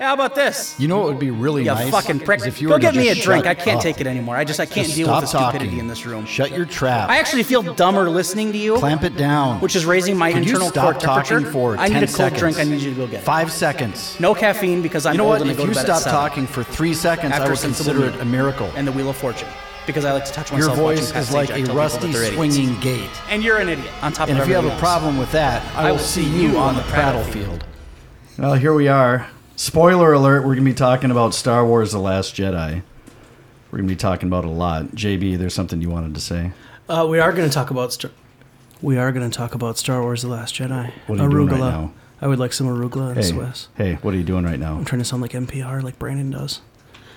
How about this? You know what would be really You nice? fucking prick. is If you Go were to get me a just drink. shut I can't up. take it anymore. I just I can't Just deal with the stop talking. stupidity in this room. Shut your trap. I actually feel dumber listening to you. Clamp it down. Which is raising my Can internal you stop core talking temperature? for I need 10 a cold seconds. drink. I need you to go get it. Five seconds. No caffeine because I'm You know old what? and I If go you to bed stop at seven. talking for three seconds, I After would Sensible consider Meat it a miracle. and the Wheel of Fortune because I like to touch Your myself. watching voice Pat is Sajak like a tell people that rusty they're idiots. swinging gate. And you're an idiot on top And of if you have everyone a else. problem with that, I will see you on the prattle prattle field. Well, here we are. Spoiler alert, we're going to be talking about Star Wars The Last Jedi. We're going to be talking about a lot. JB, there's something you wanted to say. Uh, we are going to talk about Star. We are going to talk about Star Wars: The Last Jedi. What are you doing arugula. right now? I would like some arugula and Hey, Swiss. hey, what are you doing right now? I'm trying to sound like NPR, like Brandon does.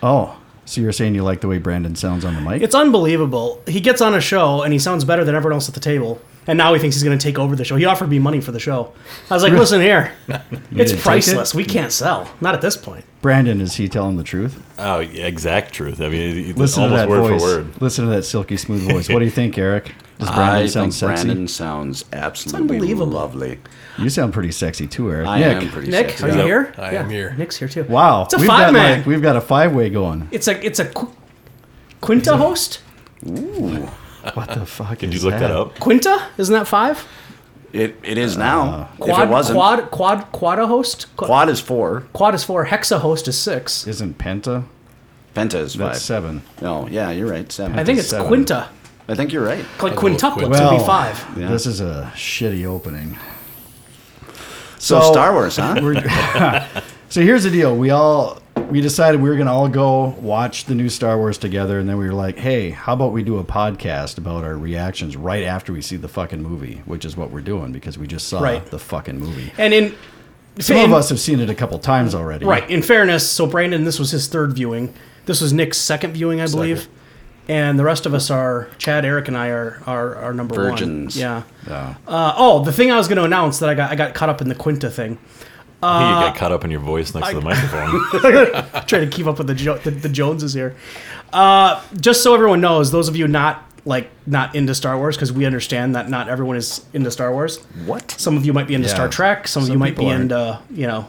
Oh, so you're saying you like the way Brandon sounds on the mic? It's unbelievable. He gets on a show and he sounds better than everyone else at the table. And now he thinks he's going to take over the show. He offered me money for the show. I was like, listen here, it's didn't take priceless. it? We can't sell. Not at this point. Brandon, is he telling the truth? Oh, yeah, exact truth. I mean, it- it's Listen to almost that word voice. for word. Listen to that silky smooth voice. What do you think, Eric? Does Brandon I sound think sexy? Brandon sounds absolutely unbelievable. lovely. You sound pretty sexy too, Eric. I Nick, am pretty Nick, sexy. are you here? I am here. Nick's here too. Wow, It's a we've five got man. like we've got a five way going. it's a it's a qu- Quinta host. What the fuck? Did you look that up? Quinta isn't that five? It, it is Uh, now. Quad if it wasn't, quad, quad quad quad a host. Quad, is four, quad is four. Hexa host is six. Isn't Penta? penta is That's five. seven. No, yeah, you're right. Seven. I think it's seven. Quinta. I think you're right. Like quintuplet Well, would be five. Yeah. This is a shitty opening. So, Star Wars, huh? So here's the deal. We all we decided we were gonna all go watch the new Star Wars together, and then we were like, hey, how about we do a podcast about our reactions right after we see the fucking movie, which is what we're doing because we just saw Right. the fucking movie. And in Some in- of us have seen it a couple times already. Right. In fairness, so Brandon, this was his third viewing. This was Nick's second viewing, I believe. And the rest of us are Chad, Eric, and I are are, are number Virgins. one. Yeah. Yeah. Uh, oh, the thing I was going to announce that I got I got caught up in the Quinta thing. I think you got Uh, caught up in your voice next to the microphone. Trying to keep up with the jo- the, the Joneses here. Uh, just so everyone knows, those of you not like not into Star Wars, because we understand that not everyone is into Star Wars. what? Some of you might be into Yeah. Star Trek. Some, of Some you might be people aren't. into you know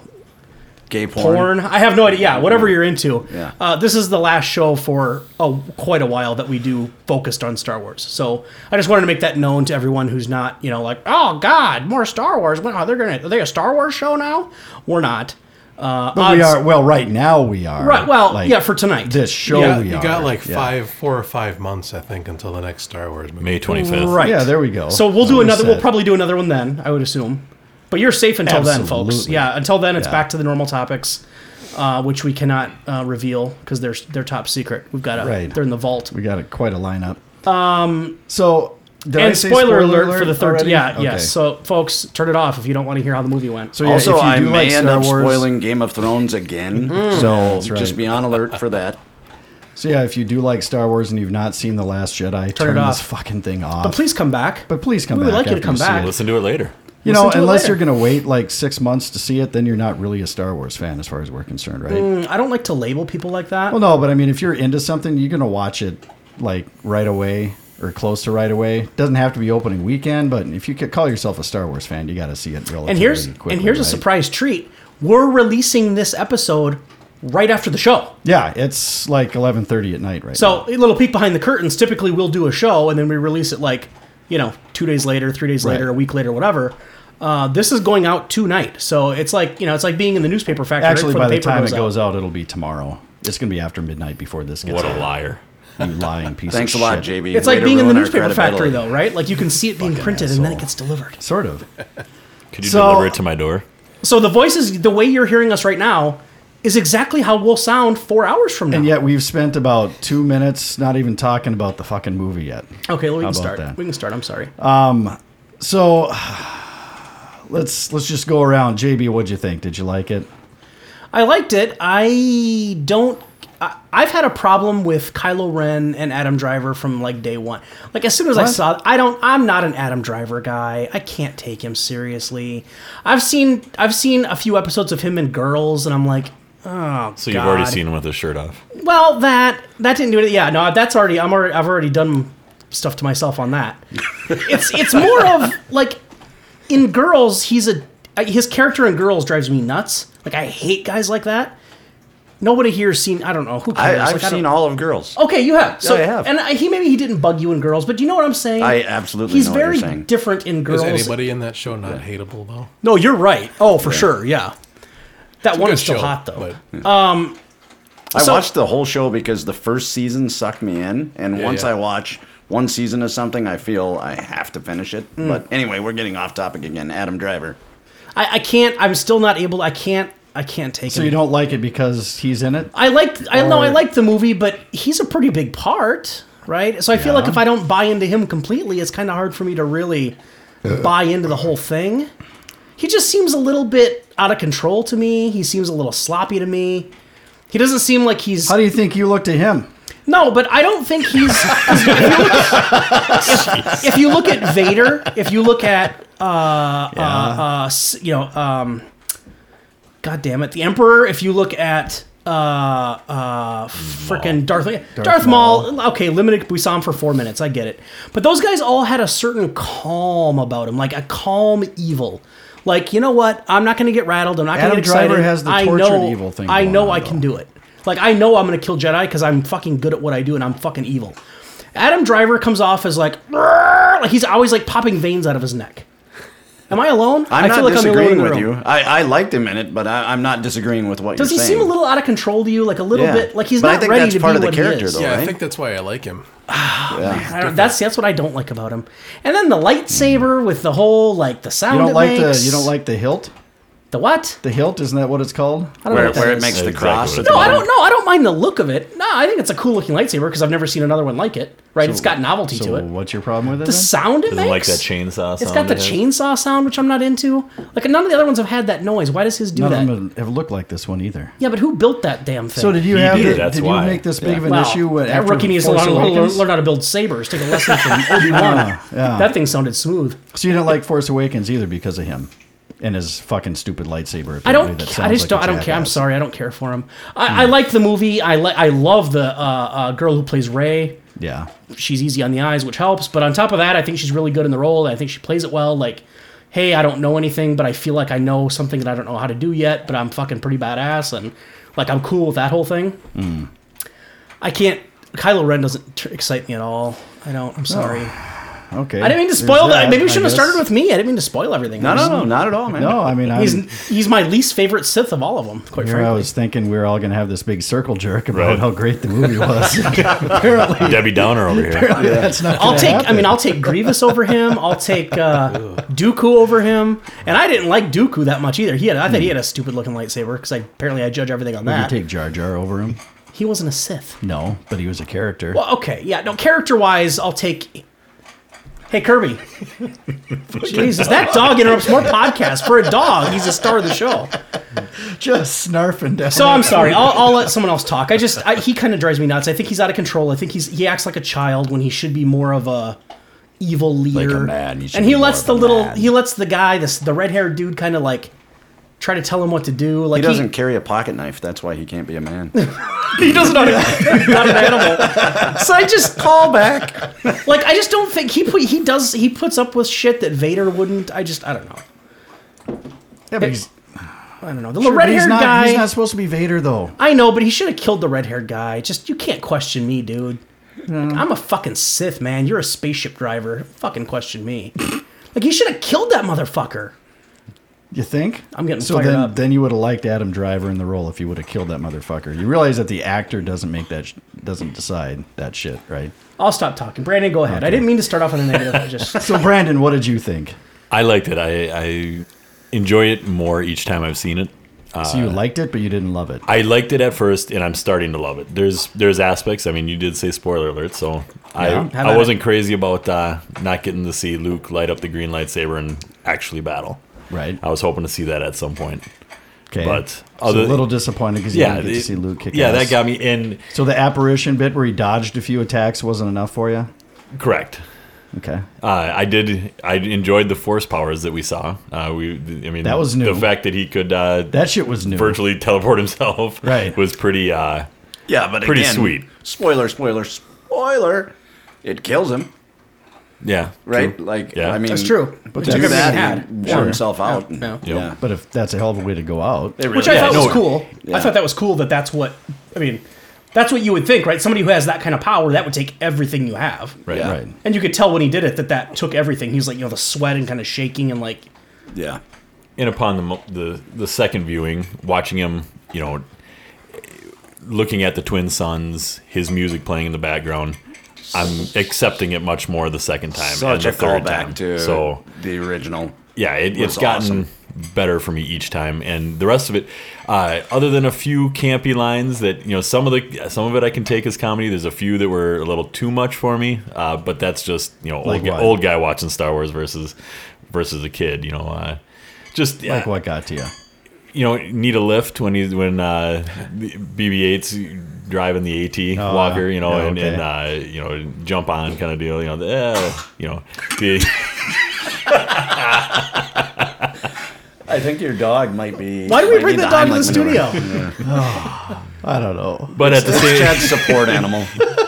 Gay porn. porn. I have no idea. Yeah, whatever you're into. Yeah. Uh, this is the last show for oh, quite a while that we do focused on Star Wars. So I just wanted to make that known to everyone who's not, you know, like, oh God, more Star Wars. When are they gonna? Are they a Star Wars show now? We're not. Uh, But we odds- are well right now we are. Right. Well, Like, yeah, for tonight. this show Yeah, we Uh, you are. got like Yeah. five, four or five months, I think, until the next Star Wars movie. May 25th. Right. Yeah, there we go. So we'll do We're another. We'll set. probably do another one then. I would assume. But you're safe until then, folks. Absolutely. Yeah. Until then, it's Yeah. back to the normal topics. Uh, which we cannot uh, reveal because they're they're top secret. We've got to. Right. They're in the vault. We got a, quite a lineup. Um. So. Did I and say spoiler, alert, for the third. already? Yeah, Okay. yes. So, folks, turn it off if you don't want to hear how the movie went. So yeah, Also, if you I do may like end Star up Wars, spoiling Game of Thrones again, Mm-hmm. so right. just be on alert for that. So yeah, if you do like Star Wars and you've not seen The Last Jedi, turn, it this off. fucking thing off. but please come back. But please come we back. would like you to after come see back. it. Listen to it later. Listen You know, to it unless later. you're going to wait like six months to see it, then you're not really a Star Wars fan, as far as we're concerned, right? I don't like to label people like that. Well, no, but I mean, if you're into something, you're going to watch it like right away or close to right away. Doesn't have to be opening weekend, but if you could call yourself a Star Wars fan, you got to see it relatively and here's quickly, and here's a right? surprise treat. We're releasing this episode right after the show. Yeah, it's like 11:30 at night, right? So a little peek behind the curtains. Typically, we'll do a show and then we release it like you know two days later, three days later, Right. a week later, whatever. Uh, this is going out tonight, so it's like you know it's like being in the newspaper factory. right actually, before by the, paper time it goes out, it'll be tomorrow. It's going to be after midnight before this gets What a out, liar. You lying piece. Thanks a of lot, shit. JB. It's Way like to being in the ruin our newspaper factory, credibility. though, right? Like you can see it being printed and then asshole. it gets delivered. Sort of. Could you So- deliver it to my door? So the voices, the way you're hearing us right now, is exactly how we'll sound four hours from now. And yet we've spent about two minutes not even talking about the fucking movie yet. okay, well, we How can about start. that? We can start. I'm sorry. Uh, So let's let's just go around. JB, what'd you think? Did you like it? I liked it. I don't. I, I've had a problem with Kylo Ren and Adam Driver from like day one. Like as soon as I What? saw, I don't. I'm not an Adam Driver guy. I can't take him seriously. I've seen. I've seen a few episodes of him and girls, and I'm like, oh. So you've already God. seen him with his shirt off. Well, that that didn't do it. Yeah, no, that's already. I'm already. I've already done stuff to myself on that. it's it's more of like in girls. He's a his character in girls drives me nuts. Like I hate guys like that. Nobody here's seen. I don't know who I, cares. I've Like, I don't- seen all of Girls. Okay, you have. So I have. And I, he maybe he didn't bug you in girls, but you know what I'm saying. I absolutely He's know what very you're saying. different in girls. Is anybody in that show not hateable though? No, you're right. Oh, for sure. Yeah. That one Good is still show, hot though. but- I So- watched the whole show because the first season sucked me in, and once yeah. I watch one season of something, I feel I have to finish it. Hmm. But anyway, we're getting off topic again. Adam Driver. I, I can't. I'm still not able. I can't. I can't take So him. you don't like it because he's in it? I liked. I know. I Or- liked the movie, but he's a pretty big part, right? So I feel like if I don't buy into him completely, it's kind of hard for me to really buy into the whole thing. He just seems a little bit out of control to me. He seems a little sloppy to me. He doesn't seem like he's How do you think you look to him? No, but I don't think he's. 'cause if, you look, if, if you look at Vader, if you look at uh, uh, uh, s- you know, um, God damn it, the Emperor. If you look at uh, uh, freaking Darth, Darth, Maul. Okay, limited. We saw him for four minutes. I get it, but those guys all had a certain calm about him, like a calm evil. Like you know what? I'm not going to get rattled. I'm not going to Adam get excited. Driver has the I tortured know, evil thing I going know on, I though. can do it. Like I know I'm gonna kill Jedi because I'm fucking good at what I do and I'm fucking evil. Adam Driver comes off as like, "Rrrr," like he's always like popping veins out of his neck. Am I alone? I'm I the not only one in disagreeing the with room. you. I, I liked him in it, but I, I'm not disagreeing with what Does you're he saying. seem a little out of control to you? Like a little Yeah. bit. Like he's But I not think ready that's to part be of the what character, he is. though. Yeah, I Alright. think that's why I like him. I don't- that's that's what I don't like about him. And then the lightsaber with the whole like the sound. You don't it like makes. the you don't like the hilt? the what? The hilt, isn't that what it's called? I don't know where, what that where it is. makes the Exactly cross. what at it the No, I bottom. don't know. I don't mind the look of it. No, I think it's a cool looking lightsaber because I've never seen another one like it. Right? it's got novelty So to it. what's your problem with it? The then? sound it Doesn't makes. like that chainsaw sound. It's got the it has. chainsaw sound, which I'm not into. Like none of the other ones have had that noise. Why does his do None that? of them have looked like this one either. yeah, but who built that damn thing? So did you He have? did, the- that's did why. you make this big of an Wow, issue? When that after rookie needs to Force learn, learn, Awakens? learn how to build sabers. Take a lesson from Obi Wan. That thing sounded smooth. So you didn't like Force Awakens either because of him and his fucking stupid lightsaber. I don't. apparently that ca- I sounds just like don't. a I don't care. I'm jackass. Hmm. sorry. I don't care for him. I, I like the movie. I like. I love the uh, uh, girl who plays Ray. Yeah. she's easy on the eyes, which helps. But on top of that, I think she's really good in the role. I think she plays it well. Like, hey, I don't know anything, but I feel like I know something that I don't know how to do yet. But I'm fucking pretty badass, and like I'm cool with that whole thing. Hmm. I can't. Kylo Ren doesn't tr- excite me at all. I don't. I'm sorry. Okay. I didn't mean to spoil that. Maybe we we shouldn't have started with me. I didn't mean to spoil everything. No, no, no, not at all, man. No, I mean, I'm, He's he's my least favorite Sith of all of them. Quite here frankly. I was thinking we were all going to have this big circle jerk about Right. how great the movie was. Apparently, Debbie Downer over here. that's not. I'll gonna take. I happen. mean, I'll take Grievous over him. I'll take uh, Dooku over him. And I didn't like Dooku that much either. He had. I thought he had a stupid looking lightsaber because I, apparently I judge everything on Would you that. take Jar Jar over him? he wasn't a Sith. No, but he was a character. Well, okay, yeah. No, character wise, I'll take. Hey Kirby. Jesus, that dog interrupts more podcasts. For a dog, he's a star of the show. Just snarfing down. So I'm sorry. I'll, I'll let someone else talk. I just I, he kind of drives me nuts. I think he's out of control. I think he's he acts like a child when he should be more of a evil leader. man. He should and he be more lets of the a little man. he lets the guy this the red haired dude kind of like try to tell him what to do. Like He doesn't carry a pocket knife. That's why he can't be a man. He doesn't know not an animal. So I just call back. Like I just don't think he put, he does he puts up with shit that Vader wouldn't. I just I don't know. Yeah, but he's, I don't know. The sure, but red he's haired not, guy. He's not supposed to be Vader, though. I know, but he should have killed the red haired guy. Just you can't question me, dude. Like, I'm a fucking Sith, man. You're a spaceship driver. Fucking question me. like you should have killed that motherfucker. You think? I'm getting so fired then, up. then you would have liked Adam Driver in the role if you would have killed that motherfucker. You realize that the actor doesn't make that sh- doesn't decide that shit, right? I'll stop talking. Brandon, go ahead. I didn't mean to start off on a negative. I just So Brandon, what did you think? I liked it. I, I enjoy it more each time I've seen it. So Uh, you liked it, but you didn't love it. I liked it at first, and I'm starting to love it. There's there's aspects. I mean, you did say spoiler alert, so how I about I wasn't crazy about uh, not getting to see Luke light up the green lightsaber and actually battle. Right. I was hoping to see that at some point. Okay. but So other- a little disappointed because you yeah, didn't get it- to see Luke kick yeah, ass. that got me in. So the apparition bit where he dodged a few attacks wasn't enough for you. Correct. Okay. Uh, I did. I enjoyed the force powers that we saw. Uh, we, I mean, That was new. The fact that he could uh, That shit was new. virtually teleport himself, Right. was pretty. Uh, yeah, but Pretty again, sweet. Spoiler, spoiler, spoiler. It kills him. Yeah. right? true. Like, Yeah. I mean, That's true. But Which to do everybody that, had. and wore Sure. himself out. Yeah. Yeah. Yeah. But if that's a hell of a way to go out, Which I Yeah, thought no, was cool. I thought that was cool that that's what, I mean, that's what you would think, right? Somebody who has that kind of power, that would take everything you have. Right. Yeah. right? And you could tell when he did it that that took everything. He's like, you know, the sweat and kind of shaking and like, Yeah. and upon the, mo- the the second viewing, watching him, you know, looking at the twin sons, his music playing in the background, I'm accepting it much more the second time Such a and the third time. callback to so the original. yeah, it, was it's gotten awesome. better for me each time, and the rest of it, uh, other than a few campy lines that you know, some of the some of it I can take as comedy. There's a few that were a little too much for me, uh, but that's just you know, Like old, guy, what? old guy watching Star Wars versus versus a kid, you know. Uh, just Like what got to you? you know need a lift when he's when uh, BB-8's driving the AT Oh, walker, you know, yeah, and, and uh, you know jump on kind of deal, you know, the, eh, you know, the, I think your dog might be. why do we might bring need the dog to the Heimlich maneuver. studio? I don't know. but at the It's same, Chad's support animal.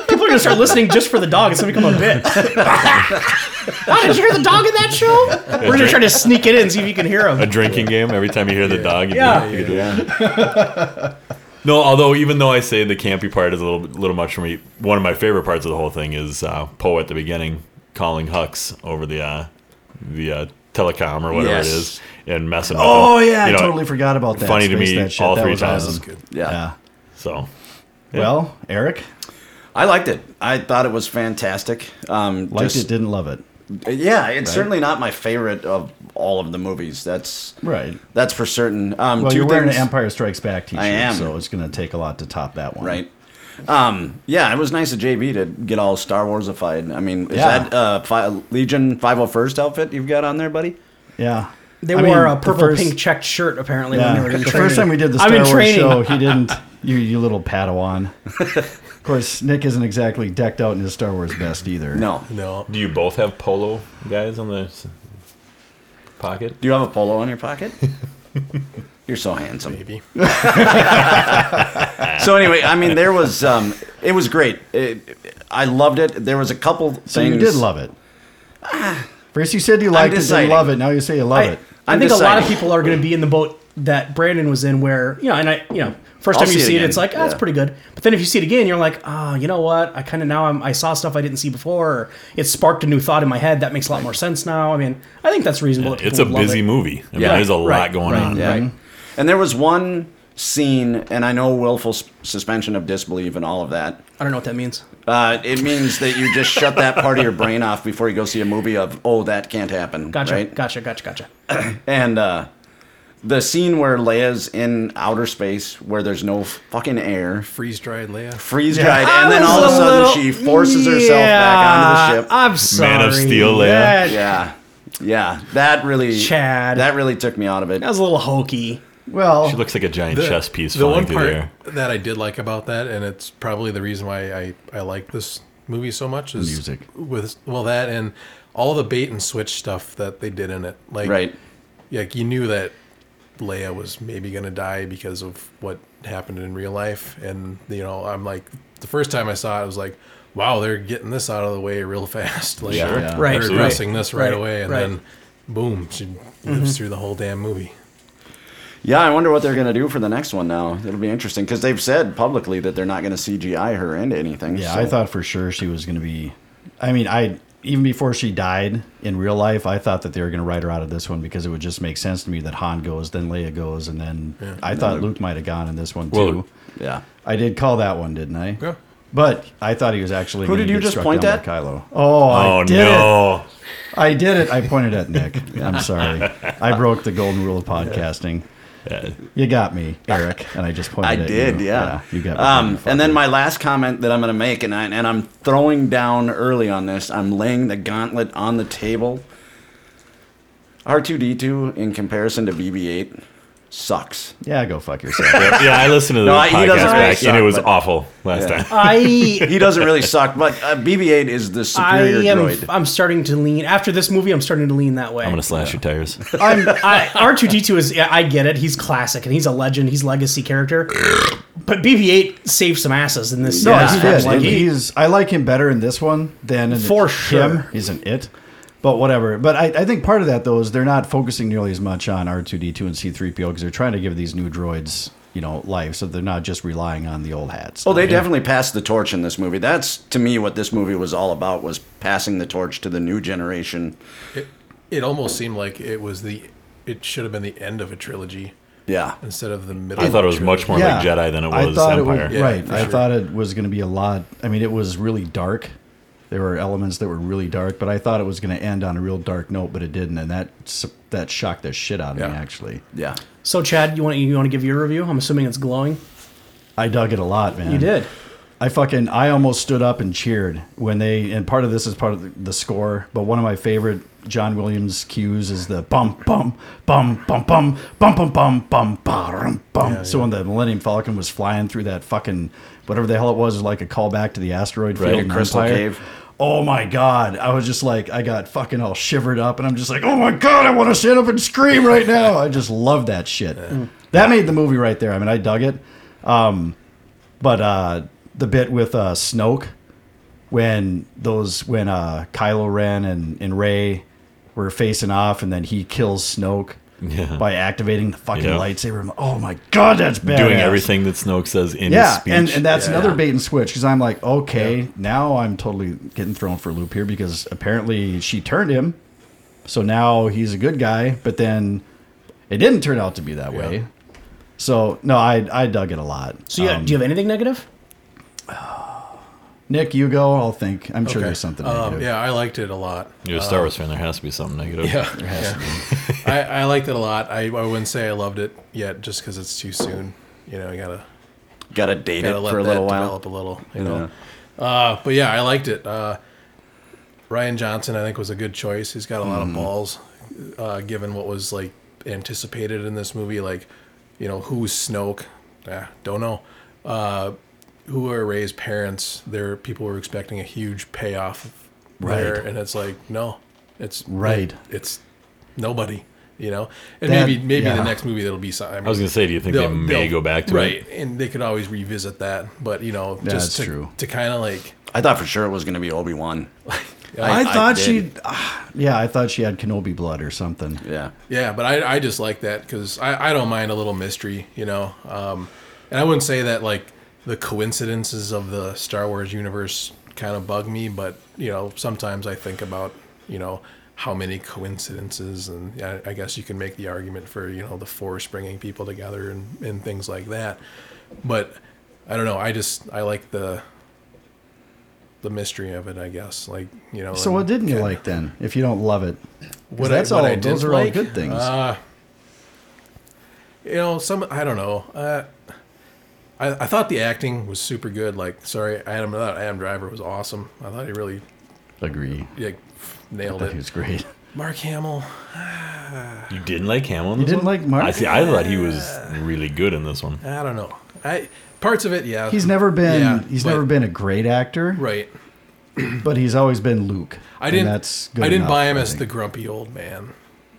People are gonna start listening just for the dog. It's gonna become a bit. oh, did you hear the dog in that show? We're gonna try to sneak it in and see if you can hear a him. drinking game every time you hear the dog. You Yeah. do, you do. No, although even though I say the campy part is a little little much for me, one of my favorite parts of the whole thing is uh, Poe at the beginning calling Hux over the uh, the uh, telecom or whatever Yes. it is and messing with Oh him. yeah, You know, I totally forgot about that. funny to Space me that shit. all That three was times. awesome. Good. Yeah. Yeah. So Well, Eric I liked it. I thought it was fantastic. Um, liked just- it, didn't love it. Yeah, it's certainly not my favorite of all of the movies. That's Right. That's for certain. Um, Well, two you you're things, wearing an Empire Strikes Back T-shirt, am. so it's going to take a lot to top that one. right? Um, yeah, it was nice of JB to get all Star Warsified. I mean, is Yeah. that uh, fi- Legion 501st outfit you've got on there, buddy? Yeah. They I wore mean, a the purple first- pink checked shirt apparently when they Yeah. were in The training. first time we did the Star I'm in Wars training. show, he didn't. You, you little Padawan. of course, Nick isn't exactly decked out in his Star Wars best either. No. No. Do you both have polo guys on the s- pocket? Do you have a polo in your pocket? You're so handsome. Maybe. So anyway, I mean, there was um, it was great. It, I loved it. There was a couple things. Ah. So you did love it. First, you said you liked it, didn't deciding. love it. Now you say you love I, it. I I'm think a lot of deciding. people are going to be in the boat that Brandon was in, where you know, and I, you know, 1st I'll time you see it see it, again. it's like, oh, it's Yeah. pretty good. But then if you see it again, you're like, ah, you know what? I kind of now I'm, I saw stuff I didn't see before. Or it sparked a new thought in my head that makes a lot more sense now. I mean, I think that's reasonable. that It's a people would love busy it. movie. I mean, Yeah. there's a Right, lot going on. Yeah. And there was one scene, and I know willful s- suspension of disbelief and all of that. I don't know what that means. Uh, it means that you just shut that part of your brain off before you go see a movie of, oh, that can't happen. Gotcha, Right? gotcha, gotcha, gotcha. And uh, the scene where Leia's in outer space where there's no fucking air, Freeze dried Leia. freeze dried, and then I was all of a sudden little- she forces herself back onto the ship. Yeah, I'm sorry. Man of Steel, Leia. That, yeah. Yeah. That really. Chad. That really took me out of it. that was a little hokey. Well, She looks like a giant chess piece the flying one through part the air. that I did like about that, and it's probably the reason why I, I like this movie so much is Music. with well that and all the bait and switch stuff that they did in it. Like Right. like you knew that Leia was maybe gonna die because of what happened in real life, and you know I'm like the first time I saw it, I was like, wow, they're getting this out of the way real fast. Like, Sure. they're Right, absolutely. addressing this right, Right, away, and right. Mm-hmm. then boom, she lives through the whole damn movie. Yeah, I wonder what they're going to do for the next one now. It'll be interesting because they've said publicly that they're not going to CGI her into anything. Yeah, so- I thought for sure she was going to be. I mean, I even before she died in real life, I thought that they were going to write her out of this one because it would just make sense to me that Han goes, then Leia goes, and then I thought Luke might have gone in this one too. Well- Yeah. I did call that one, didn't I? Yeah. But I thought he was actually. Who gonna did you get just struck point down at? by Kylo. Oh, Oh I did it! no! I did it! I pointed at Nick. I'm sorry. I broke the golden rule of podcasting. You got me, Eric, and I just pointed. I at did, you. yeah. You got me. Um, and then my last comment that I'm going to make, and, I, and I'm throwing down early on this, I'm laying the gauntlet on the table. R2D2 in comparison to BB8 sucks. yeah, go fuck yourself. yeah, I listened to the No, I- he podcast doesn't really back, suck, and it was but- awful last Yeah. time. I He doesn't really suck, but uh, BB8 is the I superior am. droid. I'm starting to lean after this movie. I'm starting to lean that way. I'm gonna slash your tires. I'm I, R2D2 is. yeah, I get it. He's classic and he's a legend. He's legacy character. But BB-8 saved some asses in this. No, in this he film. did. Like, and he- he's I like him better in this one than in For him. sure. He's an it. But whatever. But I, I think part of that though is they're not focusing nearly as much on R two D two and C three PO because they're trying to give these new droids you know life, so they're not just relying on the old hats. Oh, they definitely passed the torch in this movie. That's to me what this movie was all about was passing the torch to the new generation. It, it almost seemed like it was the it should have been the end of a trilogy Yeah. instead of the middle. I of thought a it was much trilogy. more like Jedi than it I was thought it Empire. was- Yeah, right. for I sure. thought it was going to be a lot. I mean, it was really dark. There were elements that were really dark, but I thought it was going to end on a real dark note, but it didn't, and that su- that shocked the shit out of me. Yeah. Actually, Yeah. so Chad, you want you want to give your review? I'm assuming it's glowing. I dug it a lot, man. You Um, did. I fucking I almost stood up and cheered when they and part of this is part of the, the score, but one of my favorite John Williams cues is the bum bum bum bum bum bum bum bum bum bum bum. So when the Millennium Falcon was flying through that fucking whatever the hell it was, like a callback to the asteroid Right, field a in crystal Empire. cave. Oh my god! I was just like, I got fucking all shivered up, and I'm just like, oh my god, I want to stand up and scream right now. I just love that shit. That made the movie right there. I mean, I dug it. But uh, the bit with uh, Snoke, when those when uh, Kylo Ren and and Ray were facing off, and then he kills Snoke Yeah. by activating the fucking Yeah. lightsaber. I'm- Oh my god, that's bad. Doing everything that Snoke says in his Yeah, speech. and, and that's another bait and switch because I'm like, okay, now I'm totally getting thrown for a loop here because apparently she turned him, so now he's a good guy. But then it didn't turn out to be that way. So no, I I dug it a lot. So yeah, Um, do you have anything negative? Nick, you go. I'll think. I'm sure Okay. there's something. Um, negative. yeah, I liked it a lot. You're a Star Wars fan. There has to be something negative. Yeah, yeah. I, I liked it a lot. I, I wouldn't say I loved it yet, just because it's too soon. You know, I gotta Got to date gotta it let for a little that while. develop a little. You know, uh, but yeah, I liked it. Uh, Ryan Johnson, I think, was a good choice. He's got a lot of balls, uh, given what was like anticipated in this movie. Like, you know, who's Snoke? Ah, don't know. Uh, who are Ray's parents? There, people were expecting a huge payoff there, Right. and it's like, no, it's Right. It's nobody. You know, and That- maybe maybe yeah. the next movie that'll be something. I was gonna say, do you think they They'll- may they'll- go back to it? right, and they could always revisit that. But you know, Yeah, just that's to, true. to kind of like I thought for sure it was going to be Obi-Wan. I, thought did. she. ah, yeah, I thought she had Kenobi blood or something. Yeah. yeah, but I, I just like that because I, I don't mind a little mystery, you know. Um, and I wouldn't say that like the coincidences of the Star Wars universe kind of bug me, but you know, sometimes I think about you know how many coincidences, and I, I guess you can make the argument for you know the Force bringing people together and, and things like that. But I don't know. I just I like the the mystery of it. I guess like you know. So and- what didn't you and- like then? If you don't love it, 'Cause what I- that's what all. I did those are like, all good things. Uh, you know, some I don't know. Uh, I I thought the acting was super good. Like, sorry, Adam. I thought Adam Driver was awesome. I thought he really Agree. like, nailed That it. was great. Mark Hamill. You didn't like Hamill. in You this didn't one? like Mark? I see. I thought he was really good in this one. I don't know. I parts of it, yeah. He's never been. Yeah, he's but- never been a great actor, right. but he's always been Luke. I and didn't. that's good I didn't enough, buy him I as the think. grumpy old man.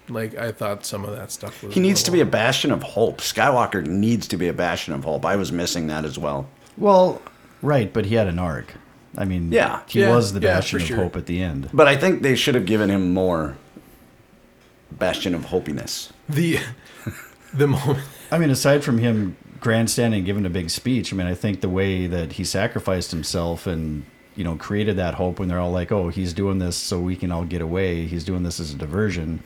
Like I thought, some of that stuff was. He needs to be a bastion of hope. Skywalker needs to be a bastion of hope. I was missing that as well. Well, right, but he had an arc. I mean, Yeah, he yeah, was the yeah, bastion for of sure. hope at the end. But I think they should have given him more bastion of hopiness. the the moment. I mean, aside from him grandstanding, and giving a big speech, I mean, I think the way that he sacrificed himself and you know created that hope when they're all like, "Oh, he's doing this so we can all get away. He's doing this as a diversion."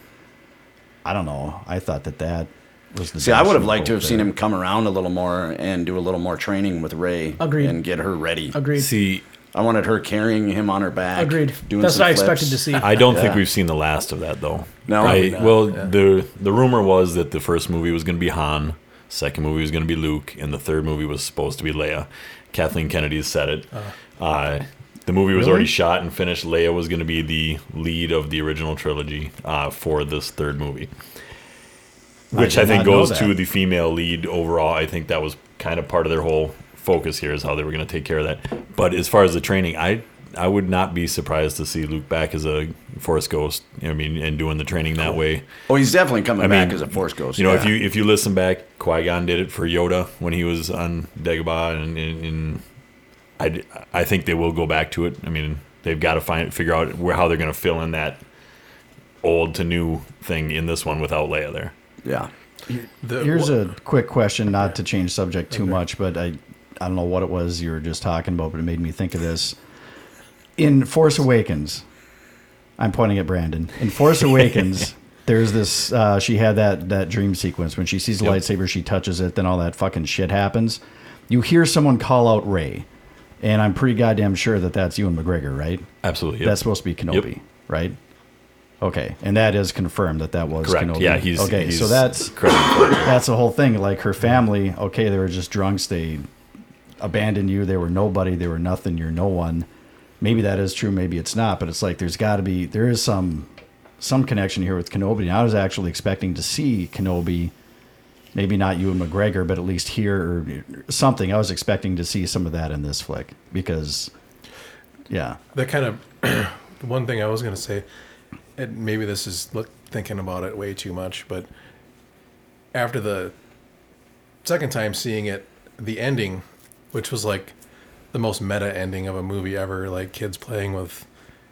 I don't know. I thought that that was the. See, I would have national liked to hope have seen there. him come around a little more and do a little more training with Ray. Agreed. And get her ready. Agreed. See, I wanted her carrying him on her back. Agreed. Doing That's some what I flips. expected to see. I don't think we've seen the last of that though. No, I, probably not, well, the the rumor was that the first movie was going to be Han, second movie was going to be Luke, and the third movie was supposed to be Leia. Kathleen Kennedy said it. Uh, the movie was already shot and finished. Leia was going to be the lead of the original trilogy uh, for this third movie, which did I, think not know goes that. to the female lead overall. I think that was kind of part of their whole focus here is how they were going to take care of that. But as far as the training, I I would not be surprised to see Luke back as a Force Ghost. I mean, and doing the training that way. Oh, he's definitely coming I back mean, as a Force Ghost. You know, if yeah. you if you listen back, Qui Gon did it for Yoda when he was on Dagobah, and, and, and I d- I think they will go back to it. I mean, they've got to find figure out where how they're going to fill in that old to new thing in this one without Leia there. yeah. The- Here's wha- a quick question, not to change subject too much, but I, I don't know what it was you were just talking about, but it made me think of this. In Force Awakens, I'm pointing at Brandon. In Force Awakens, there's this. Uh, she had that that dream sequence when she sees the lightsaber, she touches it, then all that fucking shit happens. You hear someone call out Ray, and I'm pretty goddamn sure that that's Ewan McGregor, right? Absolutely, That's supposed to be Kenobi, right? Okay, and that is confirmed that that was correct. Kenobi. Yeah, he's okay. he's so that's credited for it. that's the whole thing. Like her family, okay, they were just drunks. They abandoned you. They were nobody. They were nothing. You're no one. Maybe that is true. Maybe it's not. But it's like there's got to be there is some some connection here with Kenobi. And I was actually expecting to see Kenobi, maybe not you and McGregor, but at least here or something. I was expecting to see some of that in this flick because, yeah, that kind of the one thing I was gonna say, and maybe this is look, thinking about it way too much, but after the second time seeing it, the ending, which was like the most meta ending of a movie ever, like kids playing with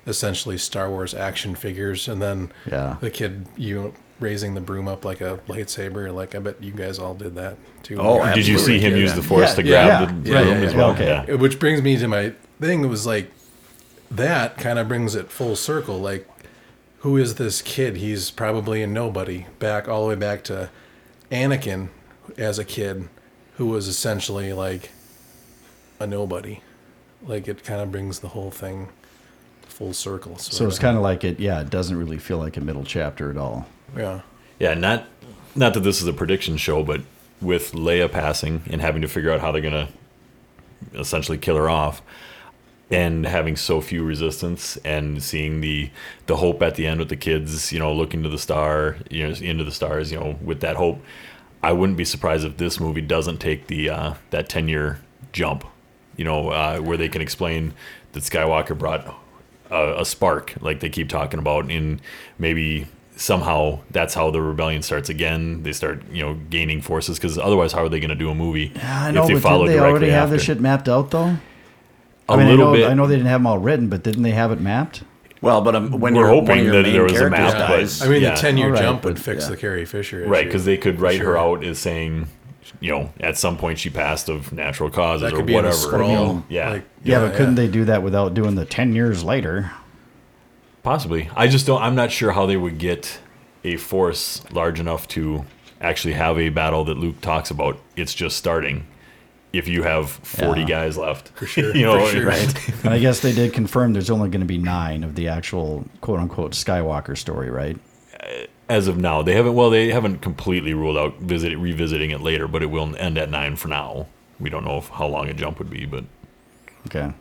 essentially Star Wars action figures, and then Yeah. the kid you raising the broom up like a lightsaber, like I bet you guys all did that too. Oh, Like, Did you see him Absolutely, use yeah. the Force Yeah, to yeah, grab the, the yeah, room yeah, as yeah. well? Okay. Yeah. which brings me to my thing was like that kind of brings it full circle like who is this kid he's probably a nobody back all the way back to anakin as a kid who was essentially like a nobody like it kind of brings the whole thing full circle so it's kind of like it. Yeah, it doesn't really feel like a middle chapter at all. of yeah Yeah, not not that this is a prediction show, but with Leia passing and having to figure out how they're gonna essentially kill her off, and having so few resistance, and seeing the the hope at the end with the kids, you know, looking to the star, you know, into the stars, you know, with that hope, I wouldn't be surprised if this movie doesn't take the uh, that ten year jump, you know, uh, where they can explain that Skywalker brought a, a spark like they keep talking about and maybe somehow that's how the rebellion starts again they start you know gaining forces because otherwise how are they going to do a movie I know, but didn't they already have this shit mapped out though? a I mean, little I know, bit I know they didn't have them all written, but didn't they have it mapped? Well, but um, when We're you're, hoping when your that main there was a character map, but- dies, i mean Yeah, the 10 year all right, jump would but- fix the carrie fisher right issue. because they could write sure. her out as saying you know at some point she passed of natural causes that or could be in a whatever you know. scroll yeah like, Yeah, but couldn't they do that without doing the 10 years later? Possibly. I just don't. I'm not sure how they would get a force large enough to actually have a battle that Luke talks about. It's just starting. If you have 40 Yeah. guys left, for sure, you know, for sure. right? And I guess they did confirm there's only going to be nine of the actual quote unquote Skywalker story, right? As of now, they haven't. Well, they haven't completely ruled out visit revisiting it later, but it will end at nine for now. We don't know if, how long a jump would be, but Okay.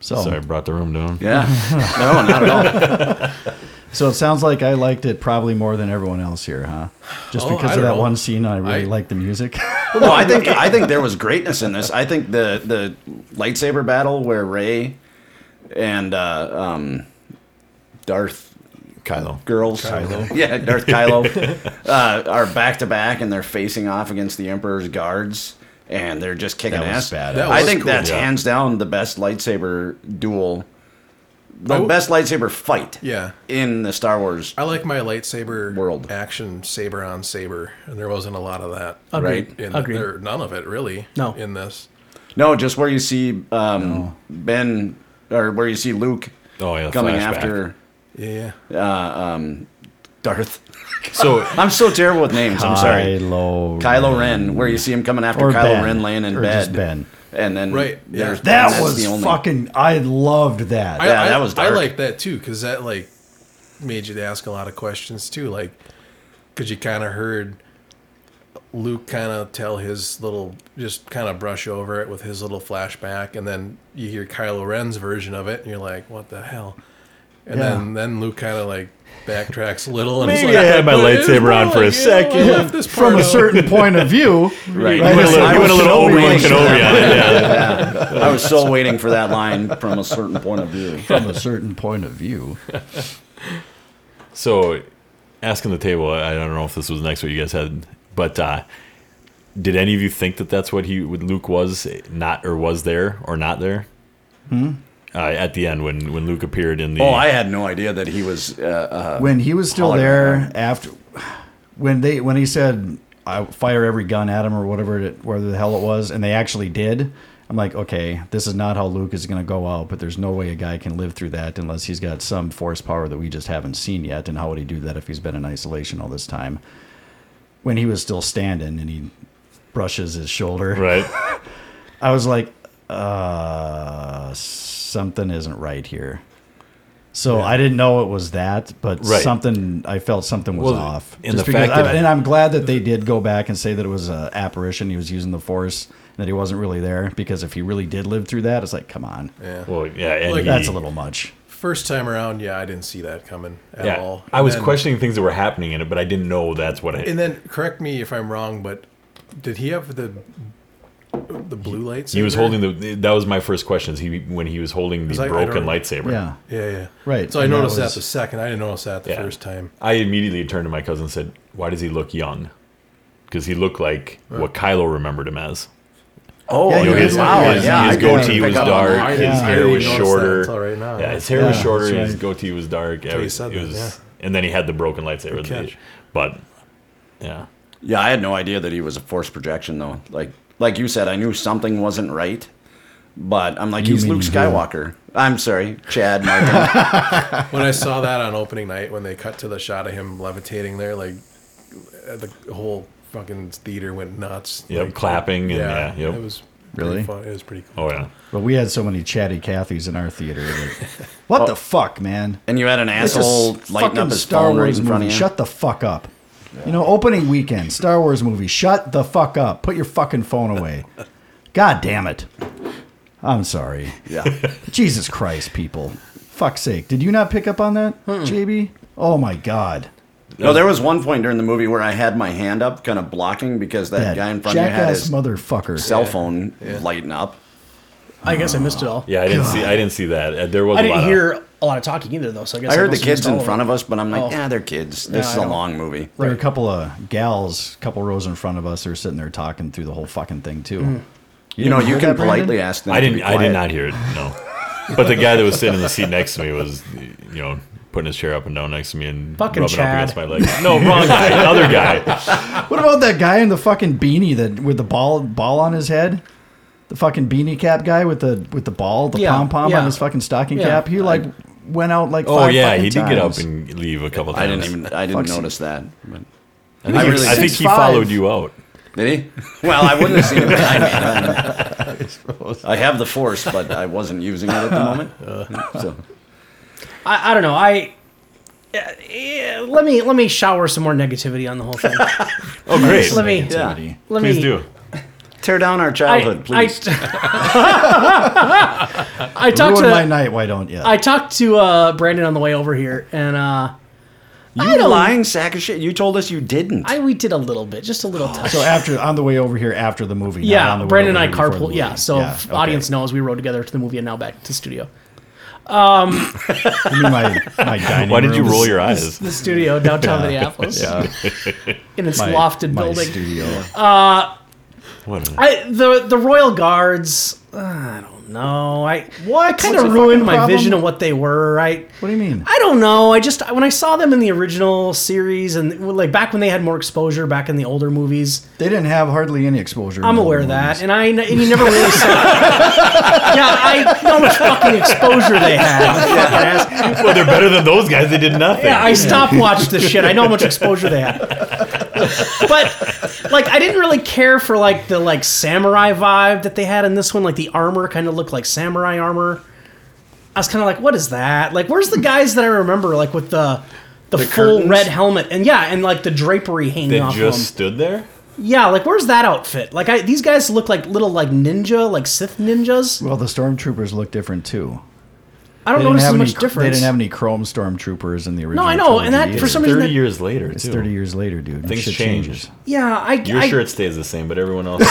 So, sorry, I brought the room down. Yeah, no, not at all. so it sounds like I liked it probably more than everyone else here, huh? Just Oh, because I of don't that know. one scene, I really I- like the music. no, I think I think there was greatness in this. I think the the lightsaber battle where Ray and uh, um, Darth Kylo. girls, yeah, Darth Kylo, uh, are back to back and they're facing off against the Emperor's guards, and they're just kicking That was ass. badass. That I was think cool, that's yeah. hands down the best lightsaber duel, the I w- best lightsaber fight, Oh. Yeah. in the Star Wars I like my lightsaber World. action saber on saber, and there wasn't a lot of that. Agreed. Right, In Agreed. There, none of it really. No. In this, No, just where you see um, Ben or where you see Luke Oh, yeah, coming flashback. after yeah. Darth. So I'm so terrible with names. I'm sorry. Kylo. Kylo Ren, where you see him coming after Or Kylo Ben. Ren laying in Or bed, just Ben. and then Right, yeah. there's Ben, That that's was the only- fucking. I loved that. Yeah, that was dark. I like that too because that like made you to ask a lot of questions too, like because you kind of heard Luke kind of tell his little, just kind of brush over it with his little flashback, and then you hear Kylo Ren's version of it, and you're like, what the hell? and Yeah. then then Luke kind of like backtracks a little and he's Maybe like, I had my "But it is lightsaber on more for a like, you know, I second." left this From part a out. certain point of view, Right. You went a little, you went a little Kenobi Obi-Wan line. Kenobi on it, yeah. I was still waiting for that line from a certain point of view. from a certain point of view, So, asking the table, I I don't know if this was next what you guys had, but uh, did any of you think that that's what he what Luke was not or was there or not there? Hmm? Uh, at the end, when when Luke appeared in the Oh, I had no idea that he was. Uh, uh, when he was still there Hologram. after when they when he said I fire every gun at him or whatever it, whatever the hell it was, and they actually did. I'm like, okay, this is not how Luke is going to go out, but there's no way a guy can live through that unless he's got some force power that we just haven't seen yet. And how would he do that if he's been in isolation all this time? When he was still standing and he brushes his shoulder, right. I was like, uh, something isn't right here. So I didn't know it was that, but Right. something I felt something was Well, off. and the because fact that- I- and I'm glad that they did go back and say that it was an apparition. He was using the force, that he wasn't really there. Because if he really did live through that, it's like, come on, Yeah. Well, yeah, and Like, he- that's a little much. First time around, yeah, I didn't see that coming at yeah. all. I was And then- questioning things that were happening in it, but I didn't know that's what it. And then correct me if I'm wrong, but did he have the the blue lights? He was holding the. That was my first question. Is he when he was holding the I- I broken don't- lightsaber? Yeah, Yeah, yeah. Right, So I and that noticed that, was- the second. I didn't notice that the Yeah. first time. I immediately turned to my cousin and said, "Why does he look young?" Because he looked like what Kylo remembered him as. oh, Yeah, You know, he his, did look- his, yeah, his I didn't goatee pick was up on dark. that. I His didn't- I hair didn't was notice that shorter. until right now, Yeah, yeah. his hair was Yeah, shorter. that's His right. goatee was dark. It you was, said it that, was- yeah. and then he had the broken lightsaber. that he- catch. But yeah, Yeah, I had no idea that he was a force projection though. Like like you said, I knew something wasn't right, but I'm like, You he's mean Luke who? Skywalker. I'm sorry, Chad Martin. When I saw that on opening night, when they cut to the shot of him levitating there, like uh, the whole fucking theater went nuts. Yep, Like, clapping and yeah, yep. it was Really? really fun. It was pretty cool. oh yeah. but we had so many chatty Cathys in our theater. That, what the fuck, man? and you had an It's a asshole s- lighting fucking up his phone right in front movie. of you. Shut the fuck up. You know, opening weekend, Star Wars movie. Shut the fuck up. Put your fucking phone away. God damn it. I'm sorry. yeah. Jesus Christ, people. Fuck's sake. Did you not pick up on that, Hmm. JB? Oh my God. No, there was one point during the movie where I had my hand up, kind of blocking because that, That guy in front of you had jackass his motherfucker. cell phone lighting up. I guess I missed it all. Yeah, I didn't see. I didn't see that. Uh, There was. I a lot didn't of- hear a lot of talking either, though. So I guess I heard the must have kids missed all in it. front of us, but I'm like, Oh. yeah, they're kids. This Yeah, is I a know. long movie. There were a couple of gals, a couple rows in front of us. They were sitting there talking through the whole fucking thing, too. Hmm. You know, didn't you hear can that, Brandon? politely ask them. I to didn't. be I did quiet. not hear it. No. but the guy that was sitting in the seat next to me was, you know, putting his chair up and down next to me and Fucking rubbing Chad. up against my leg. No, wrong guy. Another guy. What about that guy in the fucking beanie that with the ball ball on his head? The fucking beanie cap guy with the with the ball, the Yeah, pom pom yeah. on his fucking stocking Yeah. cap. He like went out like. Oh five yeah, fucking he did get up times. and leave a couple I times. didn't even. I didn't Fuck's notice that. But I think, I he- really- I think he 6'5". followed you out. Did he? Well, I wouldn't have seen him. I, I have the force, but I wasn't using it at the moment. So I, I don't know. I yeah, yeah, let me let me shower some more negativity on the whole thing. Oh great. let me yeah, let Please me do. tear down our I, childhood, I, please. I talked Ruin to my night. Why don't you? I talked to uh, Brandon on the way over here, and uh, you don't- lying sack of shit. You told us you didn't. I we did a little bit, just a little touch. so after on the way over here after the movie. not on yeah, the way Brandon and over I here before the carpool. movie. Yeah, so f- okay. audience knows we rode together to the movie and now back to the studio. You mean my, my dining Why did you room? roll your eyes? The studio downtown Minneapolis in its My- lofted my building. studio. What a- I the the royal guards. Uh, I don't know. I what kind What's of the ruined fucking my problem? vision of what they were. Right. What do you mean? I don't know. I just when I saw them in the original series and like back when they had more exposure back in the older movies, They didn't have hardly any exposure. I'm in the aware of movies. that, and I and you never really saw. yeah, I know how much fucking exposure they had. Fucking ass. well, they're better than those guys. They did nothing. Yeah, I stopwatched the shit. I know how much exposure they had. But like I didn't really care for like the like samurai vibe that they had in this one. Like the armor kind of looked like samurai armor. I was kind of like, what is that? Like, where's the guys that I remember? Like with the the, full curtains? red helmet and yeah, and like the drapery hanging they off just them. stood there. Yeah, like where's that outfit? Like I, these guys look like little like ninja, like Sith ninjas. Well, the stormtroopers look different too. I don't They notice didn't as have much any, difference. They didn't have any Chrome Stormtroopers in the original. no, I know, and that trilogy for some reason, 30 that, years later, It's too. 30 years later, dude. Things Shit change. changes. yeah, I, Your I shirt stays the same, but everyone else.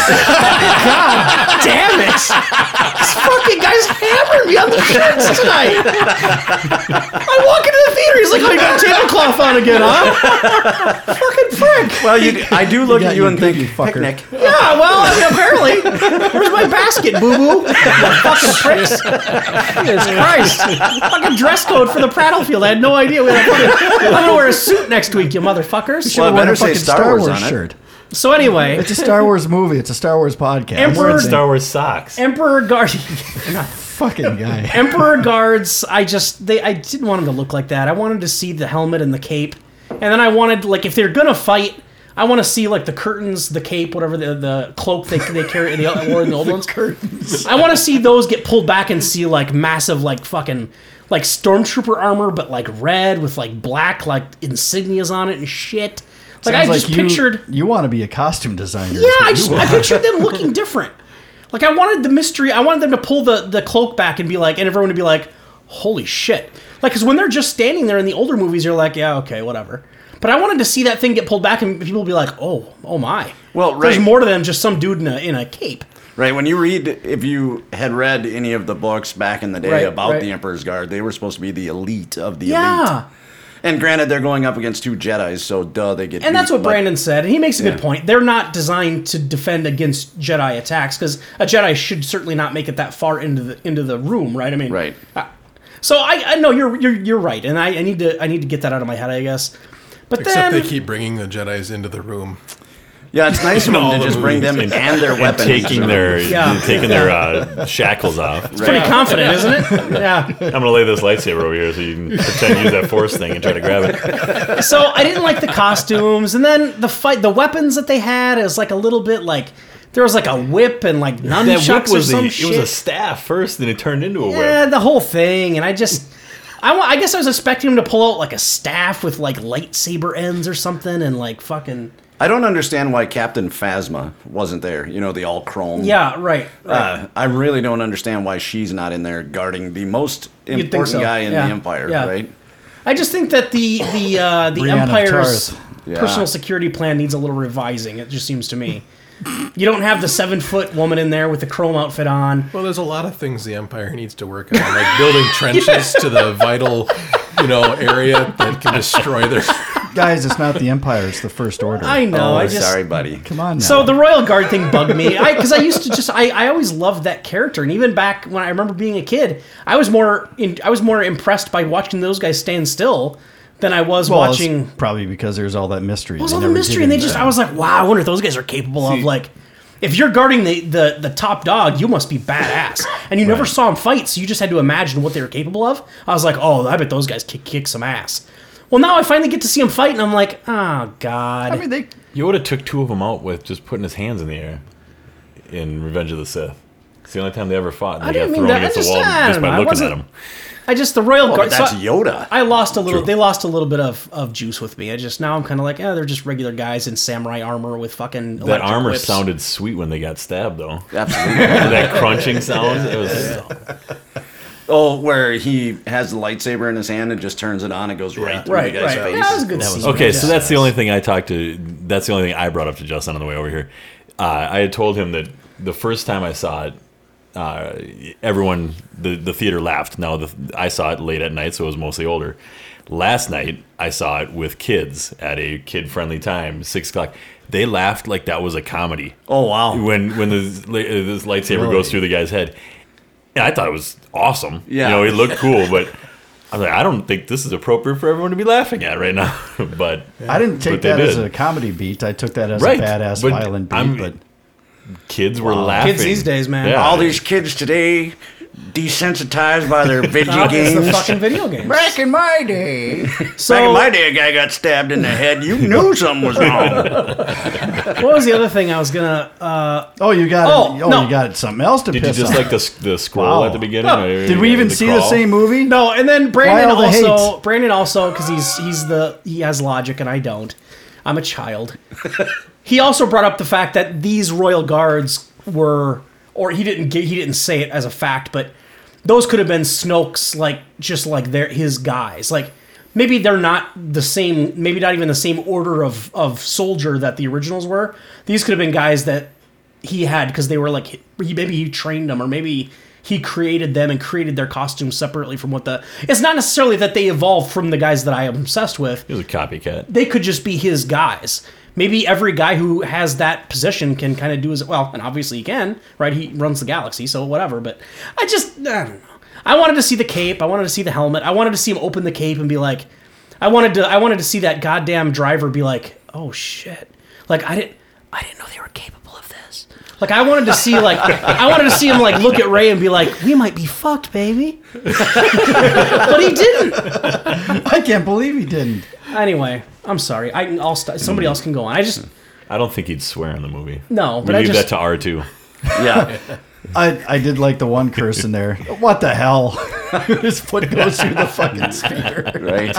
damn it! this fucking guy's hammering me on the shirts tonight. I walk into the theater, he's like, "Oh, you got a tablecloth on again, huh?" fucking prick. Well, you, I do look at you and think, picnic. Yeah, well, I mean, apparently, where's my basket, boo boo? Fucking pricks. Jesus Christ! Fucking dress code for the Prattlefield. I had no idea. We had a fucking, I'm gonna wear a suit next week, you motherfuckers. Well, it Wear a better say fucking Star, Wars, on it. shirt. So anyway, It's a Star Wars movie. It's a Star Wars podcast. Emperor- It's a Star Wars socks. Emperor Guardian. fucking guy. Emperor guards. I just they I didn't want them to look like that. I wanted to see the helmet and the cape, and then I wanted like if they're gonna fight, I want to see like the curtains, the cape, whatever the the cloak they they carry the or the old ones. Curtains. I want to see those get pulled back and see like massive like fucking like stormtrooper armor, but like red with like black like insignias on it and shit. Like I Sounds just you, pictured. You want to be a costume designer. is Yeah, what I you just want. I pictured them looking different. Like I wanted the mystery. I wanted them to pull the the cloak back and be like, and everyone to be like, "Holy shit!" Like, because when they're just standing there in the older movies, you're like, "Yeah, okay, whatever." But I wanted to see that thing get pulled back and people be like, "Oh, oh my!" Well, There's right. more to them just some dude in a in a cape. Right. When you read, if you had read any of the books back in the day Right, about right. the Emperor's Guard, they were supposed to be the elite of the elite. Yeah, And granted, they're going up against two Jedi's, so duh, they get. and that's beat, what but- Brandon said, and he makes a Yeah. good point. They're not designed to defend against Jedi attacks because a Jedi should certainly not make it that far into the into the room, right? I mean, Right. So I, I no, you're you're you're right, and I, I need to I need to get that out of my head, I guess. But Except then they keep bringing the Jedi's into the room. Yeah, it's nice of all them to the just bring them and their weapons. Taking their Yeah. taking their uh, shackles off. it's pretty confident, isn't it? Yeah. I'm gonna lay this lightsaber over here so you can pretend to use that force thing and try to grab it. So I didn't like the costumes, and then the fight, the weapons that they had is like a little bit like there was like a whip and like That whip nunchucks or was a, some it shit. was a staff first, and it turned into a yeah, whip. the whole thing, and I just. I, wa- I guess I was expecting him to pull out like a staff with like lightsaber ends or something and like fucking I don't understand why Captain Phasma wasn't there. You know, the all chrome. yeah right, right. Uh, I really don't understand why she's not in there guarding the most think important so. guy in Yeah. the Empire, Yeah. right? I just think that the the uh, the Brienne of empire's Tarth. Yeah. personal security plan needs a little revising. It just seems to me. You don't have the seven foot woman in there with the chrome outfit on. Well, there's a lot of things the Empire needs to work on, like building trenches to the vital, you know, area that can destroy their. Guys, it's not the Empire. It's the First Order. I know. Oh, I just sorry, buddy. Come on now. so the royal guard thing bugged me because I, used to just I, I always loved that character and even back when I remember being a kid I was more in, I was more impressed by watching those guys stand still than I was Well, it's watching probably because there's all that mystery. It was all the mystery, and they just—I was like, "Wow, I wonder if those guys are capable of like." If you're guarding the, the, the top dog, you must be badass. And you never saw them fight, so you just had to imagine what they were capable of. I was like, oh, I bet those guys kick, kick some ass. Well, now I finally get to see them fight, and I'm like, oh, God. I mean, they Yoda took two of them out with just putting his hands in the air in Revenge of the Sith. It's the only time they ever fought. And I they didn't got mean thrown that. I against just- the wall I just don't by know. I looking at wasn't- them. I just, the Royal But Guard. so Oh, that's I- Yoda. I lost a little. They lost a little bit of, of juice with me. I just now I'm kind of like, yeah, they're just regular guys in samurai armor with fucking. That electric armor whips. sounded sweet when they got stabbed, though. Absolutely. that crunching sound. It was. oh, where he has the lightsaber in his hand and just turns it on and goes right through Right, the guy's right. face. Yeah, that was a good. scene. Okay, so Yeah. that's the only thing I talked to. That's the only thing I brought up to Justin on the way over here. Uh, I had told him that the first time I saw it, uh, everyone the the theater laughed. Now the, I saw it late at night, so it was mostly older. Last night I saw it with kids at a kid friendly time, six o'clock. They laughed like that was a comedy Oh wow. when when this, la- uh, this lightsaber goes through the guy's head. And I thought it was awesome. Yeah. you know, it looked cool, but. I was like, I don't think this is appropriate for everyone to be laughing at right now. but I didn't take But they that as did. a comedy beat. I took that as Right, a badass but violent beat. I'm- but kids were laughing. Kids these days, man. Yeah. All these kids today desensitized by their video It's the games. fucking video game. Back in my day. So, Back in my day, a guy got stabbed in the head. You knew something was wrong. what was the other thing I was gonna? Uh, oh, you got Oh, oh, no. you got something else to Did you piss just on. like the, s- the scroll Wow. at the beginning? Oh. Or- Did we or even see the crawl? same movie? no, and then Brandon all the also. hate? Brandon also because he's he's the he has logic and I don't. I'm a child. he also brought up the fact that these royal guards were, or he didn't get, he didn't say it as a fact, but those could have been Snoke's like just like their his guys. Like maybe they're not the same. Maybe not even the same order of of soldier that the originals were. These could have been guys that he had because they were like he, maybe he trained them or maybe he created them and created their costumes separately from what the. It's not necessarily that they evolved from the guys that I am obsessed with He was a copycat. they could just be his guys. Maybe every guy who has that position can kind of do his well, and obviously he can, right? He runs the galaxy, so whatever. But I just I don't know. I wanted to see the cape. I wanted to see the helmet. I wanted to see him open the cape and be like, I wanted to. I wanted to see that goddamn driver be like, oh shit, like I didn't. I didn't know they were capable of this. Like I wanted to see, like I wanted to see him like look at Ray and be like, "We might be fucked, baby," but he didn't I can't believe he didn't. anyway, I'm sorry. I, I'll st- somebody else can go on. I just I don't think he'd swear in the movie. no, We but I leave just that to R two. Yeah. I, I did like the one curse in there. What the hell? His foot goes through the fucking speaker. right.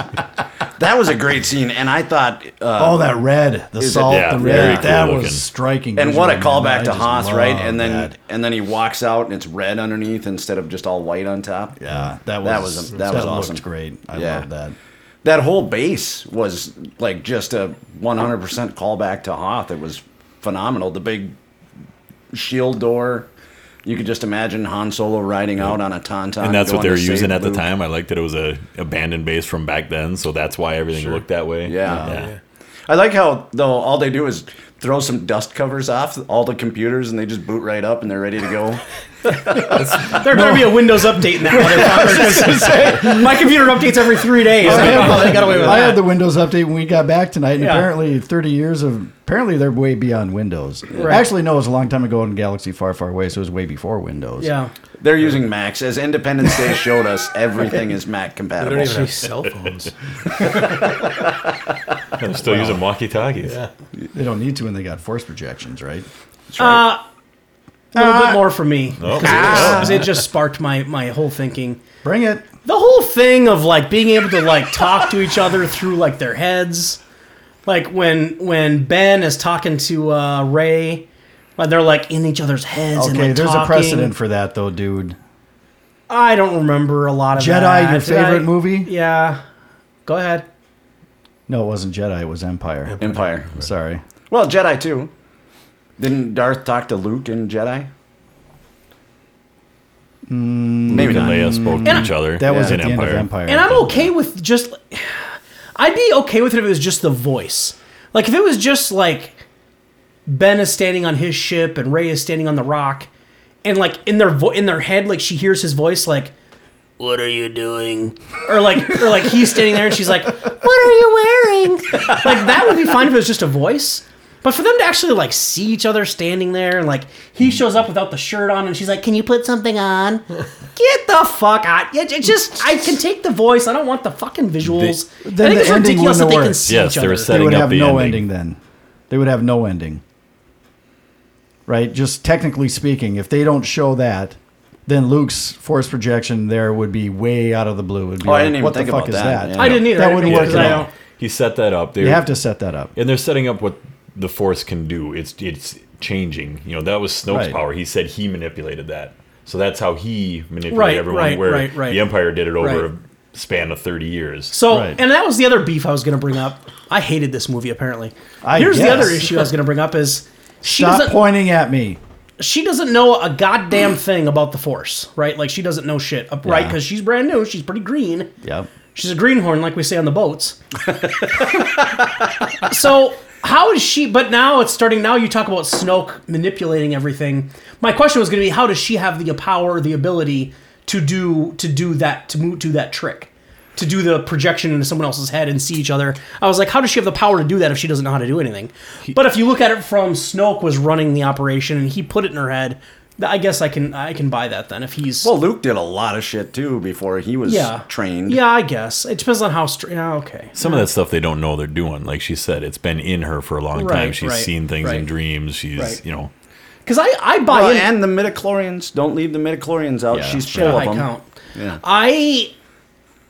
That was a great scene, and I thought, uh, Oh, that red, the Is it- salt, yeah, the very red. cool that looking. was striking. and what a visual, man. callback I to just Haas, right? love And then that. and then he walks out, and it's red underneath instead of just all white on top. yeah, that was That was- that was awesome. Looked great. I Yeah. love that. That whole base was like just a 100% callback to Hoth. It was phenomenal. The big shield door. You could just imagine Han Solo riding out on a tauntaun. And that's what going they to were save using at the Luke. time. I liked that it was a abandoned base from back then, so that's why everything looked that way. Yeah. yeah. I like how though all they do is throw some dust covers off all the computers and they just boot right up and they're ready to go. there better be a Windows update in that motherfucker. 'cause My computer updates every three Oh, days. I don't know Oh, how they got away with I that. had the Windows update when we got back tonight, and Yeah. apparently, 30 years of apparently they're way beyond Windows. Actually, no, it was a long time ago in Galaxy Far, Far Away, so it was way before Windows. yeah, They're using Macs. As Independence Day showed us, everything is Mac They don't compatible. even have cell phones. They're still using walkie talkies. they don't need to when they got force projections, right? a little bit more for me uh, Oh. because it just sparked my my whole thinking. Bring it. The whole thing of like being able to like talk to each other through like their heads, like when when Ben is talking to uh, Ray, like, they're like in each other's heads. and, Okay, like, there's a talking. precedent for that though, dude. I don't remember a lot of Jedi, that. your Did favorite I- movie? Yeah. Go ahead. No, it wasn't Jedi. It was Empire. Empire. Sorry. Well, Jedi too. Didn't Darth talk to Luke in Jedi? Maybe Luke and not. Leia spoke to each other. That was in at the end of Empire. And I'm okay with just. I'd be okay with it if it was just the voice. Like if it was just like Ben is standing on his ship and Ray is standing on the rock, and like in their vo- in their head, like she hears his voice, like "What are you doing?" or like or like he's standing there and she's like "What are you wearing?" like that would be fine if it was just a voice. But for them to actually like see each other standing there and like he shows up without the shirt on and she's like, "Can you put something on?" Get the fuck out! It, it just I can take the voice. I don't want the fucking visuals. Then I think the it's ending ridiculous that wouldn't they have can worked. see Yes, each they other. were They setting would up have the no ending. ending. then. They would have no ending. Right? Just technically speaking, if they don't show that, then Luke's force projection there would be way out of the blue. It'd be Oh, I like, didn't even what the think fuck about is that, that? yeah. I didn't either. That I didn't wouldn't either, work 'cause at I all. don't- He set that up. They You have to set that up. and they're setting up what the Force can do. It's it's changing. You know, that was Snoke's Right. power. He said he manipulated that. So that's how he manipulated Right, everyone. right, where right, right. the Empire did it over Right. a span of thirty years. So, Right. and that was the other beef I was going to bring up. I hated this movie. Apparently, I here's the guess. other issue I was going to bring up is she Stop doesn't pointing at me. she doesn't know a goddamn thing about the Force, right? Like she doesn't know shit, uh, right? Yeah. Because she's brand new. She's pretty green. Yep. She's a greenhorn, like we say on the boats. so how is she? But now it's starting. Now you talk about Snoke manipulating everything. My question was going to be, how does she have the power, the ability to do to do that to move do that trick, to do the projection into someone else's head and see each other? I was like, how does she have the power to do that if she doesn't know how to do anything? but if you look at it from Snoke was running the operation and he put it in her head. th- I guess I can I can buy that then if he's Well, Luke did a lot of shit too before he was yeah trained. Yeah, I guess it depends on how. Str- yeah, okay. Some of that stuff they don't know they're doing. Like she said, it's been in her for a long time. Right, She's right, seen things in right. dreams. She's Right. you know Because I, I buy Well, in Oh, and the midichlorians. Don't leave the midichlorians out. She's full at a of high them. count. Uh, Yeah. I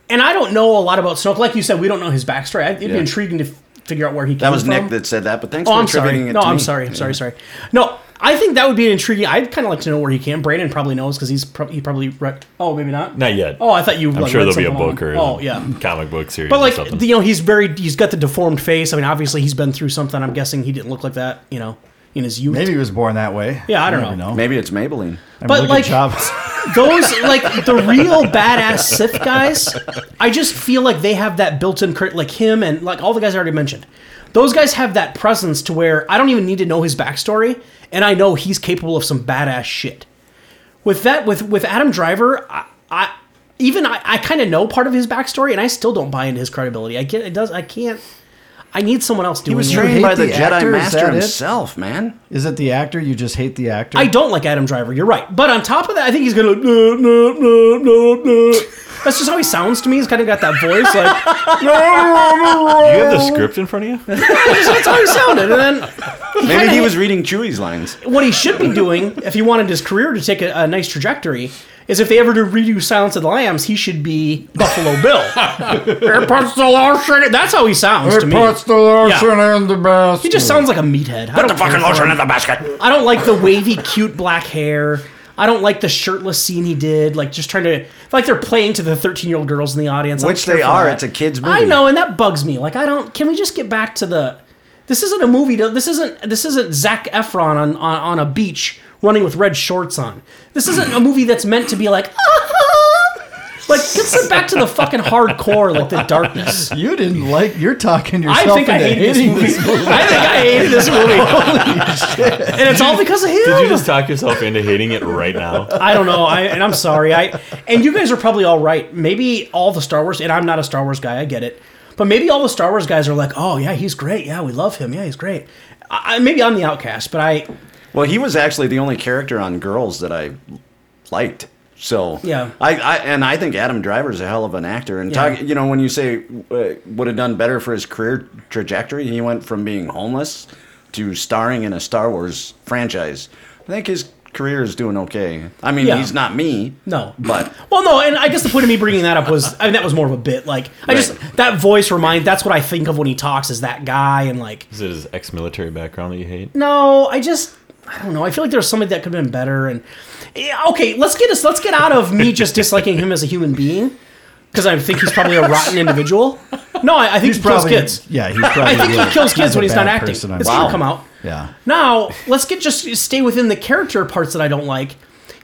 and I don't know a lot about Snoke. Like you said, we don't know his backstory. I- It'd be Yeah. intriguing to f- figure out where he. That came was from. Nick that said that, but thanks Oh, for I'm attributing sorry. it No, to I'm me. sorry. I'm sorry. Sorry. No, I think that would be an intriguing. I'd kind of like to know where he can. Brandon probably knows because he's prob- he probably read. Oh, maybe not. Not yet. Oh, I thought you. I'm like, sure read there'll be a something on- book or Oh yeah. comic book series. But or like something. you know, he's very he's got the deformed face. I mean, obviously he's been through something. I'm guessing he didn't look like that. You know, in his youth. Maybe he was born that way. Yeah, I You don't never know. Maybe it's Maybelline. I mean, But, look at like- Jobs. Those like the real badass Sith guys. I just feel like they have that built-in crit, like him and like all the guys I already mentioned. Those guys have that presence to where I don't even need to know his backstory, and I know he's capable of some badass shit. With that, with with Adam Driver, I, I even I, I kind of know part of his backstory, and I still don't buy into his credibility. I get it does. I can't. I need someone else doing. He was it. trained hate by the, the Jedi actor, is Master that it? himself, man. Is it the actor? You just hate the actor? I don't like Adam Driver. You're right. But on top of that, I think he's gonna no no no no no. That's just how he sounds to me. He's kind of got that voice. Like Do you have the script in front of you? that's how he sounded. And then Maybe he was reading Chewie's lines. what he should be doing, if he wanted his career to take a, a nice trajectory, is if they ever do redo Silence of the Lambs, he should be Buffalo Bill. Here puts the lotion in- That's how he sounds to me. the lotion Yeah. in the best. He just sounds like a meathead. Put the fucking lotion in the basket. I don't like the wavy, cute black hair. I don't like the shirtless scene he did. Like just trying to like they're playing to the thirteen-year-old girls in the audience, I don't Which care they for are. that. It's a kid's I movie. know, and that bugs me. Like I don't. Can we just get back to the? This isn't a movie. To, this isn't. This isn't Zac Efron on, on on a beach running with red shorts on. This isn't a movie that's meant to be like. Like let's get back to the fucking hardcore, like the darkness. You didn't like. You're talking I yourself think I into hated this hating movie. I think I hated this movie. And it's all because of him. Did you just talk yourself into hating it right now? I don't know. I and I'm sorry. I and you guys are probably all right. Maybe all the Star Wars and I'm not a Star Wars guy. I get it. But maybe all the Star Wars guys are like, "Oh yeah, he's great. Yeah, we love him. Yeah, he's great." I, I- maybe I'm the outcast, but I Well, he was actually the only character on Girls that I liked. So Yeah. I, I and I think Adam Driver's a hell of an actor. And Yeah. talk, you know, when you say uh, would have done better for his career trajectory, he went from being homeless to starring in a Star Wars franchise. I think his career is doing okay. I mean, Yeah. he's not me, no. but Well, no, and I guess the point of me bringing that up was, I mean, that was more of a bit. Like, I just Right. that voice remind. That's what I think of when he talks is that guy, and like, Is it his ex-military background that you hate? No, I just I don't know. I feel like there's somebody that could have been better. And yeah, okay, let's get us let's get out of me just disliking him as a human being because I think he's probably a rotten individual. No, I, I think he kills kids. Yeah, he's probably. I think yeah, he kills kids a when he's bad not acting. person, I'm It's gonna sure. come out. Yeah. Now let's get just stay within the character parts that I don't like.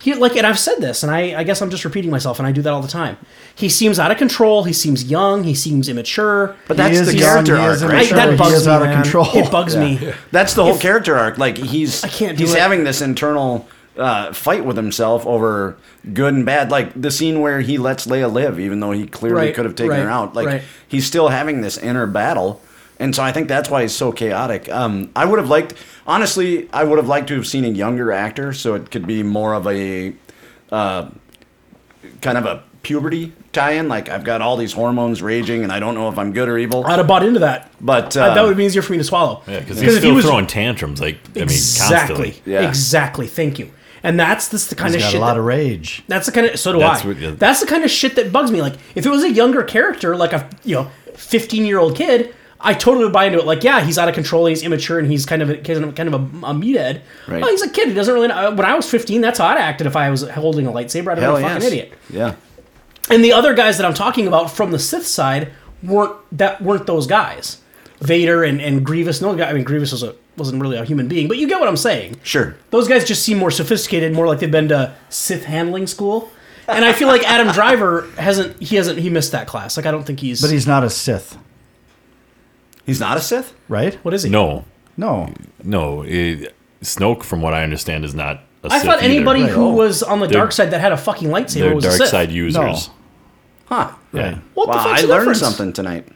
He like, and I've said this, and I, I guess I'm just repeating myself, and I do that all the time. He seems out of control. He seems young. He seems immature. but that's is the young, character he arc, is right? I, immature. that he bugs is me, out of man. control. It bugs me. That's the whole character arc. Like he's can't do he's it. having this internal uh, fight with himself over good and bad. Like the scene where he lets Leia live, even though he clearly Right, could have taken her right, out. Like right. he's still having this inner battle. And so I think that's why he's so chaotic. Um, I would have liked, honestly, I would have liked to have seen a younger actor, so it could be more of a uh, kind of a puberty tie-in. Like I've got all these hormones raging, and I don't know if I'm good or evil. I'd have bought into that. But Uh, uh, that would be easier for me to swallow. Um, Yeah, because he's if he still was- throwing tantrums. Like I mean, exactly, constantly. Yeah. exactly. Thank you. And that's this the kind He's of got shit. a lot that, of rage. that's the kind of so do That's I. what- yeah. That's the kind of shit that bugs me. Like if it was a younger character, like a you know fifteen year old kid, I totally would buy into it. Like yeah, he's out of control, he's immature, and he's kind of a, kind of kind of a, a meathead. Right. Well, he's a kid. He doesn't really. Know. When I was fifteen, that's how I would acted if I was holding a lightsaber. I'd have hell been a yes. fucking idiot. Yeah. And the other guys that I'm talking about from the Sith side weren't that weren't those guys. Vader and, and Grievous, no guy. I mean, Grievous was a wasn't really a human being, but you get what I'm saying. Sure. Those guys just seem more sophisticated, more like they've been to Sith handling school. And I feel like Adam Driver hasn't he hasn't he missed that class. Like I don't think he's But he's not a Sith, He's not a Sith. right? what is he? No, No. no. It, Snoke, from what I understand, is not. a I Sith thought either. anybody Right. who was on the They're- dark side that had a fucking lightsaber They're was dark a Sith. side users. Huh. Yeah. Right. What the Wow, fuck's I the learned difference? something tonight.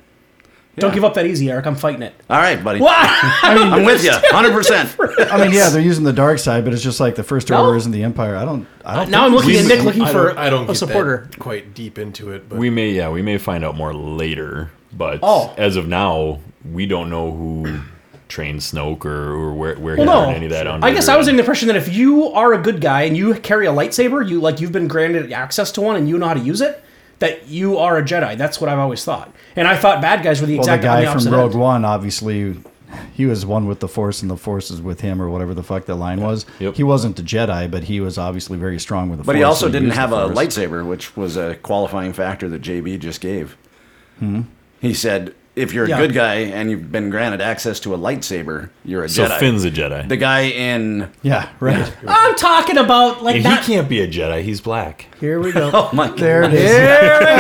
Don't give up that easy, Eric. I'm fighting it. All right, buddy. I I'm with you, hundred percent. I mean, yeah, they're using the dark side, but it's just like the First No. Order isn't the Empire. I don't. I don't. now I'm looking at He's- Nick looking I for don't- I don't a get supporter. That quite deep into it, but We may, yeah, we may find out more later. But Oh. as of now, we don't know who trained Snoke or, or where where he Well, learned no. any of that. on I guess Vader. I was in the impression that if you are a good guy and you carry a lightsaber, you like you've been granted access to one and you know how to use it, that you are a Jedi. That's what I've always thought. And I thought bad guys were the Well, the exact on guy the from opposite Rogue end. One, obviously, he He was one with the Force, and the Force is with him, or whatever the fuck that line was. Yep. He wasn't a Jedi, but he was obviously very strong with the Force. But he also and didn't used the have a Force. lightsaber, which was a qualifying factor that JB just gave. He said, if you're a Yeah. good guy and you've been granted access to a lightsaber, you're a So Jedi. Finn's a Jedi. the guy in. Yeah, right. I'm talking about like and not. he can't be a Jedi. He's black. Here we go. Oh, my There it is.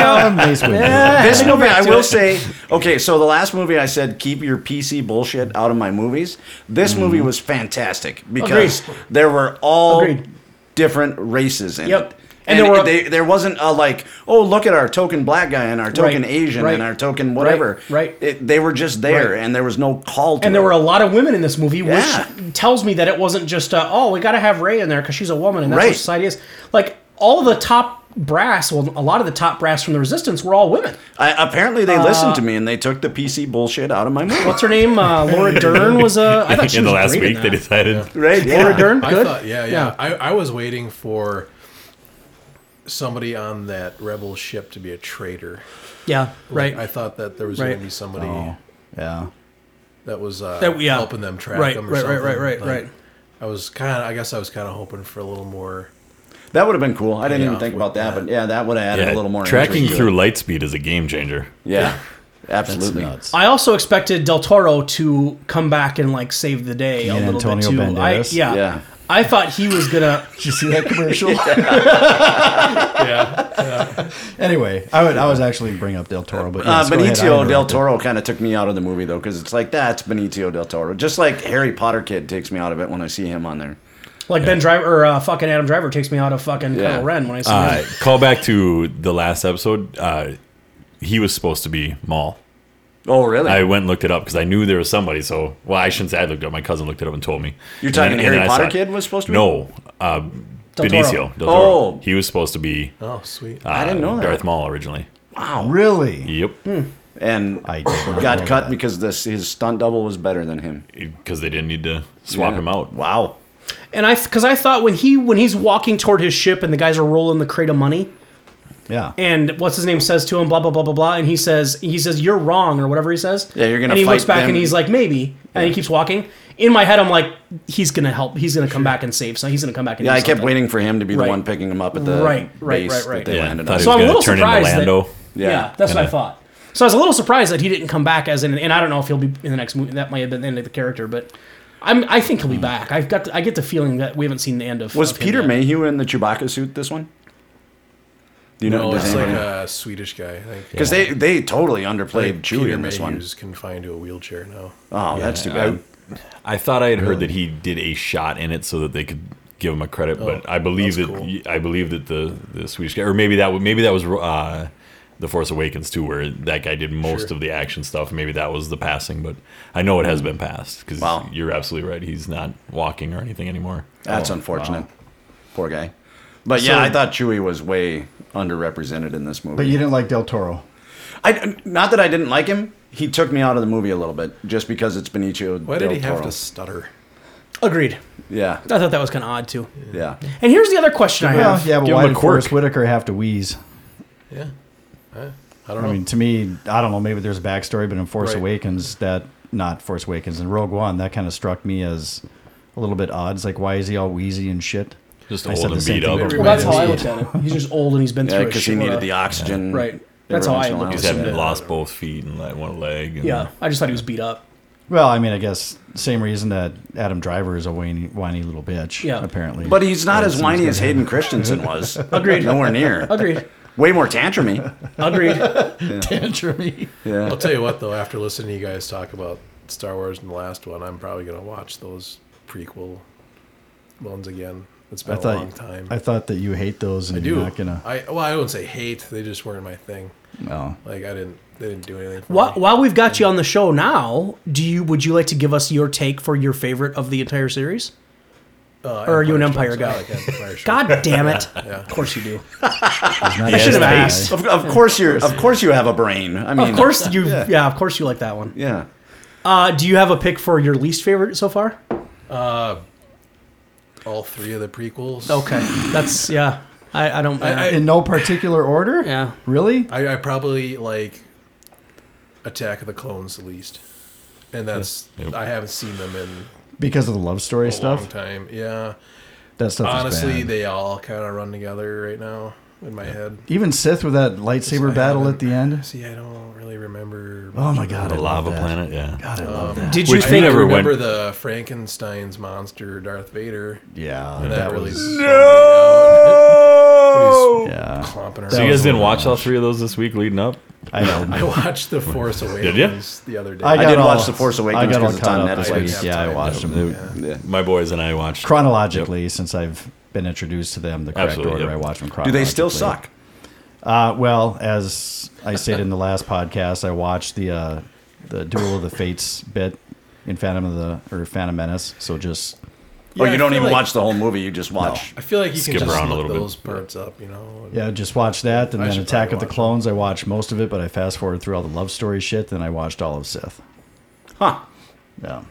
Um, Mace Windu. This movie, I to will it. say, okay, so the last movie I said, keep your PC bullshit out of my movies. This Mm-hmm. movie was fantastic because there were all Agreed. different races in Yep. it. And, And there were- they, there wasn't a like, oh, look at our token black guy and our token Right, Asian right, and our token whatever. right. It, they were just there Right. and there was no call to And there it. were a lot of women in this movie, Yeah. which tells me that it wasn't just uh, oh, we got to have Ray in there because she's a woman and that's Right. what society is. Like all the top brass, well, a lot of the top brass from the Resistance were all women. I, apparently, they listened to me and they took the PC bullshit out of my movie. Uh, What's her name? Uh, Laura Dern was Uh, I thought she in the was last great week, in they that. decided. right? Laura Yeah. Dern, I good. thought, yeah, yeah. Yeah. I, I was waiting for somebody on that rebel ship to be a traitor. Yeah, Like, right. I thought that there was Right. Oh, going to be somebody Yeah. that was uh, That- yeah. helping them track Right, them or right, right, something. right, right, Like, right. I was kind of, I guess I was kind of hoping for a little more. That would have been cool. I didn't Yeah. even think about that, but yeah, that would have added Yeah, a little more tracking interest to it. through light speed is a game changer. Yeah, absolutely. Nuts. I also expected Del Toro to come back and like save the day a And little Antonio bit too. I, Banderas? yeah. Yeah. I thought he was gonna. Did you see that commercial? Yeah. anyway, I would. I was actually bring up Del Toro, but Uh, yes, go ahead, I Benicio del interrupted. Toro kind of took me out of the movie though, because it's like that's Benicio del Toro. Just like Harry Potter kid takes me out of it when I see him on there. Like Ben Driver or uh, fucking Adam Driver takes me out of fucking Yeah. Kylo Ren when I see Uh, him. call back to the last episode. Uh, he was supposed to be Maul. Oh, really? I went and looked it up because I knew there was somebody. So, well, I shouldn't say I looked it up. My cousin looked it up and told me. You're And talking then- and Harry then I Potter saw it. kid was supposed to be- No, uh, Del Toro. Benicio del Toro. Oh. He was supposed to be. Uh, oh, sweet. I didn't know that. Hmm. Darth Maul originally. wow. Really? Yep, And I did not know got cut that. because this his stunt double was better than him. because they didn't need to swap Yeah. him out. Wow. And I, because I thought when he when he's walking toward his ship and the guys are rolling the crate of money Yeah. and what's his name says to him blah blah blah blah blah and he says he says you're wrong or whatever he says. Yeah, you're gonna And he fight looks back them. and he's like maybe, and he keeps walking. In my head, I'm like, he's gonna help. He's gonna come back and save. So he's gonna come back and Yeah, do I kept something. waiting for him to be the Right. one picking him up at the Right, right, base right, right. that they Yeah, landed thought on. he So was I'm a gonna little turn into surprised that- Lando. Yeah. Yeah, that's what I thought. So I was a little surprised that he didn't come back as in, and I don't know if he'll be in the next movie. That might have been the end of the character, but I'm, I think Hmm. he'll be back. I've got, the, I get the feeling that we haven't seen the end of. was of him Peter yet. Mayhew in the Chewbacca suit this one? Do you know? No, it's like Because a Swedish guy. I think. they they totally I underplayed think Chewie Peter in this one. Mayhew's confined to a wheelchair now. Oh, that's too bad. I thought I had heard that he did a shot in it so that they could give him a credit, Oh, but I believe that that's cool. I believe that the the Swedish guy, or maybe that w- maybe that was uh, the Force Awakens too, where that guy did most of the action stuff. Maybe that was the passing, but I know it Mm. has been passed because Wow. you're absolutely right. He's not walking or anything anymore. Oh, That's unfortunate. Poor guy. But yeah, I thought Chewie was way underrepresented in this movie. But you didn't like Del Toro. I, not that I didn't like him. He took me out of the movie a little bit just because it's Benicio Why del did he have Toro. to stutter? Agreed. Yeah, I thought that was kind of odd too. yeah. And here's the other question I Well, have. yeah, but Give why him a did quirk. Forrest Whitaker have to wheeze? Yeah. I, I don't know. I mean, to me, I don't know. Maybe there's a backstory, but in Force Right. Awakens, that not Force Awakens and Rogue One, that kind of struck me as a little bit odd. It's like, why is he all wheezy and shit? Just I old said the and same beat thing up. about Well, that's how I looked at it. He's just old and he's been Yeah, through. a because he shitload needed of- the oxygen. Right. every That's how once I in a looked while. He's at had it. Yeah. lost both feet and like one leg. And Yeah, I just thought he was beat up. Well, I mean, I guess same reason that Adam Driver is a whiny, whiny little bitch. Yeah. apparently. But he's not as whiny as Hayden Christensen was. Agreed. Nowhere near. Agreed. Way more tantrumy. Agreed. tantrumy. I'll tell you what, though, after listening to you guys talk about Star Wars and the last one, I'm probably going to watch those prequel ones again. It's been I a thought long time. I thought that you hate those, and I you're do. not gonna. I well, I wouldn't say hate. They just weren't my thing. No. Like I didn't. They didn't do anything. For While, me. while we've got you on the show now, do you would you like to give us your take for your favorite of the entire series? Uh, or are you an Empire Empire Strikes- I guy? like Empire Strikes. God damn it! Yeah. Of course you do. I should have asked. Of, of course you're. Of course you have a brain. I mean. Of course you. Yeah, of course you like that one. Yeah. Uh, do you have a pick for your least favorite so far? All three of the prequels. Okay, that's yeah. I, I don't. I- I- In no particular order. Yeah. Really? I, I probably like Attack of the Clones the least. and that's Yep. I haven't seen them in because of the love story a stuff. long time. Yeah, That stuff. is honestly, bad. they all kind of run together right now in my head. even Sith with that lightsaber I battle haven't- at the end. See, I don't really remember. Oh my god, The I love lava that. planet, yeah. God, I love that. Did you Which we think? I never- remember went- the Frankenstein's monster, Darth Vader. Yeah, And that, that really was. no. Yeah. Clomping So you around. guys didn't watch all three of those this week leading up? I know. I watched The Force Awakens ya? the other day. I, got did all, watch The Force Awakens I got 'cause all it's on caught up this Netflix. week. Yeah, I watched them My boys and I watched. chronologically since I've been introduced to them. The correct Absolutely, order yep. I watch them Do chronologically. they still suck? Uh, well, as I said in the last podcast, I watched the uh, the Duel of the Fates bit in Phantom of the or Phantom Menace. So just or Yeah, Oh, I you don't feel even like- watch the whole movie, you just watch. I feel like you Skip can just around a look little bit. those parts up, you know. and- yeah, just watched that, and I then should Attack probably of the watch it. Clones. I watched most of it, but I fast forward through all the love story shit. Then I watched all of Sith. Huh. Yeah.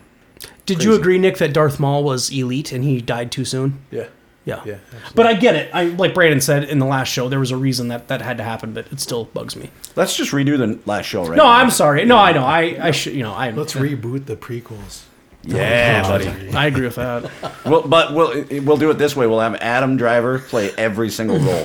Did you agree, Nick, that Darth Maul was elite and he died too soon? Yeah. Yeah. Yeah. But I get it. I like Brandon said in the last show, there was a reason that that had to happen, but it still bugs me. Let's just redo the last show, right? No, now. I'm sorry. No, I know. I I should you know I Let's reboot the prequels. Oh Yeah, buddy. I agree with that. Well, but we'll we'll do it this way. We'll have Adam Driver play every single role.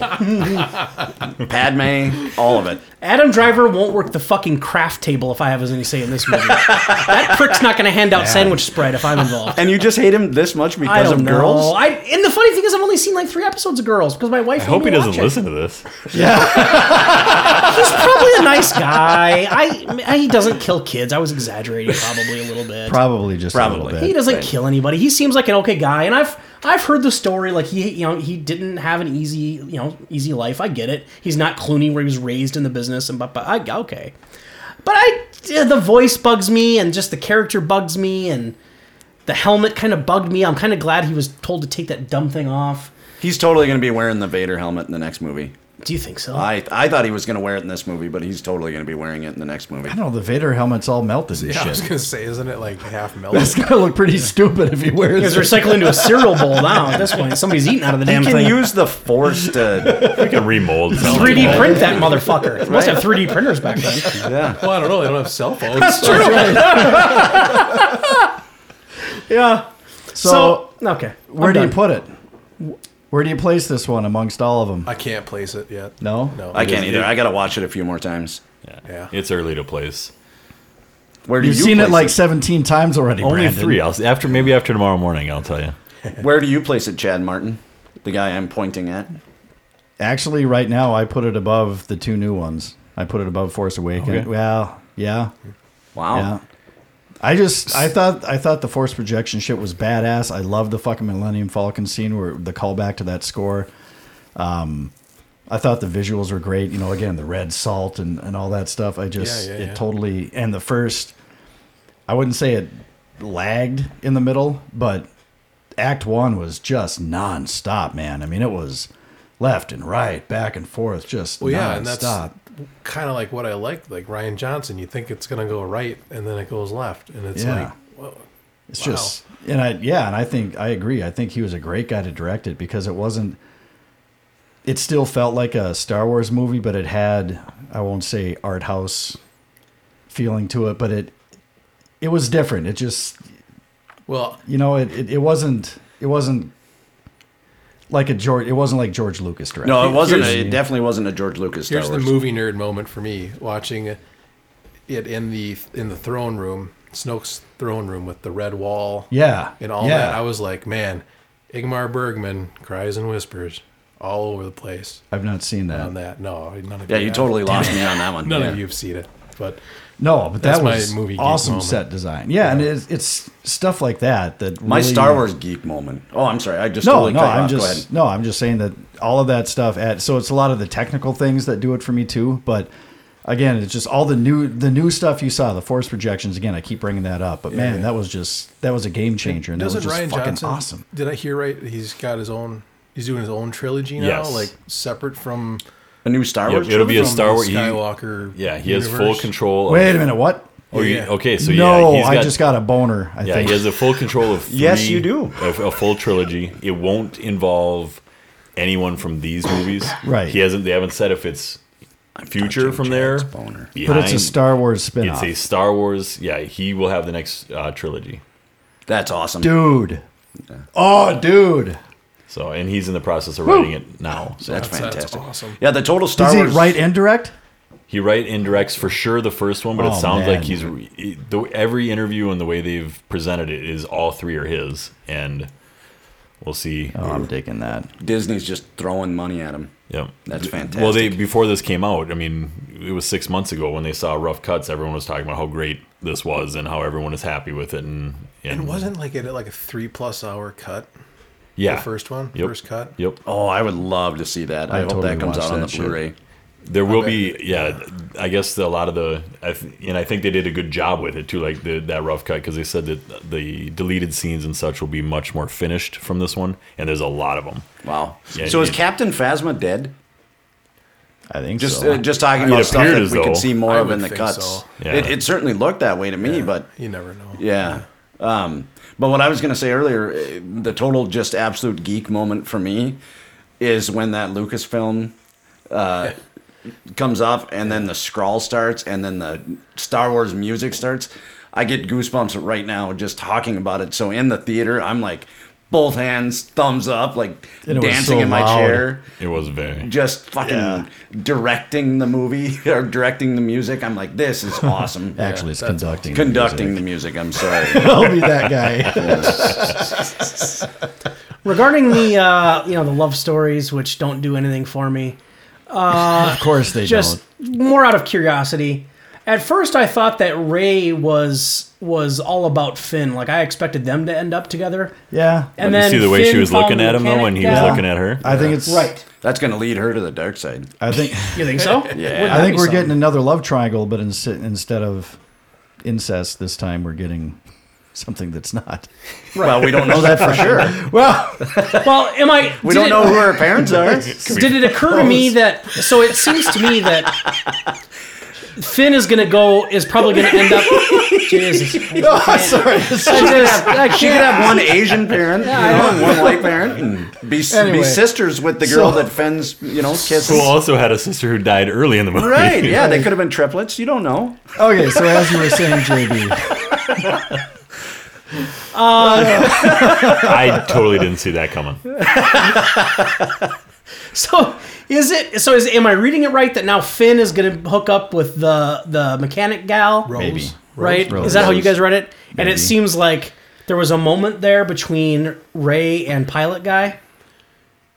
Padme, all of it. Adam Driver won't work the fucking craft table if I have any say in this movie. that prick's not going to hand out sandwich spread if I'm involved. And you just hate him this much because I don't of know. girls? I and the funny thing is, I've only seen like three episodes of Girls because my wife. I hope he doesn't watch it. listen to this. He's probably a nice guy. I, I he doesn't kill kids. I was exaggerating probably a little bit. Probably just a Probably. little He bit. doesn't kill anybody. He seems like an okay guy, and I've I've heard the story. Like he, you know, he didn't have an easy, you know, easy life. I get it. He's not Clooney, where he was raised in the business, and but but I okay. But I eh, the voice bugs me, and just the character bugs me, and the helmet kind of bugged me. I'm kind of glad he was told to take that dumb thing off. He's totally going to be wearing the Vader helmet in the next movie. Do you think so? I I thought he was going to wear it in this movie, but he's totally going to be wearing it in the next movie. I don't know. The Vader helmet's all melted and Yeah, I was shit. gonna say, isn't it like half That's melted? gonna look pretty stupid if he wears because we're it. cycling into a cereal bowl now. At this point, somebody's eating out of the damn He thing. can use the Force to. We can remold. some 3D people. print that motherfucker. They Must have 3D printers back then. well, I don't know. They don't have cell phones. That's yeah. So, okay. where do you put it? Where do you place this one amongst all of them? I can't place it yet. No? No. I can't either. I got to watch it a few more times. Yeah. It's early to place. Where do You've you seen it place like 17 times already, Only Brandon. three. I'll, after maybe after tomorrow morning, I'll tell you. Where do you place it, Chad Martin? The guy I'm pointing at. Actually, right now, I put it above the two new ones. I put it above Force Awakens. Okay. Well, yeah, Wow. yeah. I just, I thought, I thought the Force projection shit was badass. I love the fucking Millennium Falcon scene where the callback to that score. Um, I thought the visuals were great. You know, again, the red salt and, and all that stuff. I just, Yeah, yeah, it yeah. totally, and the first, I wouldn't say it lagged in the middle, but act one was just nonstop, man. I mean, it was left and right, back and forth, just Well, nonstop. yeah, and that's kind of like what I like. Like Ryan Johnson, you think it's gonna go right, and then it goes left, and it's Yeah. like, whoa. It's just, and I, yeah, and I think I agree. I think he was a great guy to direct it because it wasn't, it still felt like a Star Wars movie, but it had, I won't say art house feeling to it, but it, it was different. It just, Well, you know, it, it, it wasn't, it wasn't like a George, it wasn't like George Lucas directed. No, it wasn't. Here's- A, it definitely wasn't a George Lucas. Star Here's the Wars. movie nerd moment for me watching it in the in the throne room, Snoke's throne room with the red wall. Yeah. And all yeah. that. I was like, man, Igmar Bergman cries and whispers all over the place I've not seen that. on that. No, none of Yeah, you have. totally lost me on that one. None Yeah. of you have seen it, but No, but That's that my was movie geek awesome moment. set design. Yeah, and it's, it's stuff like that that My really- Star Wars geek moment. Oh, I'm sorry. I just No, totally no, cut you I'm off. Go just no, I'm just saying that all of that stuff. At so it's a lot of the technical things that do it for me too. But again, it's just all the new the new stuff you saw the force projections. Again, I keep bringing that up, but man, that was just that was a game changer, and that was doesn't just Ryan fucking Johnson? awesome. Did I hear right? He's got his own. He's doing his own trilogy now, Yes. like separate from A new Star Yep, Wars. it'll be a from Star the Wars. he- Skywalker. yeah, he has full universe. control. Of, Wait a minute, what? Oh, you- Yeah. okay, so no, yeah, he's I got- just got a boner. I Yeah, think he has a full control of. Three, Yes, you do. A, a full trilogy. It won't involve anyone from these movies. Right. He hasn't. They haven't said if it's future from there. Boner. But it's a behind- Star Wars spin It's off. a Star Wars. Yeah, he will have the next uh, trilogy. That's awesome. Dude. Oh, dude. So, and he's in the process of writing it now. So That's, That's- that's fantastic. awesome. Yeah, the total Star Does he Wars. write and direct? he write indirects for sure the first one, but Oh, it sounds man. like he's re- he- the, every interview and the way they've presented it is all three are his, and we'll see. Oh, I'm digging that. Disney's just throwing money at him. Yep. That's fantastic. Well, they before this came out, I mean, it was six months ago when they saw rough cuts. Everyone was talking about how great this was and how everyone is happy with it, and and, It wasn't like it like a three plus hour cut. yeah The first one, Yep. first cut. Yep. Oh, I would love to see that. I, hope totally that comes watched out on that the shit. Blu-ray. There will bet. be, yeah. I guess the, a lot of the, I th- and I think they did a good job with it too, like the, that rough cut, because they said that the deleted scenes and such will be much more finished from this one, and there's a lot of them. Wow. Yeah, so is yeah. Captain Phasma dead? I think Just so. uh, just talking about stuff appeared that as we though. could see more I of would in the think cuts. so. Yeah. It, it certainly looked that way to me, but You never know. yeah. Um, but what I was going to say earlier, eh, the total just absolute geek moment for me is when that Lucasfilm comes up and then the scrawl starts and then the Star Wars music starts. I get goosebumps right now just talking about it. So in the theater, I'm like both hands, thumbs up, like And it was dancing so in my loud. chair, It was very. just fucking directing the movie or directing the music. I'm like, this is awesome. Actually, it's conducting. Conducting the music, I'm sorry. I'll be that guy. Regarding the uh, you know the love stories, which don't do anything for me, of course they just don't. more out of curiosity. At first, I thought that Ray was was all about Finn. Like I expected them to end up together. Yeah. And you then see the way she Finn was found looking the at him though mechanic when he guy. was looking at her. I think it's Right. That's going to lead her to the dark side. I think You think so? Yeah. I think we're something. getting another love triangle, but ins- instead of incest this time, we're getting something that's not. Well, we don't know that for sure. Well, Well, am I? We did don't it- know who her parents are. Did it occur to me that? So it seems to me that Finn is going to go is probably going to end up. Jesus, I sorry. just I She could can't. have one Asian parent, you know, and one white parent, and be, Anyway. be sisters with the girl So- that Fenn's, you know, kisses. Who also had a sister who died early in the movie. Right? Yeah, they could have been triplets. You don't know. Okay, so as you were saying, JB, I totally didn't see that coming. So is it? So is am I reading it right that now Finn is going to hook up with the the mechanic gal? Rose. maybe. right? Rose. Is that how you guys read it? And it seems like there was a moment there between Ray and Pilot Guy.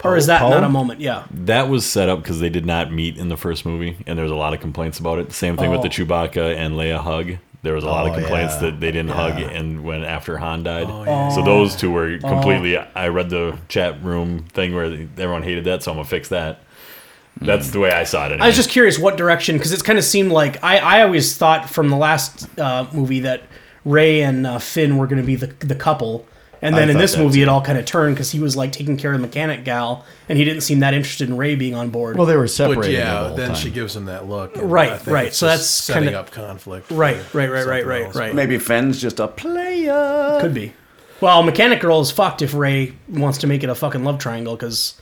Or is that Poe? not a moment? Yeah. That was set up because they did not meet in the first movie, and there was a lot of complaints about it. Same thing with the Chewbacca and Leia hug. There was a lot of Oh, complaints yeah. that they didn't hug, and when after Han died, so those two were completely. I read the chat room thing where everyone hated that, so I'm gonna fix that. That's the way I saw it. Anyway. I was just curious what direction because it's kind of seemed like I, I always thought from the last uh, movie that Ray and uh, Finn were going to be the, the couple. And then I in thought this that movie, too. it all kind of turned because he was like taking care of the mechanic gal, and he didn't seem that interested in Ray being on board. Well, they were But separated. the yeah, whole then time. she gives him that look. and Right, I think right. it's So just that's setting kinda- up conflict. right, right, right, right, Something right, else. right. Maybe Fenn's just a player. Could be. Well, Mechanic Girl is fucked if Ray wants to make it a fucking love triangle because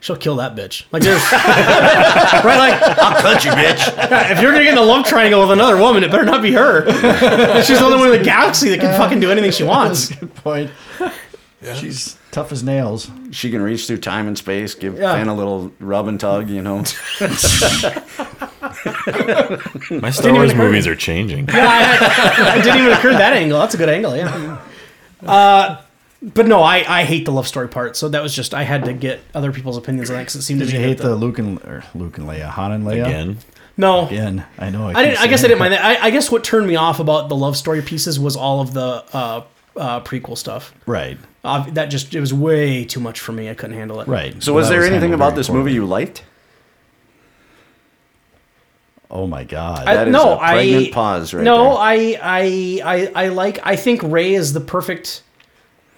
she'll kill that bitch. Like, there's. right? Like, I'll cut you, bitch. if you're gonna get in a love triangle with another woman, it better not be her. She's the only one in the galaxy that can fucking do anything she That's wants. a good point. She's tough as nails. She can reach through time and space. Give Yeah. Fenn a little rub and tug. You know. my Star Wars movies are changing. I, I didn't even occur to that angle. That's a good angle, yeah. Uh, but no, I, I hate the love story part. So that was just I had to get other people's opinions on that because it seemed Did to you me hate that the Luke and or Luke and Leia, Han and Leia? Again, no Again, I know. I keep didn't. I guess I saying didn't it. mind that. I, I guess what turned me off about the love story pieces was all of the uh, uh, prequel stuff. Right, Uh, that just it was way too much for me. I couldn't handle it. right. So was That there anything handled about very this poorly. movie you liked? Oh my god! I, That is Uh, no, a pregnant I pause right no, there. I, I I I like. I think Ray is the perfect.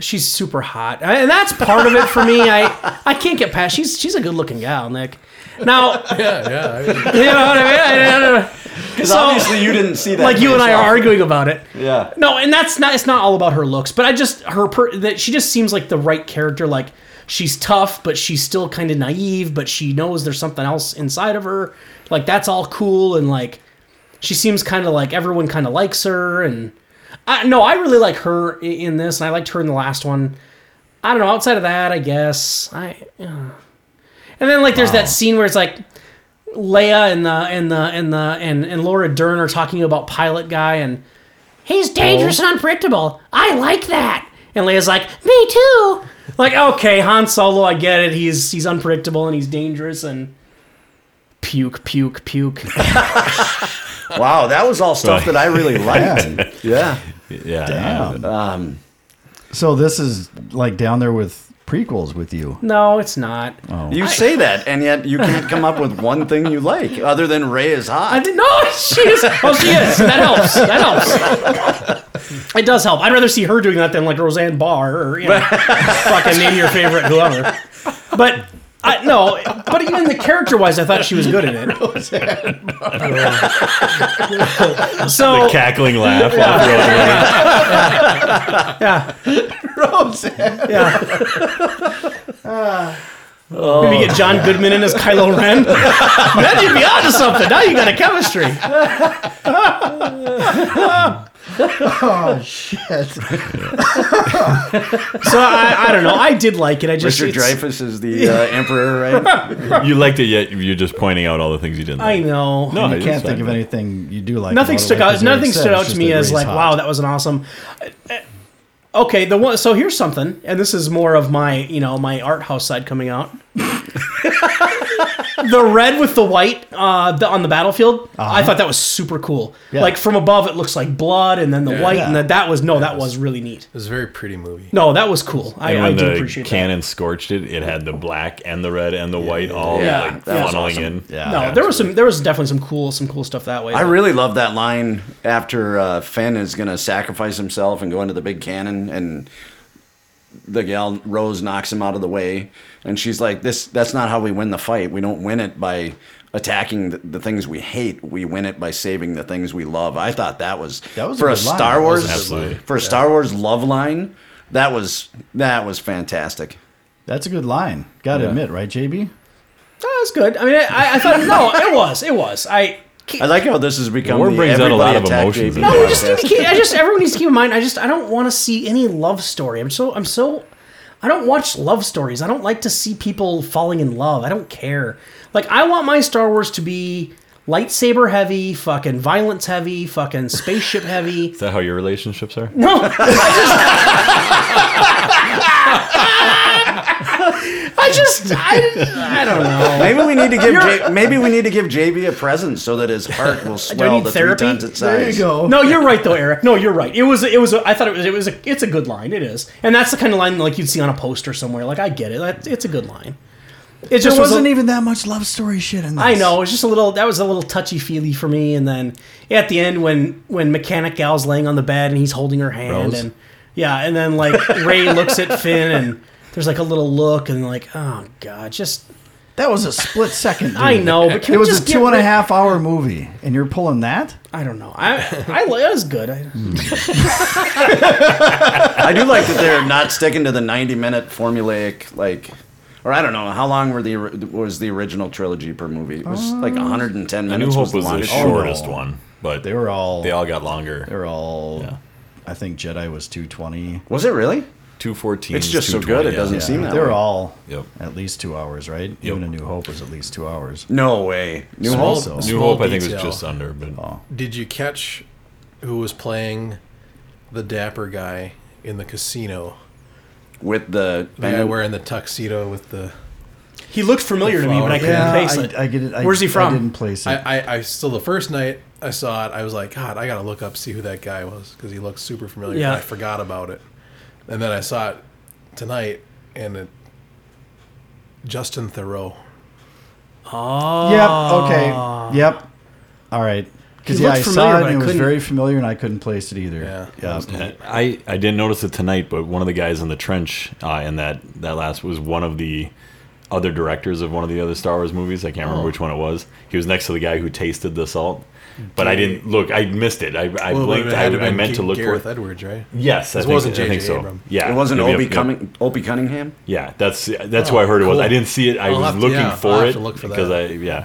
She's super hot, I- and that's part of it for me. I I can't get past. She's she's a good looking gal, Nick. Now Yeah, yeah. I mean, you know what I mean. I- I don't know. Because obviously you didn't see that. Like you and I are yourself. arguing about it. Yeah. No, and that's not. It's not all about her looks, but I just her per, that she just seems like the right character. Like she's tough, but she's still kind of naive, but she knows there's something else inside of her. Like that's all cool, and like she seems kind of like everyone kind of likes her, and I no, I really like her i- in this, and I liked her in the last one. I don't know. Outside of that, I guess I. Uh. And then like there's that scene where it's like Leia and the and the and the and and Laura Dern are talking about Pilot Guy and he's dangerous and unpredictable. I like that. And Leia's like, me too. Like, okay, Han Solo, I get it. He's he's unpredictable and he's dangerous and puke, puke, puke. Wow, that was all stuff Right. that I really liked. yeah. Yeah. So this is like down there with prequels with you. no, it's not. You say that, and yet you can't come up with one thing you like other than Ray is I hot. didn't. No, she is. Oh, she is. That helps. That helps. It does help. I'd rather see her doing that than like Roseanne Barr or you know, fucking name your favorite whoever. But I no. But even the character wise, I thought she was good in it. so Cackling laugh. all throughout the movie. yeah, yeah. Maybe get John Goodman in as Kylo Ren. then you'd be onto something. Now you got a chemistry. So I, I don't know. I did like it. I just Richard it's- Dreyfuss is the uh, emperor, right? You liked it, yet you're just pointing out all the things you didn't. I like. know. No, You it's can't think fine. of anything you do like. nothing about it, stuck like, out. as Eric Nothing said, stood it's out to just me that as Ray's like, hot. wow, that was an awesome. uh, Okay, the one. So here's something, and this is more of my, you know, my art house side coming out. the red with the white uh, the, on the battlefield, I thought that was super cool. Uh-huh. Yeah. Like from above, it looks like blood, and then the white, and Yeah. then that was no, that was really neat. was a very pretty movie. No, that was cool. I, And I when do the appreciate that. cannon scorched it, it had the black and the red and the white all Yeah. like That was funneling awesome. in. Yeah. No, there was some. There was definitely some cool, some cool stuff that way. I really love that line after uh, Finn is going to sacrifice himself and go into the big cannon, and the gal Rose knocks him out of the way, and she's like, "This, that's not how we win the fight. We don't win it by." Attacking the, the things we hate, we win it by saving the things we love. I thought that was, That was a for a, good line. Star That was Wars a good Absolutely. for a Star Wars love line. That was that was fantastic. That's a good line. Got to admit, right, JB? that was Oh, good. I mean, I- I, I thought no, it was, it was. I I like how this has become. War the brings out a lot everybody of attack emotions JB in No, we Yeah. just need to podcast. keep. I just everyone needs to keep in mind. I just I don't want to see any love story. I'm so I'm so. I don't watch love stories. I don't like to see people falling in love. I don't care. Like I want my Star Wars to be lightsaber heavy, fucking violence heavy, fucking spaceship heavy. Is that how your relationships are? No, I just. I just I, I don't know. Maybe we need to give J- maybe we need to give JB a present so that his heart will swell need to therapy? three times its size. go. No, you're right though, Eric. No, you're right. It was it was a, I thought it was it was a, it's a good line. It is, and that's the kind of line like you'd see on a poster somewhere. Like I get it. That, it's a good line. It just There was a- wasn't even that much love story shit in this. I know it was just a little. That was a little touchy feely for me. And then at the end, when when mechanic gal's laying on the bed and he's holding her hand, Rose. and yeah, and then like Ray looks at Finn and. There's like a little look and like, oh god, just That was a split second. Dude. I know, but can It we was just a get two and a rid- half hour movie, and you're pulling that? I don't know. I I that was good. I, I do like that they're not sticking to the 90 minute formulaic like or I don't know how long were the ori- was the original trilogy per movie? It was like 110 New minutes. Hope the was the longest. shortest one, but They were all. they all got longer. They were all. Yeah. I think Jedi was 220. Was it really? Two fourteen. It's just so good, it doesn't seem that they were way. all Yep. at least two hours, right? Even A New Hope was at least two hours. No way. New Small- Hope. So- New Small Hope, I think, was detail. just under, but Did you catch who was playing the dapper guy in the casino? with the The guy wearing the tuxedo with the. he looked familiar to me, but I couldn't place it. I, I get it. I, Where's he from? I didn't place it. I, I, I still the first night I saw it, I was like, God, I gotta look up see who that guy was because he looked super familiar. Yeah. and I forgot about it, and then I saw it tonight, and it Justin Thoreau. yep. Okay. Yep. All right. Because He yeah, looked I familiar, saw but I it and it was couldn't- very familiar, and I couldn't place it either. Yeah. Yeah. I, uh, I didn't notice it tonight. But one of the guys in the trench uh, in that that last was one of the other directors of one of the other Star Wars movies. I can't Oh. remember which one it was. He was next to the guy who tasted the salt. But I didn't look. I missed it. I, I Well, but blinked. it had I, to I been meant to look Gareth for it. Edwards, right? Yes, I This think, wasn't I think J.J. so. Abrams. Yeah, It wasn't Yep, yep, Opie yep. Cumming, Opie Cunningham. Yeah, that's that's who I heard it was. Oh, cool. I didn't see it. I I'll was have to- looking yeah, for I'll have it to look for because that. I yeah.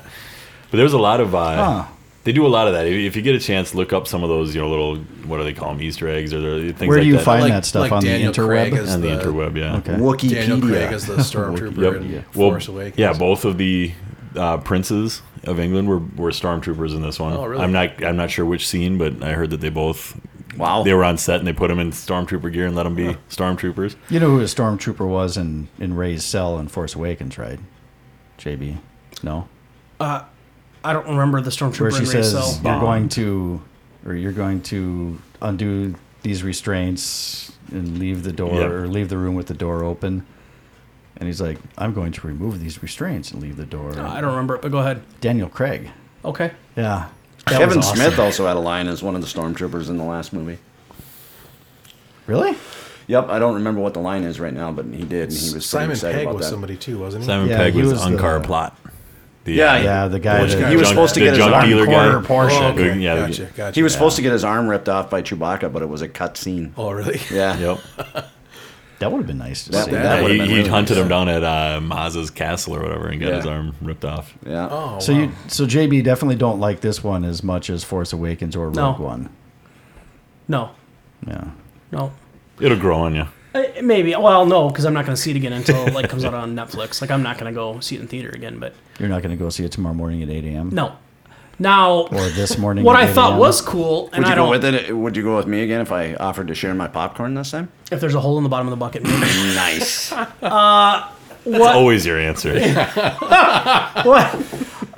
But there's a lot of uh, they do a lot of that. If- If you get a chance, look up some of those you know little what do they call them Easter eggs or the- things Where like do you that. find that stuff on the Daniel interweb? Craig as on the, interweb? Yeah. Okay. Daniel Craig Wikipedia. as the stormtrooper Yep. in Yeah. Well, Force Awakens. yeah, both of the uh, princes of England were, were stormtroopers in this one. Oh, really? I'm not I'm not sure which scene, but I heard that they both Wow. they were on set and they put them in stormtrooper gear and let them be stormtroopers. You know who a stormtrooper was in, in Ray's cell in Force Awakens, right? JB. No? I don't remember the Where stormtrooper in she Ray says, Cell. you're going to, or you're going to undo these restraints and leave the door, Yep. or leave the room with the door open. And he's like, I'm going to remove these restraints and leave the door. I don't remember it, but go ahead. Daniel Craig. Okay. Yeah. That was Kevin awesome. Smith also had a line as one of the stormtroopers in the last movie. Really? Yep, I don't remember what the line is right now, but he did, and he was pretty Simon excited Pegg about was that. somebody too, wasn't he? Simon Yeah, Pegg he was, was on the- Car Plot. The, Yeah, uh, he- Yeah, the guy Which that guy? He was junk- supposed to the get his junk arm. dealer quarter guy. portion. Oh, okay. Yeah, the- gotcha, gotcha. He was supposed to get his arm ripped off by Chewbacca, but it was a cut scene. Oh, really? Yeah, Yep. That would have been nice to That- see. that- Yeah, would've he, been he really hunted him down at uh, Maz's castle or whatever and got Yeah. his arm ripped off. yeah. Oh, so wow. you, so JB definitely don't like this one as much as Force Awakens or Rogue No. One. No. Yeah. No. It'll grow on you. Eh, Maybe. Well, no, because I'm not going to see it again until like it comes out on Netflix. Like I'm not going to go see it in theater again. But You're not going to go see it tomorrow morning at 8 a.m. no. Now, Or this morning. what at I 8 thought a.m.? was cool, and Would you I go don't. with it? Would you go with me again if I offered to share my popcorn this time? If there's a hole in the bottom of the bucket, maybe. Nice. That's always your answer. what?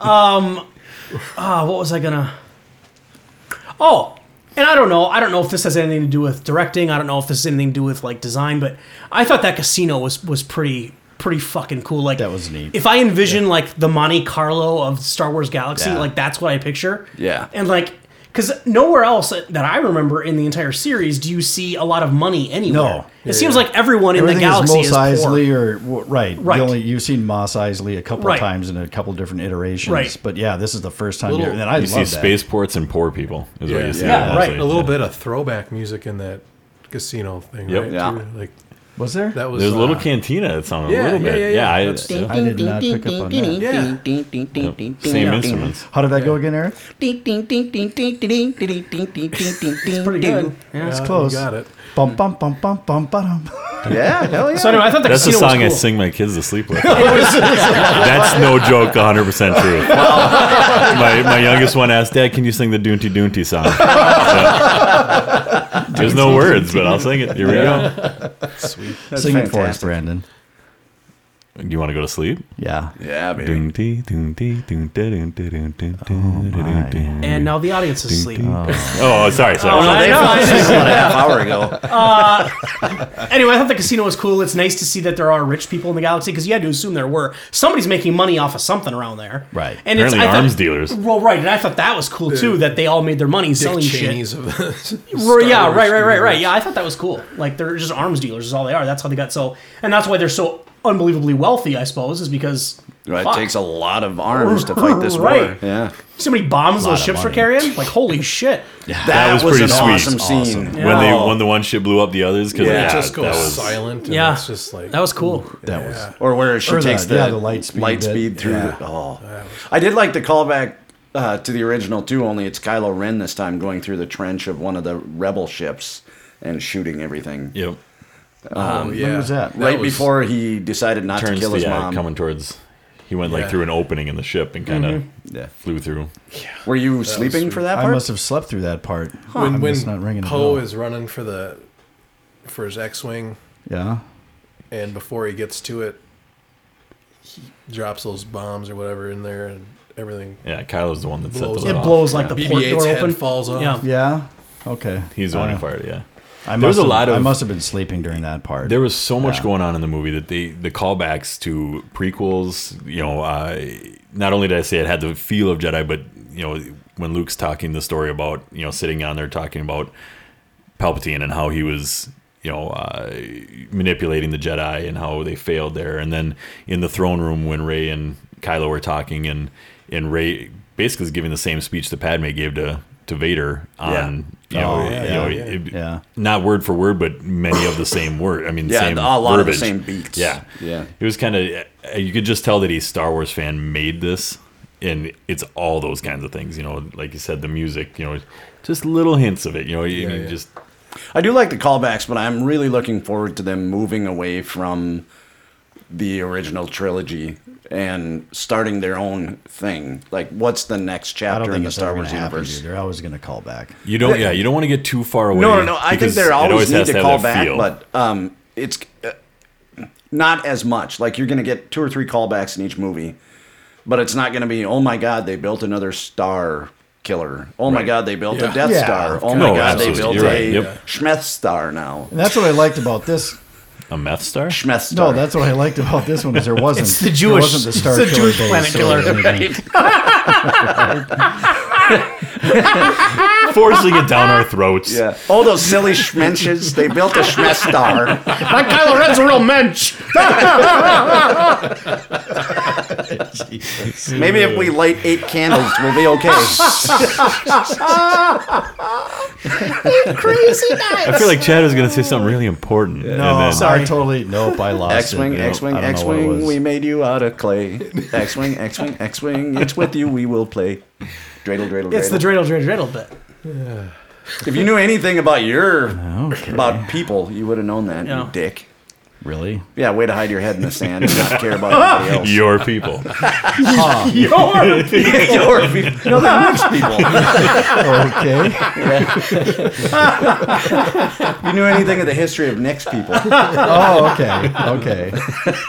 Um, ah, what was I gonna? Oh, and I don't know. I don't know if this has anything to do with directing. I don't know if this has anything to do with like design. But I thought that casino was was pretty pretty fucking cool. Like That was neat. If I envision like the Monte Carlo of Star Wars Galaxy, Yeah. like that's what I picture. Yeah. and like. Because nowhere else that I remember in the entire series do you see a lot of money anywhere. No. It seems like everyone in the Everything galaxy is is, Mos poor. Eisley or w- right. Right. The only, you've seen Moss Eisley a couple Right. times in a couple different iterations. Right. But yeah, this is the first time. Little- you and I You love see that. spaceports and poor people is what Yeah. you see. Yeah, mostly. right. a little bit of throwback music in that casino thing, Yep. right? Yeah. too? Like Was there? that was There's a little uh, cantina that sounded Yeah, a little yeah, bit. yeah, Yeah, yeah. I, That's- I did not pick up on that. Yeah. same instruments. How did that go again, Eric? It's Pretty good. Yeah. It's Yeah, you close. got it. Bum bum bum bum bum bum. yeah, hell yeah. So anyway, I thought the That's the casino song I was cool. sing my kids to sleep with. That's no joke, 100 percent true. my, my youngest one asked, "Dad, can you sing the Doonty Doonty song?" Yeah. There's no words, but I'll sing it. Here we go. Sing it for us, fantastic. Brandon. Do you want to go to sleep? Yeah. yeah, baby. Doonty doonty doonty doonty doonty doonty doonty. And uh, now the audience is asleep. Oh, sorry, sorry. I sorry. know, I just- About a half hour ago. anyway, I thought the casino was cool. It's nice to see that there are rich people in the galaxy because you had to assume there were. Somebody's making money off of something around there. Right. And Apparently, it's, I arms thought, dealers. Well, right. And I thought that was cool too that they all made their money Dick selling shit. Cheney's of the Star Well, yeah, Wars right, right, right, right. universe. Yeah, I thought that was cool. Like they're just arms dealers is all they are. That's how they got so, and that's why they're so unbelievably wealthy. I suppose is because Well, fuck, It takes a lot of arms to fight this war. Right. Yeah. so many bombs those of ships were money. carrying. Like holy shit. That, was was, pretty an sweet. awesome scene. When they Oh. when the one ship blew up the others because Yeah. yeah, It just that goes was silent. And Yeah, it's just like that was cool. That was. Or where she Or the- takes the, yeah, the light speed bit. speed through. Yeah. The, oh, I did like the callback uh, to the original too. Only it's Kylo Ren this time going through the trench of one of the rebel ships and shooting everything. yep. Oh, yeah. was that? That right was- before he decided not to turns kill the uh, his yeah, mom. coming towards. He went like Yeah. Mm-hmm. through an opening in the ship and kind of Yeah. flew through. Were you sleeping for that I part? must have slept through that part. when I'm when just not ringing a Poe bell. is running for the for his X-wing, yeah. and before he gets to it, he drops those bombs or whatever in there, and everything. Yeah, Kylo's the one that set Blows those up. It off. blows like the port BB-8's door head open. falls off. Yeah. Yeah. Okay. He's the one Uh, who fired. it, Yeah, I There must was a have- lot of- I must have been sleeping during that part. there was so much Yeah. going on in the movie that they the callbacks to prequels. You know, uh, not only did I say it had the feel of Jedi, but you know, when Luke's talking the story about you know sitting down there talking about Palpatine and how he was you know, uh, manipulating the Jedi and how they failed there. And then in the throne room when Ray and Kylo were talking, and and Ray basically is giving the same speech that Padme gave to to Vader on. You know, Oh, yeah, you know, yeah, it- it- yeah. not word for word, but many of the same word. I mean, Yeah, same a lot of the verbiage. same beats. Yeah, Yeah. It was kind of you could just tell that he's a Star Wars fan made this, and it's all those kinds of things. You know, like you said, the music. You know, just little hints of it. You know, you, you yeah. just I do like the callbacks, but I'm really looking forward to them moving away from the original trilogy and starting their own thing. Like, what's the I don't next chapter in think the it's Star ever Wars gonna happen, universe? dude. They're always going to call back. you don't. Yeah, you don't want to get too far away. No, no, no. I think because they it always need has to have call that back, feel. but um, it's uh, not as much. Like you're going to get two or three callbacks in each movie, but it's not going to be. Oh my God, they built another star killer. Oh my God, they built Yeah. a Death Yeah. Star. Oh my No, God, they absolutely. built You're right. a Yep. Schmeth Star now. And that's what I liked about this. a meth star. Schmeth Star. No, that's what I liked about this one is there wasn't It's the there Jewish- wasn't the Star it's the Killer Jewish base planet or killer. anything. forcing it down our throats. Yeah. All those silly schmenches. They built a Schmeth Star. Like Kylo Ren's a real mensch. Maybe if we light eight candles, we'll be okay. I feel like Chad was gonna say something really important. No, Oh, and then, sorry. I totally nope. I lost X Wing, it. You know, X Wing, I don't know X what it Wing, was. we made you out of clay. X Wing, X Wing, X Wing, it's with you we will play. Dreidel, dreidel, It's the dreidel. dreidel, dreidel, dreidel bit. if you knew anything about your about people, you would have known that, Yeah. you dick. really. Yeah, way to hide your head in the sand and not care about anybody else. your people. Your people. No, they're rich people. Okay. If you knew anything of the history of next people. Oh, okay.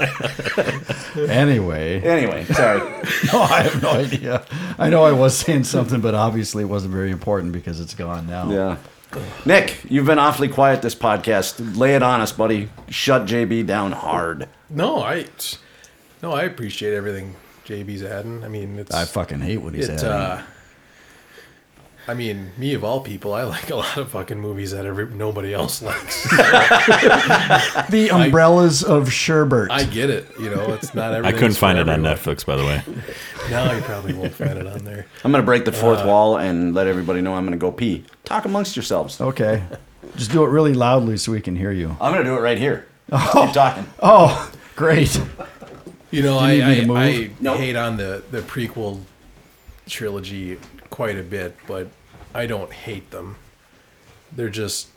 Okay. anyway, Anyway, sorry. no, Oh, I have no idea. I know I was saying something, but obviously it wasn't very important because it's gone now. Yeah. Nick, you've been awfully quiet this podcast. Lay it on us, buddy. Shut JB down hard. No, I no, I appreciate everything JB's adding. I mean, it's I fucking hate what he it. said. Uh, I mean, me of all people, I like a lot of fucking movies that every nobody else likes. the umbrellas of sherbert. uh, I get it. You know, it's not I everything. couldn't find it on Netflix, by the way. No, you probably won't find it on there. I'm going to break the fourth wall and let everybody know I'm going to go pee. Talk amongst yourselves. okay. Just do it really loudly so we can hear you. I'm going to do it right here. Keep talking. Oh, great. You know, you need me I, to move? I, I Nope. hate on the, the prequel trilogy quite a bit, but I don't hate them. They're just,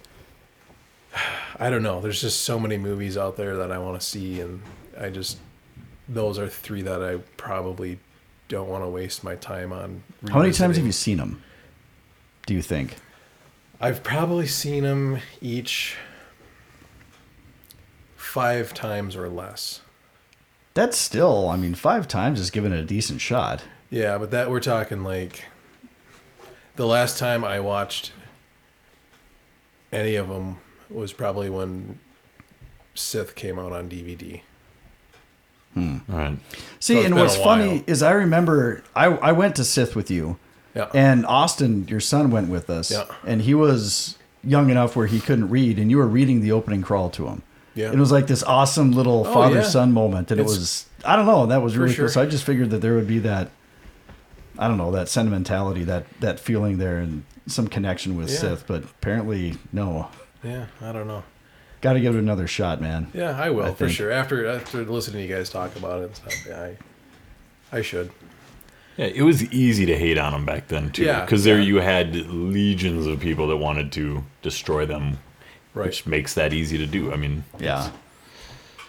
I don't know. There's just so many movies out there that I want to see, and I just, those are three that I probably don't want to waste my time on. How many times revisiting. have you seen them? Do you think? I've probably seen them each five times or less. That's still, I mean, five times is giving it a decent shot. Yeah, but that we're talking like the last time I watched any of them was probably when Sith came out on DVD. All right. See, So it's and been what's a while. funny is I remember I, I went to Sith with you, Yeah. and Austin, your son, went with us, Yeah. and he was young enough where he couldn't read, and you were reading the opening crawl to him. Yeah. Oh, It was like this awesome little father son yeah. moment, and It's- it was I don't know that was really sure. cool. So I just figured that there would be that I don't know that sentimentality, that that feeling there, and some connection with Yeah. Sith. But apparently, no. yeah, I don't know. Got to give it another shot, man. Yeah, I will I for think. sure. After after listening to you guys talk about it and stuff, yeah, I I should. Yeah, it was easy to hate on them back then too, Yeah, because there yeah. you had legions of people that wanted to destroy them, Right. which makes that easy to do. I mean, Yeah. I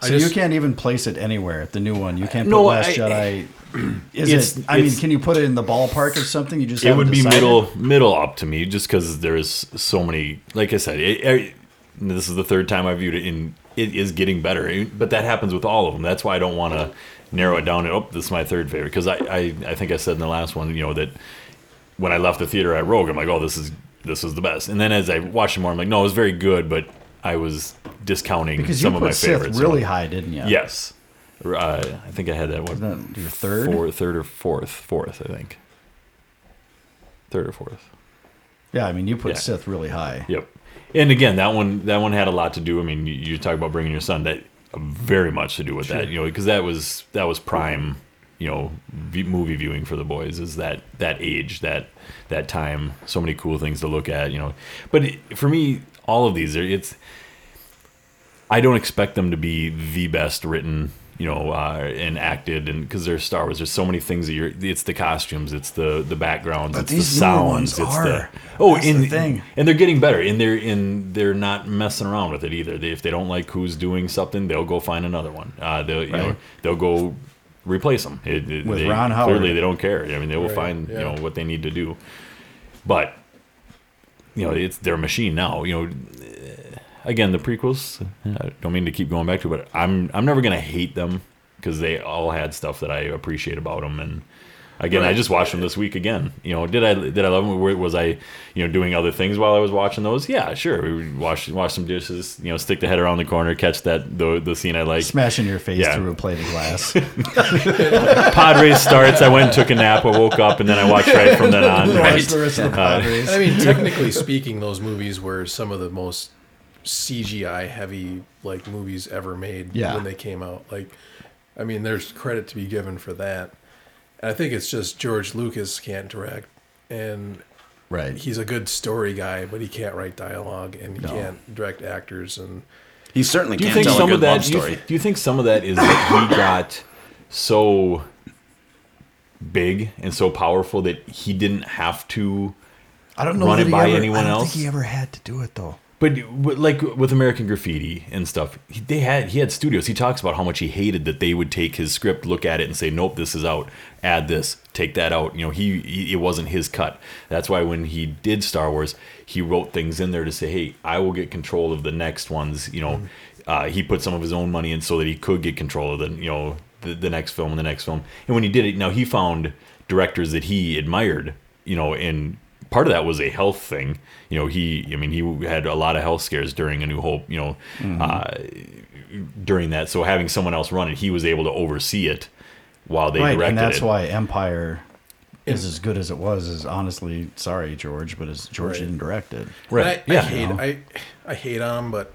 So just- you can't even place it anywhere. The new one, you can't put No, Last I- Jedi. Is It's- it? I mean, it's- can you put it in the ballpark of something? You just it haven't would be decided? middle middle up to me just because there's so many. Like I said, it, I- this is the third time I viewed it, and it is getting better. It- but that happens with all of them. That's why I don't want to narrow it down. And, oh, this is my third favorite because I, I I think I said in the last one, you know, that when I left the theater at Rogue, I'm like, oh, this is this is the best. And then as I watched it more, I'm like, no, it was very good, but I was discounting because you some put of my Sith favorites. really So- high, didn't you? Yes, R- uh, I think I had that one. Wasn't that your third? Four, third or fourth, fourth, I think. Third or fourth. Yeah, I mean, you put Yeah. Sith really high. Yep. and again, that one that one had a lot to do. I mean, you, you talk about bringing your son that uh, very much to do with that, you know, because that was that was prime, you know, v- movie viewing for the boys is that that age that that time. So many cool things to look at, you know. But it, for me, all of these are it's. I don't expect them to be the best written, you know, uh, and acted, and because they're Star Wars. There's so many things that you're. It's the costumes, it's the the backgrounds, it's these the newer sounds, ones it's are. the oh, That's and, the thing. and they're getting better, and they're in they're not messing around with it either. They, if they don't like who's doing something, they'll go find another one. Uh, they'll you know they'll go replace them it, it- With they- Ron Howard. Clearly, they don't care. I mean, they will find you yeah. know what they need to do, but. You know, it's their machine now. You know, again the prequels i don't mean to keep going back to it, but i'm i'm never gonna hate them because they all had stuff that i appreciate about them and again i just watched them this week again you know did i did i love them Were- was i you know doing other things while i was watching those yeah sure we would wash wash some dishes you know stick the head around the corner catch that the the scene i like Smashing your face Yeah. through a plate of glass. pod race starts i went and took a nap i woke up and then i watched right Uh, from then on Watch the rest of the pod race. I mean, technically speaking, those movies were some of the most CGI heavy like movies ever made Yeah. when they came out. Like, I mean, there's credit to be given for that. And I think it's just George Lucas can't direct, and Right. he's a good story guy, but he can't write dialogue and he can't direct actors. And He certainly do you can't think tell some a of good that? love Do you, story. do you think some of that is that he got so big and so powerful that he didn't have to? I don't know Run that it he by ever- anyone I don't else? think he ever had to do it though. But w- like with American Graffiti and stuff, he- they had he had studios. He talks about how much he hated that they would take his script, look at it, and say, "Nope, this is out. Add this, take that out." You know, he, he it wasn't his cut. That's why when he did Star Wars, he wrote things in there to say, "Hey, I will get control of the next ones." You know, uh, he put some of his own money in so that he could get control of the you know the, the next film and the next film. And when he did it, now he found directors that he admired. You know, and part of that was a health thing. You know, he, I mean, he had a lot of health scares during A New Hope, you know, Mm-hmm. uh, during that. So having someone else run it, he was able to oversee it while they right, directed and that's it. why Empire is as good as it was. Is honestly sorry, George, but as George didn't direct it. right. And I, yeah. I hate I, I hate on him, but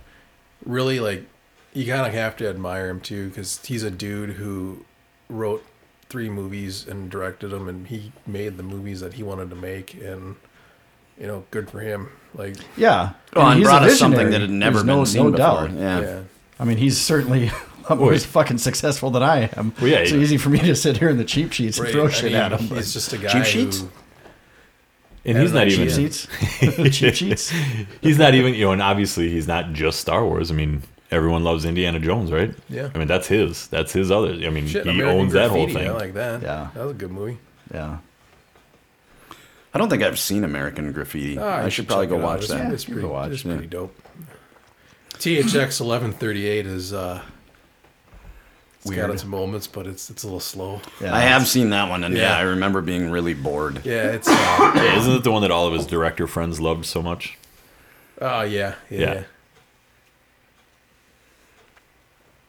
really, like, you kind of have to admire him too, because he's a dude who wrote three movies and directed them, and he made the movies that he wanted to make, and you know, good for him. Like, Yeah, Well, and he's a brought us something visionary. that had never There's been no, seen no before. doubt. Yeah. yeah, I mean, he's certainly a lot more fucking successful than I am. Well, yeah, it's he- easy for me to sit here in the cheap sheets and Right, throw I shit mean, at him. He's just a guy. cheat sheets? who- And he's not cheap even, sheets, cheap sheets. he's not even, you know, and obviously he's not just Star Wars. I mean, everyone loves Indiana Jones, right? Yeah. I mean, that's his, that's his other, I mean, shit, he American owns that whole Graffiti, thing. I like that. Yeah. that was a good movie. Yeah, I don't think I've seen American Graffiti. I, should probably Ah, check go it out. watch It's- that. It's you pretty, go watch, it's yeah. pretty dope. THX eleven thirty eight is uh, it's got Weird. its moments, but it's it's a little slow. yeah. I have seen that one, and yeah, Yeah. I remember being really bored. Yeah, it's uh, Yeah, isn't it the one that all of his director friends loved so much? oh yeah, yeah, Yeah. yeah.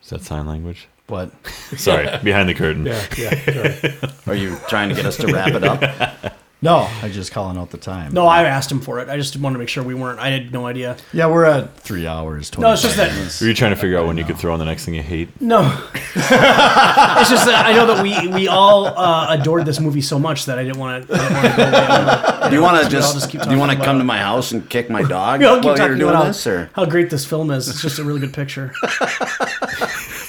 Is that sign language? But Sorry, behind the curtain. yeah, yeah, sorry. Are you trying to get us to wrap it up? no, I'm just calling out the time. No, I asked him for it. I just wanted to make sure we weren't. I had no idea. yeah, we're at three hours. 20 No, it's just that. Were you trying to figure out when you could throw in the next thing you hate? No, it's just that I know that we we all uh, adored this movie so much that I didn't want to. Do you want to just, just keep do you want to talking come to my house and kick my dog We all keep while you're talking doing about this, how, or how great this film is. It's just a really good picture.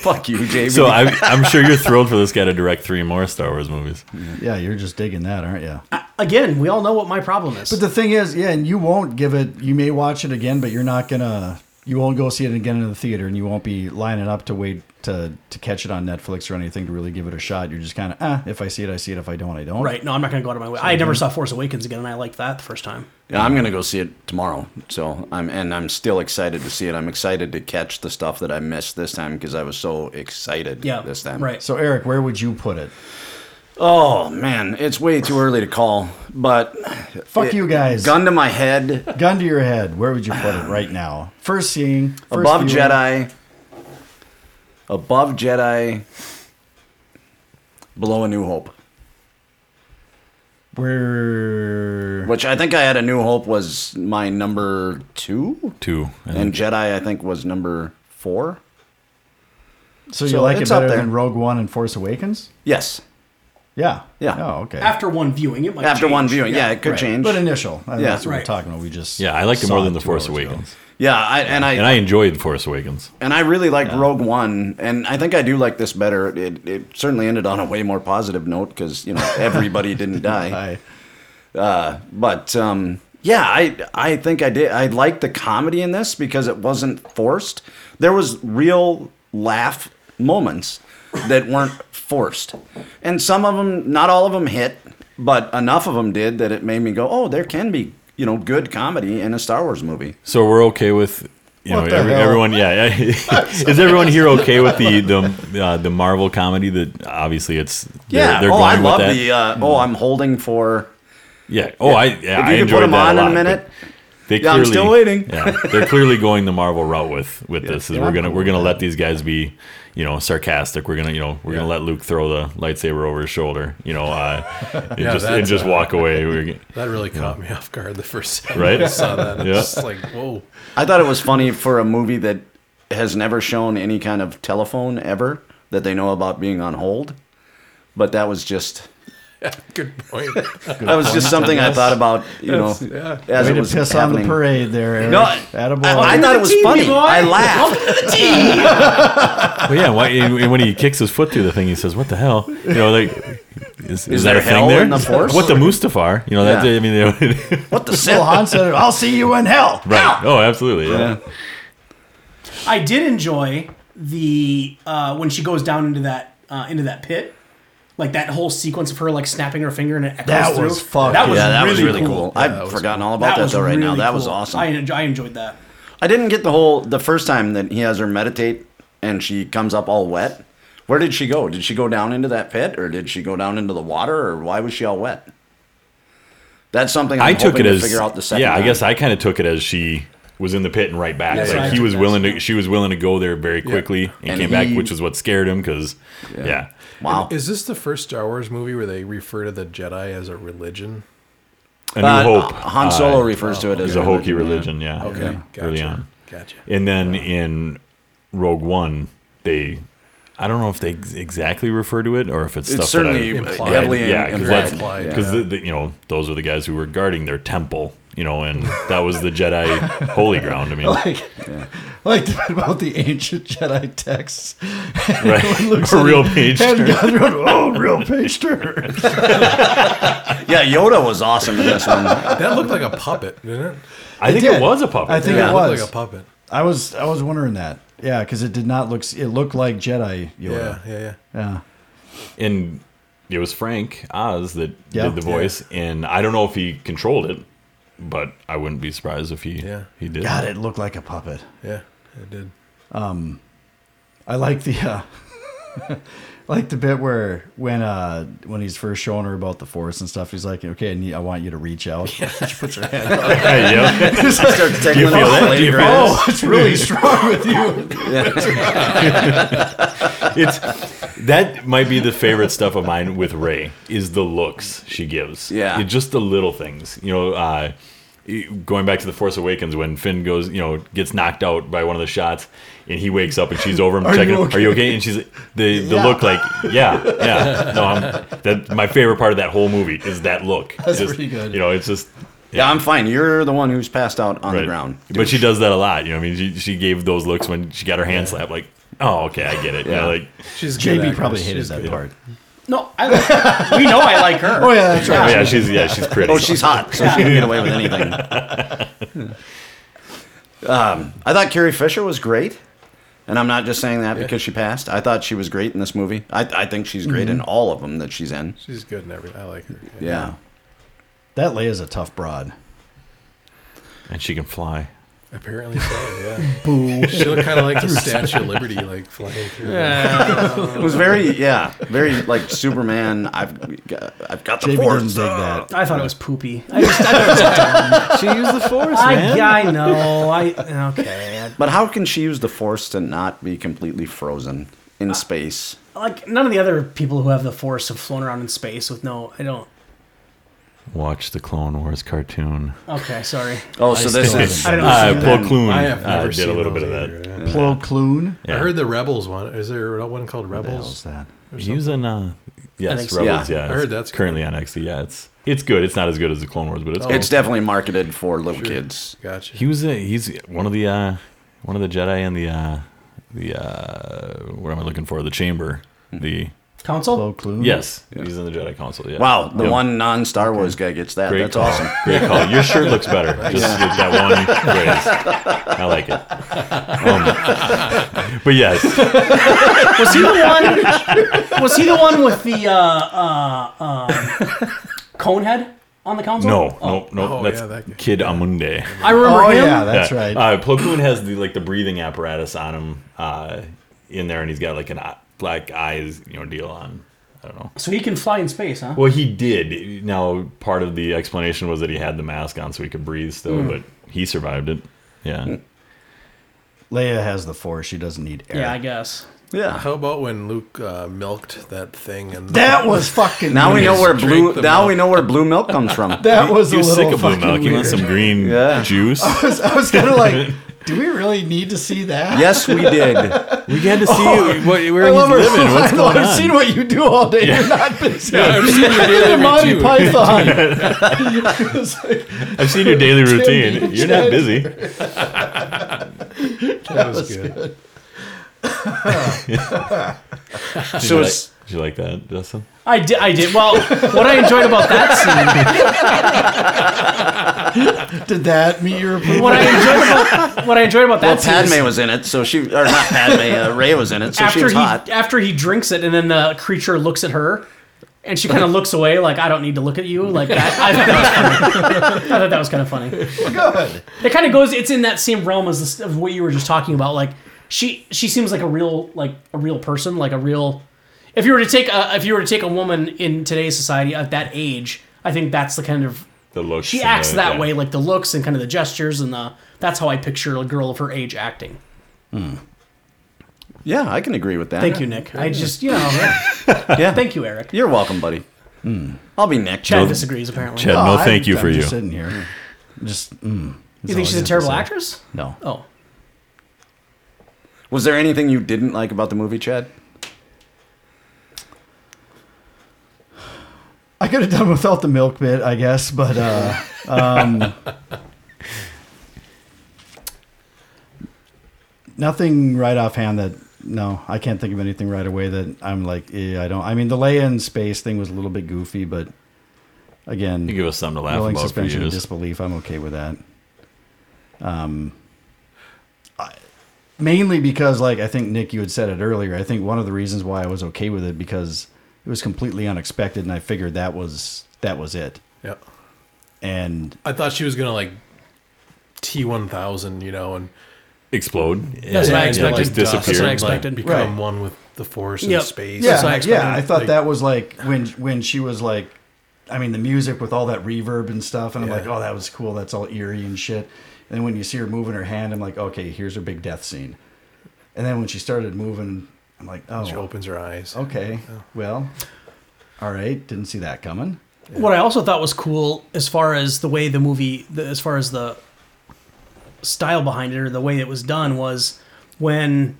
fuck you, JB? So I, I'm sure you're thrilled for this guy to direct three more Star Wars movies. yeah, you're just digging that, aren't you? Again, we all know what my problem is. But the thing is, yeah, and you won't give it. You may watch it again, but you're not gonna. You won't go see it again in the theater, and you won't be lining up to wait to to catch it on Netflix or anything to really give it a shot. You're just kind of, eh, if I see it, I see it. If I don't, I don't. right? No, I'm not going to go out of my way. I never saw Force Awakens again, and I liked that the first time. Yeah, I'm gonna go see it tomorrow. So I'm and I'm still excited to see it. I'm excited to catch the stuff that I missed this time because I was so excited Yeah, this time. right? So, Eric, where would you put it? Oh man, it's way too early to call. But Fuck it- you guys. Gun, Gun to my head, to your head. Where would you put it right now? First seeing first above viewing. Jedi, above Jedi, below a New Hope. Where Which I think I had a New Hope was my number two, Two. I and think. Jedi I think was number four. so you So like it it's up better there. than Rogue One and Force Awakens? Yes, Yeah. Yeah. Oh, okay. After one viewing, it might after one change. viewing, yeah, it could change. But initial. I mean, Yeah. That's what we're Right. talking about. We just yeah, I liked it more saw than The two Force hours ago. Awakens. yeah, I, and I And I enjoyed Force Awakens. And I really liked Rogue One, and I think I do like this better. It, it certainly ended on a way more positive note because you know everybody didn't die. I, But um, yeah, I I think I did. I liked the comedy in this because it wasn't forced. There was real laugh moments that weren't forced, and some of them, not all of them, hit, but enough of them did that it made me go, oh, there can be you know good comedy in a Star Wars movie. So we're okay with you know What the every, hell? everyone. Yeah, yeah. is everyone here okay with the the uh, the Marvel comedy that obviously it's they're, Yeah. they're oh, going I with love that. Hmm. the. Uh, Oh, I'm holding for. yeah. Oh, I yeah, if I you could enjoyed put them that on a lot, in a but minute. They Yeah, I'm still waiting. yeah, they're clearly going the Marvel route with with this. Is yeah, we're I'm gonna cool we're with gonna that. let these guys be, you know, sarcastic. We're gonna you know we're gonna let Luke throw the lightsaber over his shoulder, you know, uh, and Yeah, just and that's, just uh, walk away. We're, g- That really caught me off guard the first time Right? I saw that. It's Yeah. just like, whoa. I thought it was funny for a movie that has never shown any kind of telephone ever that they know about being on hold. But that was just Good point. that was just something I thought about, you know, yeah. as way it to was piss on happening. the parade there, Eric. No, Attaboy. I, I thought it was funny. I laughed. Well, yeah. Why, and when he kicks his foot through the thing, he says, "What the hell?" You know, like, is, is, that there a thing hell there? in the Force? What the Mustafar? You know, that Yeah. I mean, they, What the Well, Sith? Han said, I'll see you in hell. right? Oh, absolutely. Yeah. I did enjoy the uh, when she goes down into that uh, into that pit, like that whole sequence of her like snapping her finger and it echoes That through. was fucking- That was Yeah, that really, was really cool. cool. I've forgotten all about That that, was though right now. really That was cool. awesome. I, I, en- I enjoyed that. didn't get the whole the first time that he has her meditate and she comes up all wet. Where did she go? Did she go down into that pit or did she go down into the water or why was she all wet? That's something I'm I took hoping it to as figure out the second yeah. I time. guess I kind of took it as she was in the pit and right back. Yeah, like yeah, he yeah. was willing to, she was willing to go there very quickly and, And came he- back, which is what scared him because yeah. Wow. Is this the first Star Wars movie where they refer to the Jedi as a religion? a new Uh, hope. Han Solo refers to it as is a Hokie religion. Yeah. Okay, gotcha. Early on. Gotcha. And then in Rogue One, they. I don't know if they ex- exactly refer to it or if it's, It's stuff that I- certainly Implied. heavily yeah, because implied. that's Implied, because yeah. you know those were the guys who were guarding their temple, you know, and that was the Jedi holy ground. I mean, Like, like about the ancient Jedi texts. right? a real page. And turn. God wrote, oh, real page turner. Yeah, Yoda was awesome in this one. That looked like a puppet, didn't it? I think It it, did. was a puppet. I think Yeah, it looked was. like a puppet. I was I was wondering that. Yeah, because it did not look. s- It looked like Jedi Yeah, Yoda. yeah, yeah. Yeah. and it was Frank Oz that Yeah. did the voice, and I don't know if he controlled it, but I wouldn't be surprised if he Yeah. he did. God, it looked like a puppet. Yeah, it did. I like the uh, like the bit where when uh when he's first showing her about the force and stuff, he's like, okay, I, need, I want you to reach out. she puts her hand. Out. Hey, yep. Starts taking you it feel off that? Do you later. feel that? Oh, it's really strong with you. it's that might be the favorite stuff of mine with Ray is the looks she gives. Yeah. It- just the little things. You know, uh, e- going back to the Force Awakens when Finn goes, you know, gets knocked out by one of the shots, and he wakes up and she's over him checking. you him, Are you okay? And she's the the look like, yeah, yeah. No, I'm that. My favorite part of that whole movie is that look. That's pretty good. You know, it's just. Yeah, I'm fine. You're the one who's passed out on Right. the ground. But she does that a lot. You know, I mean, she, she gave those looks when she got her hand slapped. Like, oh, okay, I get it. Yeah, Yeah. like She's a good JB actress. probably hated She's that good. part. No, I like, we know I like her. Oh yeah, that's right. oh, yeah, she's yeah, she's pretty. Oh, she's hot, so she can get away with anything. Um, I thought Carrie Fisher was great, and I'm not just saying that because she passed. I thought she was great in this movie. I, I think she's great in all of them that she's in. She's good in everything. I like her. Yeah. That Leia's a tough broad. and she can fly. Apparently so, yeah. Boo. She looked kind of like the Statue of Liberty, like flying through. Yeah. It was very, yeah, very like Superman. I've got, I've got the JB force. didn't dig that. I thought it was poopy. I just I thought it was She used the force, I, man. yeah, I know. I okay. But how can she use the force to not be completely frozen in space? Like none of the other people who have the force have flown around in space with no. I don't. Watch the Clone Wars cartoon. Okay, sorry. Oh, so this is. I don't know. Uh, Seen Plo that. Koon I have uh, never did seen a little bit those of that. either, yeah. Plo Kloon? Yeah. I heard the Rebels one. Is there one called How's Rebels? that? Using uh, yes, think so. Rebels. Yeah. Yeah, I heard it's that's currently on XD. Yeah, it's it's good. It's not as good as the Clone Wars, but it's good. It's definitely marketed for little kids. Gotcha. He was a, he's one of the uh, one of the Jedi in the uh, the uh, what am I looking for? The chamber. The Council? Plo Kloon? yes, he's in the Jedi Council. Yeah. Wow, the Yep. one non Star Wars guy gets that. Great That's call. awesome. Great call. Your shirt looks better. Just with that one phrase. I like it. Um, but yes, Was he the one? Was he the one with the uh, uh, um, cone head on the council? no, no, no. Oh, that's yeah, that guy. Kid Amunde. I remember Oh, him. yeah, that's right. Uh, Plo Koon has the like the breathing apparatus on him uh, in there, and he's got like an eye, black eyes, you know, deal on. I don't know. So he can fly in space, huh? Well, he did. Now, part of the explanation was that he had the mask on so he could breathe still, Hmm. but he survived it. Yeah. Leia has the force. She doesn't need air. Yeah, I guess. Yeah. How about when Luke uh, milked that thing and that was fucking. Now we weird. know where Drink blue. the Now milk. we know where blue milk comes from. That was a You're little sick of blue fucking milk. You want Weird. some green Yeah. juice? I was, I was kind of like, do we really need to see that? Yes, we did. We had to see what, where Oh. I he's love her. living. What's I love- going on? I've seen what you do all day. You're not busy. I've seen your You're daily Monty routine. Python. It's like, I've seen your daily routine. Jimmy You're Jen. not busy. That was good. Did you So like, it's- did you like that, Justin? I did. I did. Well, what I enjoyed about that scene, Did that meet your approval? what I enjoyed about, what I enjoyed about that Well, scene, is Padme was in it, so she or not Padme, uh, Ray was in it, so she after was he hot. after he drinks it, and then the creature looks at her, and she kind of looks away, like I don't need to look at you. Like that, I thought that was funny. I thought that was kind of funny. Good. It kind of goes. It's in that same realm as this, of what you were just talking about. Like she she seems like a real like a real person, like a real. If you were to take a if you were to take a woman in today's society at that age, I think that's the kind of The looks. she and acts the- that yeah. way, like the looks and kind of the gestures and the. That's how I picture a girl of her age acting. Yeah, I can agree with that. Thank you, Nick. I just you know. Yeah. Thank you, Eric. You're welcome, buddy. I'll be Nick. Chad disagrees apparently. Chad, no, I'm- thank you Oh, I'm for you. just Sitting here, just mm, you think she's a terrible actress? no. Oh, Was there anything you didn't like about the movie, Chad? I could have done without the milk bit, I guess, but uh, um, nothing right offhand that. No, I can't think of anything right away that I'm like, eh, I don't. I mean, the lay in space thing was a little bit goofy, but again, You give us something to laugh rolling about for suspension of years. disbelief, I'm okay with that. Um, I- mainly because, like, I think Nick, you had said it earlier. I think one of the reasons why I was okay with it because it was completely unexpected, and I figured that was that was it. Yeah. And I thought she was gonna like T one thousand, you know, and Explode. That's what I Yeah, expected. Just That's what I disappeared. expected. like, become Right. one with the force Yep. and space. yeah, It's I like- yeah, I thought like, that was like when when she was like, I mean, the music with all that reverb and stuff, and I'm like, Yeah. oh, that was cool. That's all eerie and shit. And then when you see her moving her hand, I'm like, okay, here's her big death scene. And then when she started moving, I'm like, oh, she opens her eyes. Okay. Well, all right. Didn't see that coming. what I also thought was cool, as far as the way the movie, the, as far as the style behind it or the way it was done, was when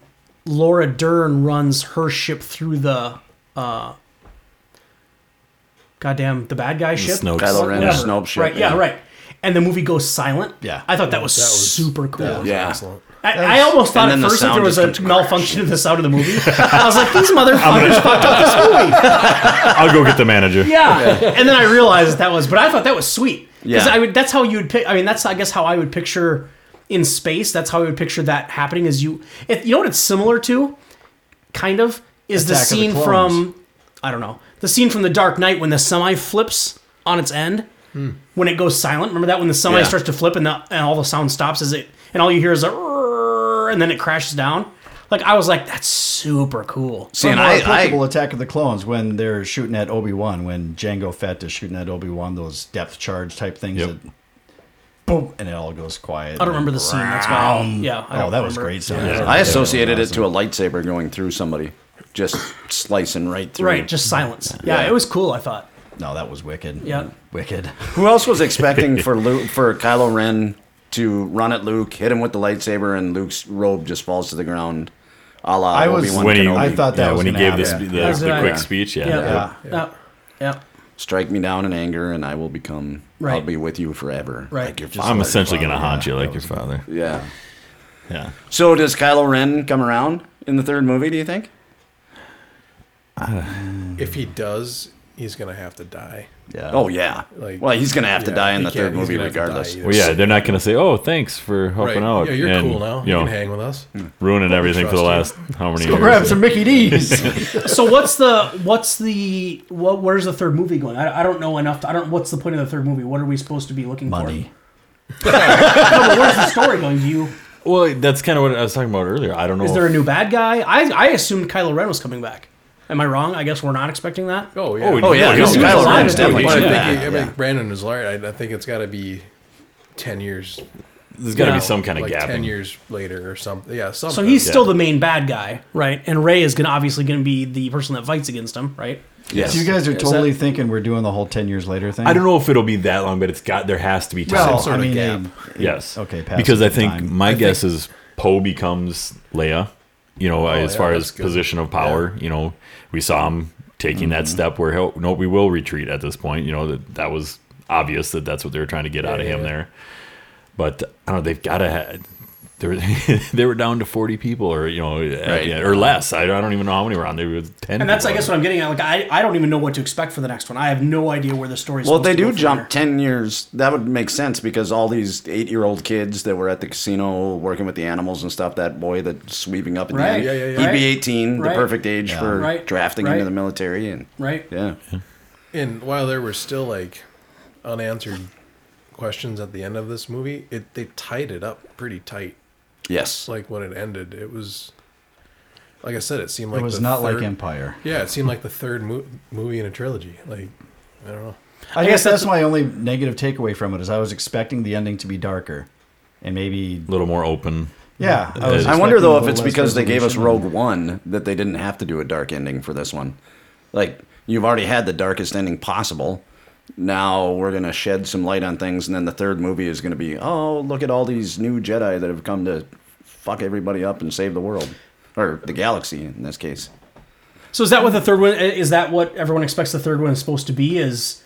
Laura Dern runs her ship through the. Uh, Goddamn, the bad guy ship. Snoke's. Kylo Ren Whatever. Snoke ship. Right, yeah, right. And the movie goes silent. Yeah. I thought that was, That was- super cool. Yeah. Excellent. I, I almost thought And at then the first that sound there was just a comes crashing. malfunction in the sound of the movie. I was like, these motherfuckers fucked up this I'll go get the manager. yeah. And then I realized that was, but I thought that was sweet. Yeah. Yeah. I would, that's how you would pick. I mean, that's I guess how I would picture in space. That's how I would picture that happening. Is you, if, you know what it's similar to, kind of, is the Attack of the scene Clones. from, I don't know, the scene from The Dark Knight when the semi flips on its end, when it goes silent. Remember that when the semi Yeah. starts to flip and, the, and all the sound stops as it, and all you hear is a, "Rrrr," and then it crashes down. Like I was like, that's super cool. See, and More I, applicable I, Attack of the Clones when they're shooting at Obi Wan, when Django Fett is shooting at Obi Wan, those depth charge type things Yep. that boom, and it all goes quiet. I don't remember the scene. That's why. Yeah. I Oh, don't that was remember. great. Sound I associated it to a lightsaber going through somebody, just slicing right through. Right, just silence. Yeah, Yeah. it was cool. I thought. no, that was wicked. Yeah. Wicked. Who else was expecting for Luke for Kylo Ren to run at Luke, hit him with the lightsaber, and Luke's robe just falls to the ground? A la I was- Obi-Wan when he, Kenobi. I thought that yeah, was when he gonna gave this happen. the, That's the what I- quick speech. Yeah, Yeah. Yeah. Yeah. strike me down in anger, and I will become. I'll Right. be with you forever. Right. Like your I'm father. essentially gonna haunt you like your father. Yeah. Yeah, So does Kylo Ren come around in the third movie? Do you think? If he does, he's gonna have to die. Yeah. Oh yeah. Like- well, he's gonna have to Yeah, die in he the can't- third he's movie gonna have to die regardless. either. well, yeah, they're not gonna say, "Oh, thanks for Right. helping out." yeah, you're and, cool now. You, You know, can hang with us. Hmm. ruining everything for the last trust how many Go years? grab some Mickey D's. So what's the what's the what? Where's the third movie going? I, I don't know enough. To, I don't. What's the point of the third movie? What are we supposed to be looking Money. for? No, but where's the story going? Do you? Well, that's kind of what I was talking about earlier. I don't know. Is if- there a new bad guy? I I assumed Kylo Ren was coming back. Am I wrong? I guess we're not expecting that. Oh yeah. Oh, But yeah, no, no, Kylo Kylo Ren's Ren's definitely definitely. I doing back. think, I mean, Brandon is right. I, I think it's got to be ten years. There's got to Yeah. be some kind of like gap. ten years later or something. Yeah, something. So he's Yeah. still the main bad guy, right? And Ray is gonna obviously gonna be the person that fights against him, right? Yes. So you guys are totally thinking we're doing the whole 10 years later thing? I don't know if it'll be that long, but it's got there has to be time. Well, sort I of mean, gap. they- yes. okay, past Because I the think time. my guess is Poe becomes Leia. You know, as yeah, far that's as good. position of power, you know, we saw him taking that step where he'll, no, we will retreat at this point. You know that that was obvious that that's what they were trying to get out of yeah, him yeah. there. But I don't know. They've got to. Ha- they were they were down to forty people, or you know, at Right. the end- or less. I don't, I don't even know how many were on. There were ten. And that's I people. guess what I'm getting at. Like I, I don't even know what to expect for the next one. I have no idea where the story's. Well, if they supposed to go from do jump here. ten years, that would make sense because all these eight-year-old kids that were at the casino working with the animals and stuff. That boy that's sweeping up at Right. the end, Yeah, yeah, yeah. he'd Right. be eighteen, Right. the perfect age for Right. drafting Right. into the military, and right. yeah, And while there were still like unanswered questions at the end of this movie, it they tied it up pretty tight. yes, Like when it ended, it was like I said, it seemed like It was the not like third- Empire. Yeah, it seemed like the third mo- movie in a trilogy. Like I don't know. I, guess guess that's that's- my only negative takeaway from it is I was expecting the ending to be darker. And maybe, a little more open. yeah. I, was I expecting wonder a though if little it's less because they gave us resolution. Rogue One that they didn't have to do a dark ending for this one. Like you've already had the darkest ending possible. Now we're gonna shed some light on things, and then the third movie is gonna be, oh, look at all these new Jedi that have come to fuck everybody up and save the world or the galaxy in this case. So is that what the third one is? That what everyone expects the third one is supposed to be? Is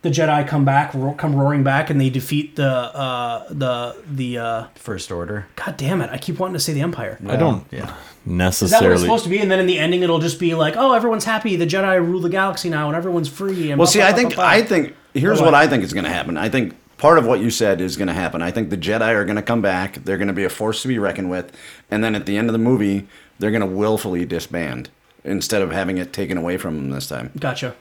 the Jedi come back, ro- come roaring back, and they defeat the uh, the the uh, First Order. God damn it! I keep wanting to say the Empire. I don't Yeah. Is that what it's necessarily. supposed to be? And then in the ending, it'll just be like, oh, everyone's happy. The Jedi rule the galaxy now, and everyone's free. And blah, Well, see, blah, I blah, think blah, blah. I think here's Bye-bye. what I think is going to happen. I think part of what you said is going to happen. I think the Jedi are going to come back. They're going to be a force to be reckoned with, and then at the end of the movie, they're going to willfully disband instead of having it taken away from them this time. Gotcha.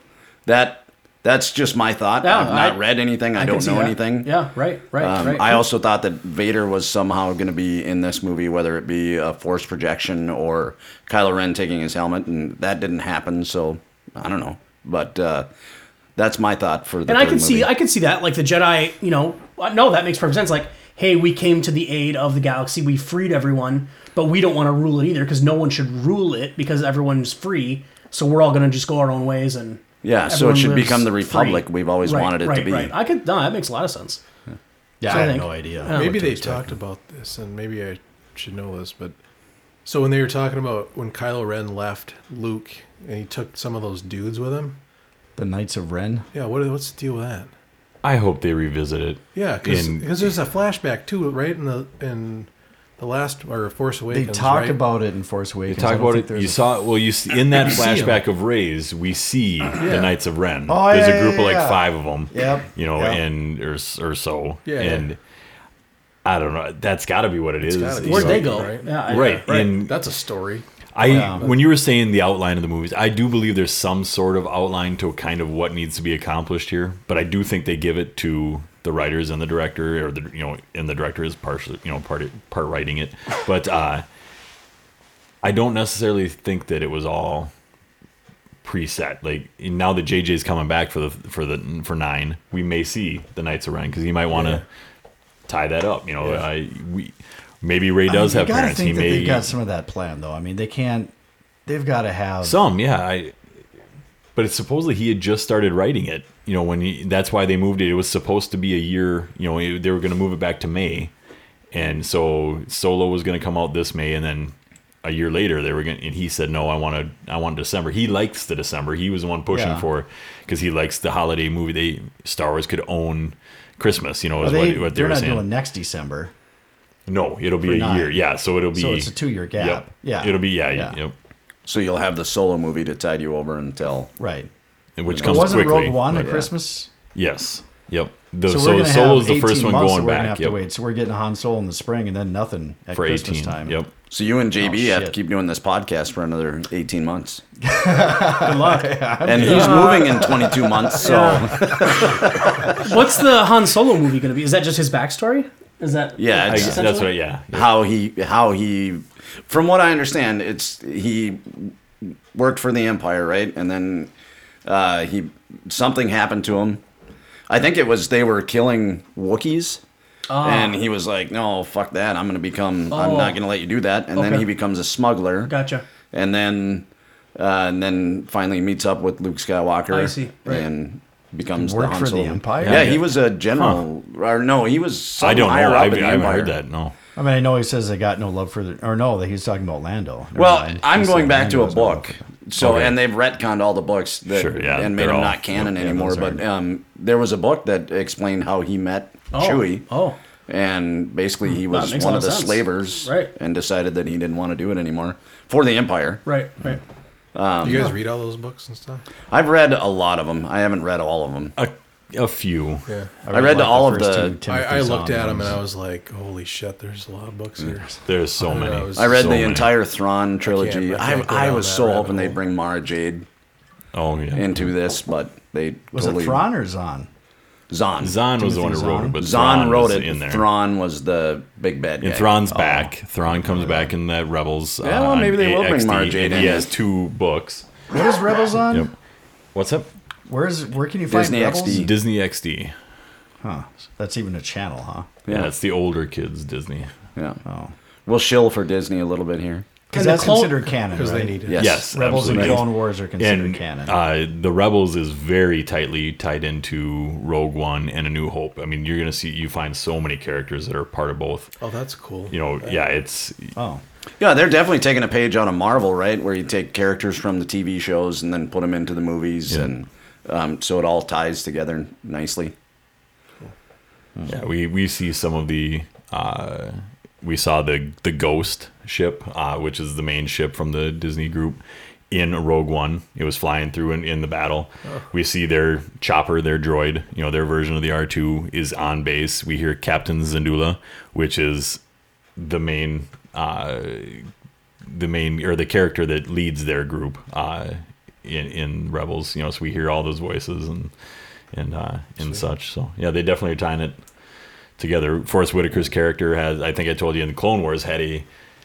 That that's just my thought. Yeah, I've not I- read anything. I, can don't see know that. anything. Yeah. Right. Right. Um, right. I also thought that Vader was somehow going to be in this movie, whether it be a force projection or Kylo Ren taking his helmet, and that didn't happen. So I don't know, but uh, that's my thought for the. and I third can see movie. I can see that like the Jedi, you know, uh, no, that makes perfect sense. Like, hey, we came to the aid of the galaxy, we freed everyone, but we don't want to rule it either because no one should rule it because everyone's free. So we're all gonna just go our own ways and yeah, so everyone it should lives become the free. republic we've always Right, wanted it right, to be. Right. I could no, that makes a lot of sense. Yeah, So I I had think- no idea. maybe what to they expect. talked about this, and maybe I should know this, but so when they were talking about when Kylo Ren left Luke and he took some of those dudes with him, The Knights of Ren. yeah, what what's the deal with that? I hope they revisit it. Yeah, because In- there's a flashback too, right in the in the last or Force They Awakens. talk right? about it in Force Awakens. I Talk don't about think it. there's You a- saw well. You see, in that see 'em. flashback of Ray's, we see the Knights of Ren. Oh, There's yeah, a group yeah, of yeah. like five of them. Yep. You know, Yep. and or s- or so. Yeah, yeah. And I don't know. That's got to be what it is. gotta be you Where'd know. they Right, go? right. Yeah, I- Right. And That's a story. I, when you were saying the outline of the movies, I do believe there's some sort of outline to kind of what needs to be accomplished here. But I do think they give it to the writers and the director, or the you know, and the director is partially you know part part writing it. But uh, I don't necessarily think that it was all preset. Like now that JJ's coming back for the for the for nine, we may see the Knights of Ren because he might want to tie that up. You know, I we maybe Ray does I mean, have you gotta parents. Think He that may they've got some of that plan, though. I mean, they can't. They've got to have. some yeah i But it's supposedly he had just started writing it. You know, when he, that's why they moved it. It was supposed to be a year. You know, it- they were going to move it back to May, and so Solo was going to come out this May, and then a year later they were going. And he said, "No, I want to. I want December." He likes the December. He was the one pushing Yeah. for because he likes the holiday movie. They Star Wars could own Christmas. You know, Are is they, what, what they they're were not saying. doing next December. No, it'll be a nine. year. Yeah, so it'll be So it's a two-year gap. Yep. Yeah. it'll be yeah, Yeah. Yep. So you'll have the solo movie to tide you over until Right. And Which But comes wasn't quickly. Rogue One but- at Christmas? Yes. Yep. The, So, so we're going to Solo's have the 18 first one months going that we're gonna back. have Yep. to wait. So we're getting Han Solo in the spring and then nothing at For Christmas eighteen. time. Yep. so you and JB Oh, have shit. to keep doing this podcast for another eighteen months, Good luck. and he's moving in twenty two months. So yeah, What's the Han Solo movie going to be? Is that just his backstory? Is that I, it's- that's right. Yeah. how he how he from what I understand, it's he worked for the Empire, right? And then uh, he something happened to him. I think it was they were killing Wookiees. And he was like, "No, fuck that! I'm gonna become. I'm Ah. Oh. not gonna let you do that." And then Okay. he becomes a smuggler. Gotcha. and then uh, and then finally meets up with Luke Skywalker. I see. Right. And becomes Worked the Han for the Solo. Empire? Yeah, he was a general, or no, he was. some I don't know. I, higher up I in the haven't Empire. heard that. No. I mean, I know he says they got no love for the, or no, that he's talking about Lando. Never Well, mind. I'm He's going saying back to a Lando's no love book. for- So Okay. and they've retconned all the books that, Sure, yeah, and made they're them all- not canon yeah, anymore. those But um, there was a book that explained how he met Chewie. Oh. And basically, he was makes a one lot of the of sense. slavers, Right. and decided that he didn't want to do it anymore for the Empire. Right. Right. Um, Do you guys read all those books and stuff? I've read a lot of them. I haven't read all of them. A, a few. I read, like, all of first the two I, Timothy I looked at Zahn them ones. and I was like, holy shit, there's a lot of Mm. books here. There's so don't know, many. it was- I read So the many. entire Thrawn trilogy. I I, can't go I, down was that so rabbit hoping they'd hole. bring Mara Jade Oh yeah. into this, but they Was totally. it Thrawn or Zahn? Zahn. Zahn, Zahn was the one who Timothy wrote Zahn? it, but wrote was it. in there. Thrawn was the big bad guy. And Thrawn's back. Thrawn comes back in the Rebels. uh, Yeah, well, on maybe they will bring AXD, Mara Jade and He in. has two books. What is Rebels on? Yep. What's up? Where's where can you find Disney Rebels? XD. Disney XD. Huh? That's even a channel, huh? Yeah, it's the older kids Disney. Yeah. We'll shill for Disney a little bit here. Because And the that's clone- considered canon, Because right? they need it. Yes. Yes, Rebels and absolutely. Clone Wars are considered and canon. uh, the Rebels is very tightly tied into Rogue One and A New Hope. I mean, you're gonna see you find so many characters that are part of both. Oh, that's cool. You know, yeah, it's oh, Yeah, they're definitely taking a page out of Marvel, right? Where you take characters from the TV shows and then put them into the movies, Yeah. and um, so it all ties together nicely. yeah, we we see some of the uh, we saw the the Ghost ship, uh, which is the main ship from the Disney group. In Rogue One, it was flying through in, in the battle. We see their chopper, their droid, you know, their version of the R two is on base. We hear Captain Zandula, which is the main uh, the main or the character that leads their group uh, in in Rebels. You know, so we hear all those voices and and uh, and such. So yeah, they definitely are tying it together. Forrest Whitaker's character has, I think I told you in the Clone Wars, had a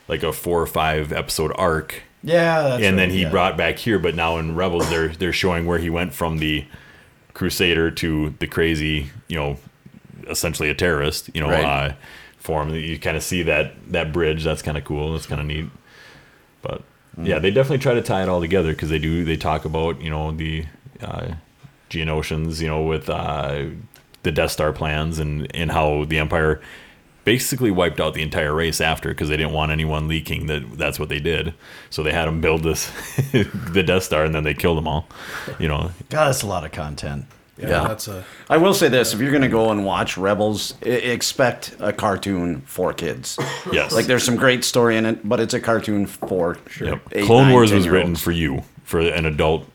like a four or five episode arc, yeah. That's and right, then he yeah. brought back here. But now in Rebels, they're they're showing where he went from the crusader to the crazy, you know, essentially a terrorist, you know, Right. uh, form. You kind of see that that bridge. That's kind of cool. That's kind of neat. But yeah, they definitely try to tie it all together because they do. They talk about you know the uh, Geonosians, you know, with uh, the Death Star plans and and how the Empire basically wiped out the entire race after because they didn't want anyone leaking that that's what they did. So they had them build this the Death Star and then they killed them all. You know, God, that's a lot of content. Yeah, Yeah. that's a. I will say this: if you're going to go and watch Rebels, I- expect a cartoon for kids. yes. Like there's some great story in it, but it's a cartoon for sure. Yep. eight, Clone nine, Wars was 10-year-olds. written for you, for an adult.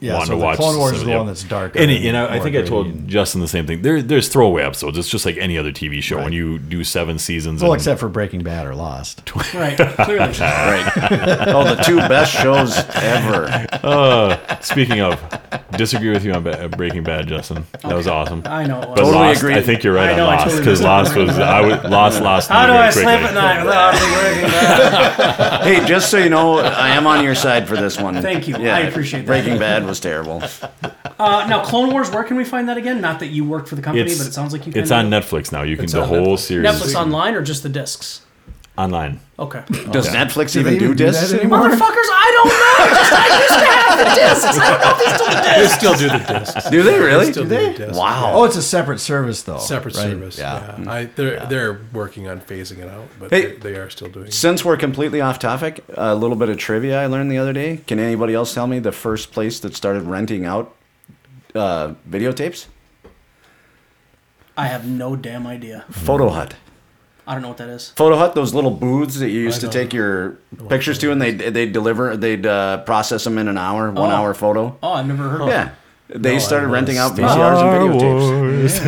Yeah, wanting so to the watch Clone Wars is some- the yep. one that's darker. Any, and and I, I more think I gritty told and- Justin the same thing. There, there's throwaway episodes. It's just like any other TV show. When you do seven seasons, Well, and- except for Breaking Bad or Lost. Right. Clearly. Right. oh, the two best shows ever. speaking of, disagree with you on ba- uh, Breaking Bad, Justin. That was awesome. I know. it But was. Totally Lost, agree. I think you're right I on know, I Lost totally because agree. Lost was I was, Lost Lost. How do very I sleep quickly. at night without working Hey, just so you know, I am on your side for this one. Thank you. I appreciate that. Breaking Bad was terrible. Uh, now, Clone Wars. Where can we find that again? Not that you work for the company, but it sounds like you. Can It's on do. Netflix now. You can It's the on whole Netflix. series Netflix online or just the discs? online. Okay. Does Netflix they even do even do that discs anymore? anymore? Motherfuckers, I don't know. Just, I used to have the discs. I don't know if they still do. They still do the discs. Do they really? Still they? do the discs. Wow. Oh, it's a separate service though. Separate right? service. Yeah. I, they're they're working on phasing it out, but Hey. they, they are still doing. it. Since we're completely off topic, a little bit of trivia I learned the other day. Can anybody else tell me the first place that started renting out uh, videotapes? I have no damn idea. Photo Hut. I don't know what that is. Photo Hut, those little booths that you used to don't take your pictures to, and they they deliver, they'd uh, process them in an hour, one Oh. hour photo. Oh, I've never heard of Yeah, they started renting out VCRs Star and videotapes.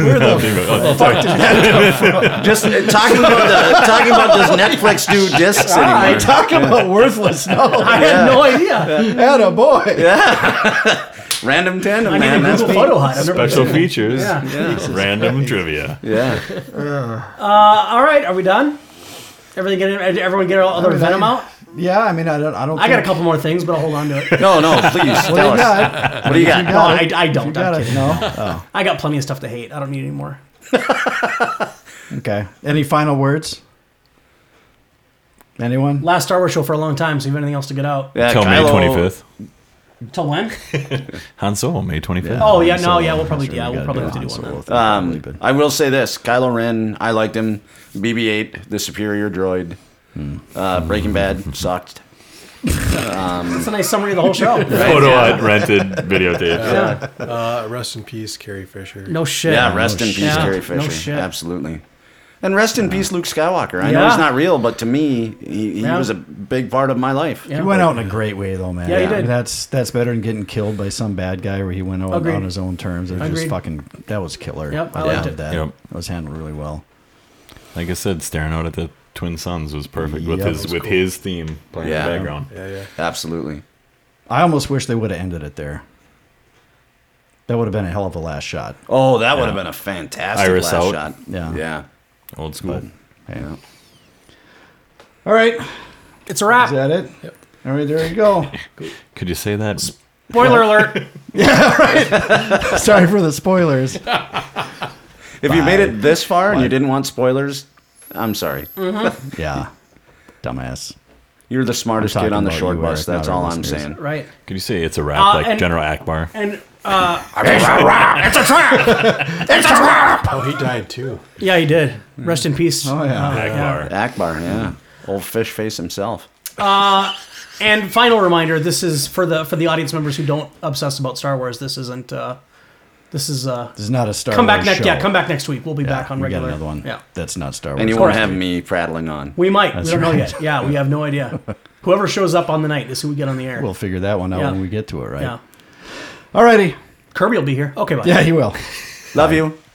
Wars. Oh, sorry. Just uh, talking about the talking about does Netflix do discs anymore? Talk about worthless. No, I had no idea. had a boy. Random tandem, I need man. to That's Google me. Photo Hut. I've never- Special features. Yeah. Random trivia. Yeah. Uh, All right, are we done? Everything get in, uh, everyone get all their mean, venom I- out? Yeah, I mean, I don't. I don't. I got a think- couple more things, but I'll hold on to it. No, no. Please What do tell you us. got? What do Oh, you got? No, I, I don't. You I'm got it? kidding. No. Oh, I got plenty of stuff to hate. I don't need any more. Okay. Any final words? Anyone? Last Star Wars show for a long time, so you have anything else to get out? Yeah, Till May Kylo- 25th. Till when? Han Solo, May 25th. Oh, yeah, Han no, yeah, Solo. we'll probably- Sure, yeah, we we'll gotta probably have to Han do one Solo then. thing, probably, but- Um, I will say this: Kylo Ren, I liked him. BB-8, the superior droid. Uh, Breaking Bad sucked. That's a nice summary of the whole show. Photo Hut rented videotapes. Yeah. Uh, rest in peace, Carrie Fisher. No shit. Yeah, rest in peace, shit. Carrie Yeah, no Fisher. shit. Absolutely. And rest in peace, Luke Skywalker. I know Yeah. he's not real, but to me, he, he Yeah. was a big part of my life. Yeah. He went out in a great way though, man. Yeah, he I mean, did. That's that's better than getting killed by some bad guy where he went out Agreed. on his own terms. It was Agreed. just fucking that was killer. Yep, I love liked it. That. Yep. that was handled really well. Like I said, staring out at the twin suns was perfect with Yeah, it his was with cool. his theme playing Yeah. in the background. Yeah, yeah. Absolutely. I almost wish they would have ended it there. That would have been a hell of a last shot. Oh, that would have been a fantastic Iris last out. shot. Yeah. Yeah. Old school. Hey. Yeah. All right, It's a is wrap. that it? All right, there you go. Could you say that? Spoiler alert. Sorry for the spoilers. If you made it this far and you didn't want spoilers, I'm sorry. Mm. Yeah, dumbass. You're the smartest I'm kid on the talking about short you, bus. Eric, That's not our all I'm listeners. saying. Right. Could you say it's a wrap Uh, like and- General Akbar? And uh, Oh, he died too. yeah, he did. Rest in peace. Uh, Oh yeah. Akbar. Akbar, yeah. Mm. Old fish face himself. And final reminder: this is for the for the audience members who don't obsess about Star Wars. This isn't. Uh, this is. Uh, This is not a Star come back Wars next. show. Yeah, come back next week. We'll be back on we regular. got another one. Yeah. That's not Star Wars. And you course. won't have me prattling on. We might. That's we don't know right. yet. Yeah, we have no idea. Whoever shows up on the night is who we get on the air. We'll figure that one out Yeah. when we get to it, right? yeah. Alrighty. Kirby will be here. Okay, bye. Yeah, he will. Love you.